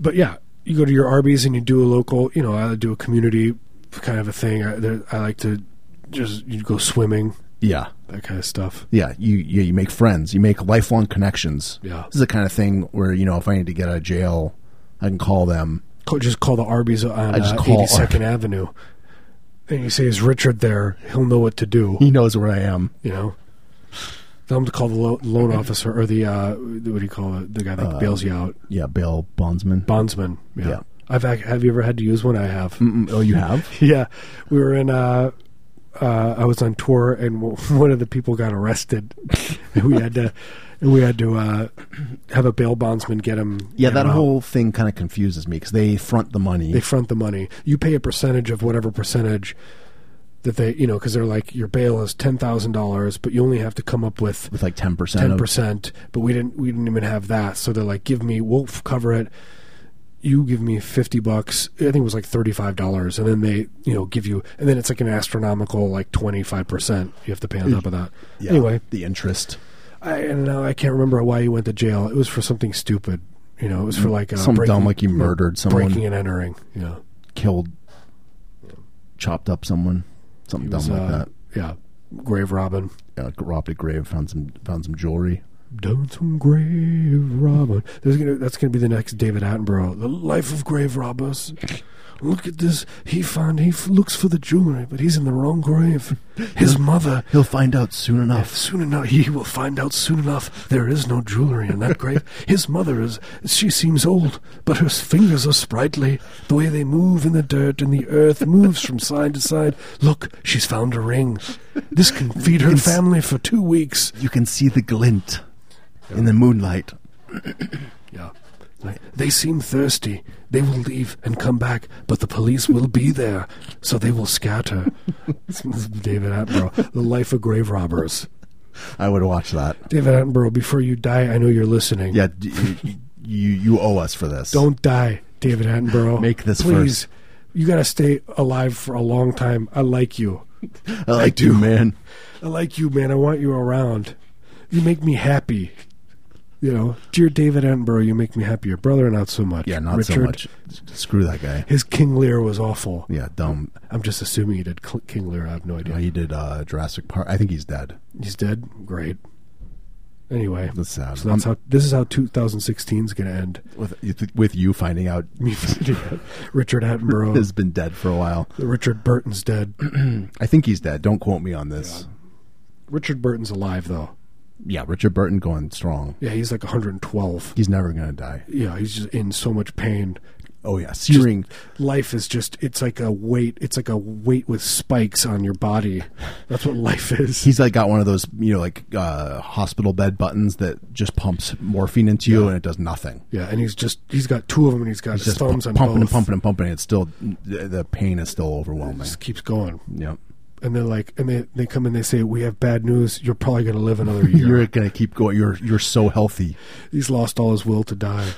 S1: but yeah, you go to your Arby's and you do a local. You know, I do a community kind of a thing. I, there, I like to just you go swimming,
S2: Yeah,
S1: that kind of stuff.
S2: yeah. You, you you make friends. You make lifelong connections.
S1: Yeah.
S2: this is the kind of thing where you know if I need to get out of jail, I can call them.
S1: Call, just call the Arby's on
S2: I just
S1: uh,
S2: call
S1: 82nd Avenue, and you say, "Is Richard there? He'll know what to do."
S2: He knows where I am.
S1: you know. Tell them to call the lo- loan officer or the uh, what do you call it? The guy that bails you out,
S2: Yeah, bail bondsman.
S1: bondsman. Yeah.
S2: Uh, Yeah.
S1: I've ac- have you ever had to use one? I have.
S2: Mm, oh, you have?
S1: [laughs] Yeah, we were in. Uh, uh, I was on tour, and w- [laughs] one of the people got arrested. [laughs] and we had to, and we had to uh, have a bail bondsman get him.
S2: [laughs] Yeah,
S1: get
S2: that
S1: him out.
S2: whole thing kind of confuses me because they front the money.
S1: they front the money. You pay a percentage of whatever percentage that they, you know, because they're like your bail is ten thousand dollars, but you only have to come up with
S2: with like ten percent.
S1: ten percent, but we didn't we didn't even have that. So they're like, give me we'll f- cover it. You give me fifty bucks. I think it was like thirty five dollars, and then they you know give you, and then it's like an astronomical like twenty five percent you have to pay on top of that. Anyway,
S2: the interest.
S1: I and now I can't remember why you went to jail. It was for something stupid. You know, it was for like uh,
S2: Mm. Some dumb, like you murdered someone.
S1: breaking and entering. You know,
S2: Killed, chopped up someone, something
S1: It
S2: dumb
S1: was,
S2: like
S1: uh,
S2: that.
S1: Yeah, grave robbing.
S2: Yeah, robbed a grave, found some found some jewelry.
S1: Done some grave robbing. There's gonna that's gonna be the next David Attenborough. The life of grave robbers. Look at this. He found he f- looks for the jewelry, but he's in the wrong grave. His mother.
S2: He'll find out soon enough.
S1: Soon enough, he will find out. Soon enough, there is no jewelry in that grave. His mother is. She seems old, but her fingers are sprightly. The way they move in the dirt and the earth moves from side to side. Look, she's found a ring. This can feed her family for two weeks.
S2: You can see the glint in the moonlight.
S1: Yeah. Like, they seem thirsty. They will leave and come back, but the police will be there, so they will
S2: [laughs]
S1: scatter. This is David Attenborough, The Life of Grave Robbers.
S2: I would watch that.
S1: David Attenborough, before you die, I know you're listening.
S2: Yeah, d- you, you you owe us for this.
S1: Don't die, David Attenborough.
S2: Make this
S1: Please. You got to stay alive for a long time. I like you.
S2: I like you, man.
S1: I like you, man. I want you around. You make me happy. You know, dear David Attenborough, you make me happy. Your brother, not so much.
S2: Yeah, not so
S1: Richard,
S2: much. S- Screw that guy.
S1: His King Lear was awful.
S2: Yeah, dumb.
S1: I'm just assuming he did Cl- King Lear. I have no idea.
S2: No, he did uh, Jurassic Park. I think he's dead.
S1: He's dead. Great. Anyway,
S2: That's sad.
S1: so that's
S2: I'm-
S1: how this is how 2016 is going to
S2: [laughs]
S1: end.
S2: with with you finding out
S1: [laughs]
S2: [laughs]
S1: Me finding out Richard Attenborough,
S2: has been dead for a while.
S1: Richard Burton's dead. [clears throat]
S2: I think he's dead. Don't quote me on this.
S1: Richard Burton's alive though.
S2: Yeah, Richard Burton going strong.
S1: Yeah, he's like 112.
S2: He's never gonna die.
S1: Yeah, he's just in so much pain.
S2: Oh yeah, searing.
S1: Life is just it's like a weight. It's like a weight with spikes on your body. That's what life
S2: [laughs]
S1: is.
S2: He's like got one of those you know like uh, hospital bed buttons that just pumps morphine into you and it does nothing.
S1: yeah, and he's just he's got two of them, and he's got
S2: It's
S1: his
S2: just
S1: thumbs
S2: pu-
S1: on
S2: pumping
S1: both.
S2: and pumping and pumping. It's still the the pain is still overwhelming.
S1: Just keeps going.
S2: Yep.
S1: and they're like, and they, they come and they say, "We have bad news. You're probably going to live
S2: [laughs]
S1: another year."
S2: You're gonna keep going. You're you're so healthy.
S1: He's lost all his will to die.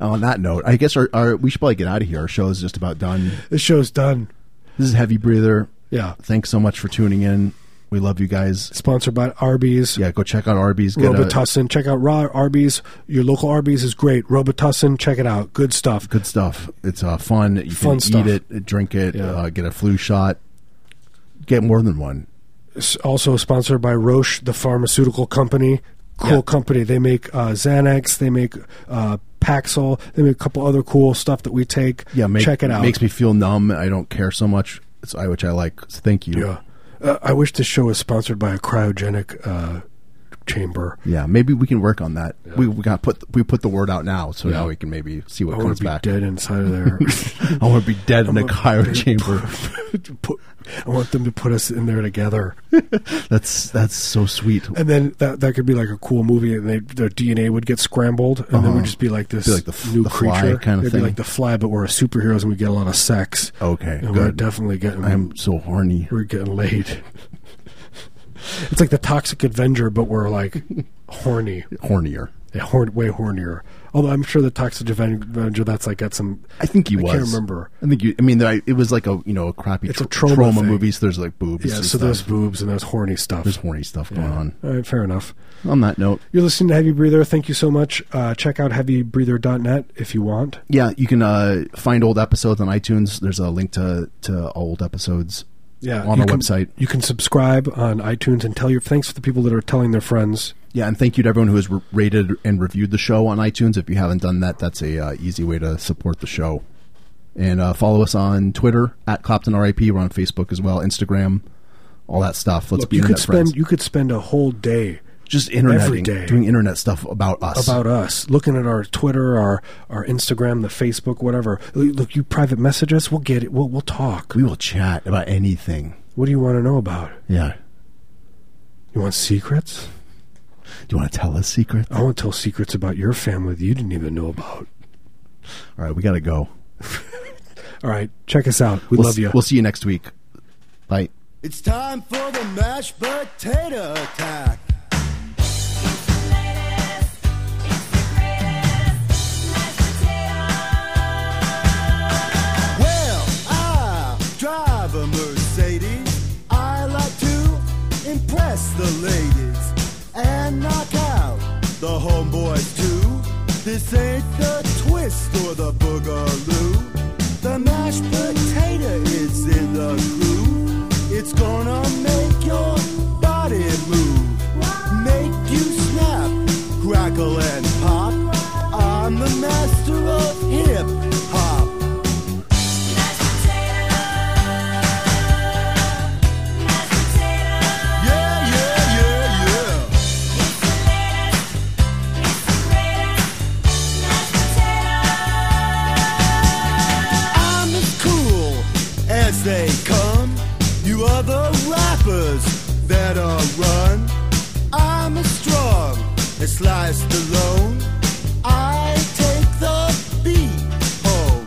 S2: On that note, I guess our, our we should probably get out of here. Our show is just about done.
S1: This show's done.
S2: This is Heavy Breather.
S1: Yeah,
S2: Thanks so much for tuning in. We love you guys.
S1: sponsored by Arby's.
S2: Yeah, go check out Arby's. Get uh, a,
S1: Robitussin. Check out Raw Arby's. Your local Arby's is great. Robitussin. Check it out. Good stuff.
S2: good stuff. It's uh, fun. You
S1: Fun
S2: can
S1: stuff.
S2: eat it, drink it,
S1: Yeah.
S2: uh, get a flu shot, get more than one.
S1: S- Also sponsored by Roche, the pharmaceutical company. Cool
S2: Yeah.
S1: company. They make uh, Xanax. They make uh, Paxil. They make a couple other cool stuff that we take.
S2: Yeah, make,
S1: check it out.
S2: Makes me feel numb. I don't care so much, it's, I, which I like. So thank you.
S1: Yeah. Uh, I wish this show was sponsored by a cryogenic uh, chamber.
S2: Yeah, maybe we can work on that. We we got put we put the word out now, so now we can maybe see
S1: I
S2: what
S1: want
S2: comes
S1: to be
S2: back.
S1: dead inside of
S2: [laughs]
S1: there.
S2: I want to be dead in a cryo
S1: [laughs]
S2: chamber.
S1: Put- I want them to put us in there together.
S2: That's that's so sweet.
S1: And then that that could be like a cool movie, and they, their DNA would get scrambled, and then
S2: Uh-huh.
S1: we'd just be like this
S2: Be like the f-
S1: new
S2: the fly
S1: creature,
S2: kind of
S1: It'd
S2: thing.
S1: Be like the fly, but we're superheroes and we get a lot of sex.
S2: Okay,
S1: and we're
S2: good.
S1: definitely getting
S2: I am so horny.
S1: we're getting laid. it's like the Toxic Avenger, but we're like
S2: [laughs]
S1: horny,
S2: Hornier.
S1: yeah, horn, way hornier. Although I'm sure the Toxic Avenger, that's like got some.
S2: I think he
S1: I
S2: was.
S1: can't remember.
S2: I think you. I mean, I, it was like a you know a crappy
S1: It's a
S2: tr-
S1: trauma thing.
S2: movie. So there's like boobs.
S1: Yeah,
S2: and
S1: so
S2: stuff.
S1: there's boobs and there's horny stuff.
S2: there's horny stuff going on.
S1: All right, fair enough.
S2: On that note,
S1: You're listening to Heavy Breather. Thank you so much. Uh, check out heavybreather.net if you want.
S2: yeah, you can uh, find old episodes on iTunes. There's a link to to old episodes.
S1: Yeah,
S2: on
S1: you
S2: our
S1: can-
S2: website.
S1: You can subscribe on iTunes and tell your thanks for the people that are telling their friends.
S2: Yeah, and thank you to everyone who has r rated and reviewed the show on iTunes. If you haven't done that, that's a uh, easy way to support the show. And uh, follow us on Twitter at Clapton RIP. We're on Facebook as well, Instagram, all that stuff. Let's
S1: Look,
S2: be
S1: you
S2: internet
S1: could spend
S2: friends.
S1: you could spend a whole day
S2: Just internet
S1: every day.
S2: doing internet stuff about us.
S1: about us, looking at our Twitter, our our Instagram, the Facebook, whatever. Look, you private message us, we'll get it. We'll we'll talk.
S2: we will chat about anything.
S1: What do you want to know about?
S2: Yeah.
S1: You want secrets?
S2: Do you want to tell us secrets?
S1: I want to tell secrets about your family that you didn't even know about.
S2: All right, we got to go.
S1: All right, check us out. We
S2: We'll
S1: love
S2: s-
S1: you.
S2: We'll see you next week. Bye.
S4: It's time for the mashed potato attack. Well, I drive a Mercedes. I like to impress the ladies and knock out the homeboys too. This ain't the twist or the boogaloo. The mashed potato is in the groove. It's gonna make your body move, make you snap, crackle and pop. I'm the master of hip hop. Yeah, yeah, yeah, yeah. I'm as cool as they come. You other rappers that are run. I'm as strong as Sliced Stallone. I take the beat home.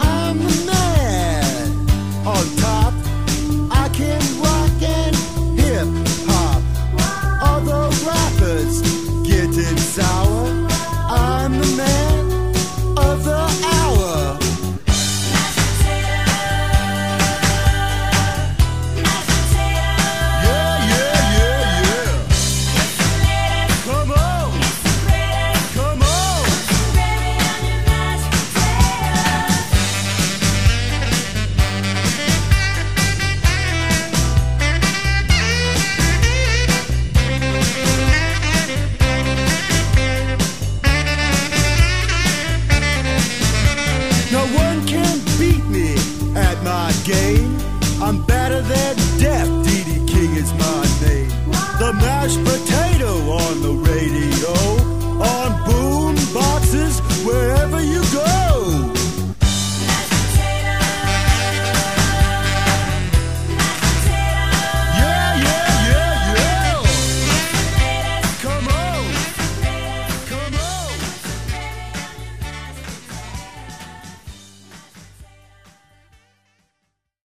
S4: I'm the man on top. I can rock and hip hop. Other rappers getting sour. I'm the man of the hour. Yeah, yeah, yeah, yeah. Come on, come on. No one can beat me at my game. I'm better than death. DD King is my name. The mashed potato.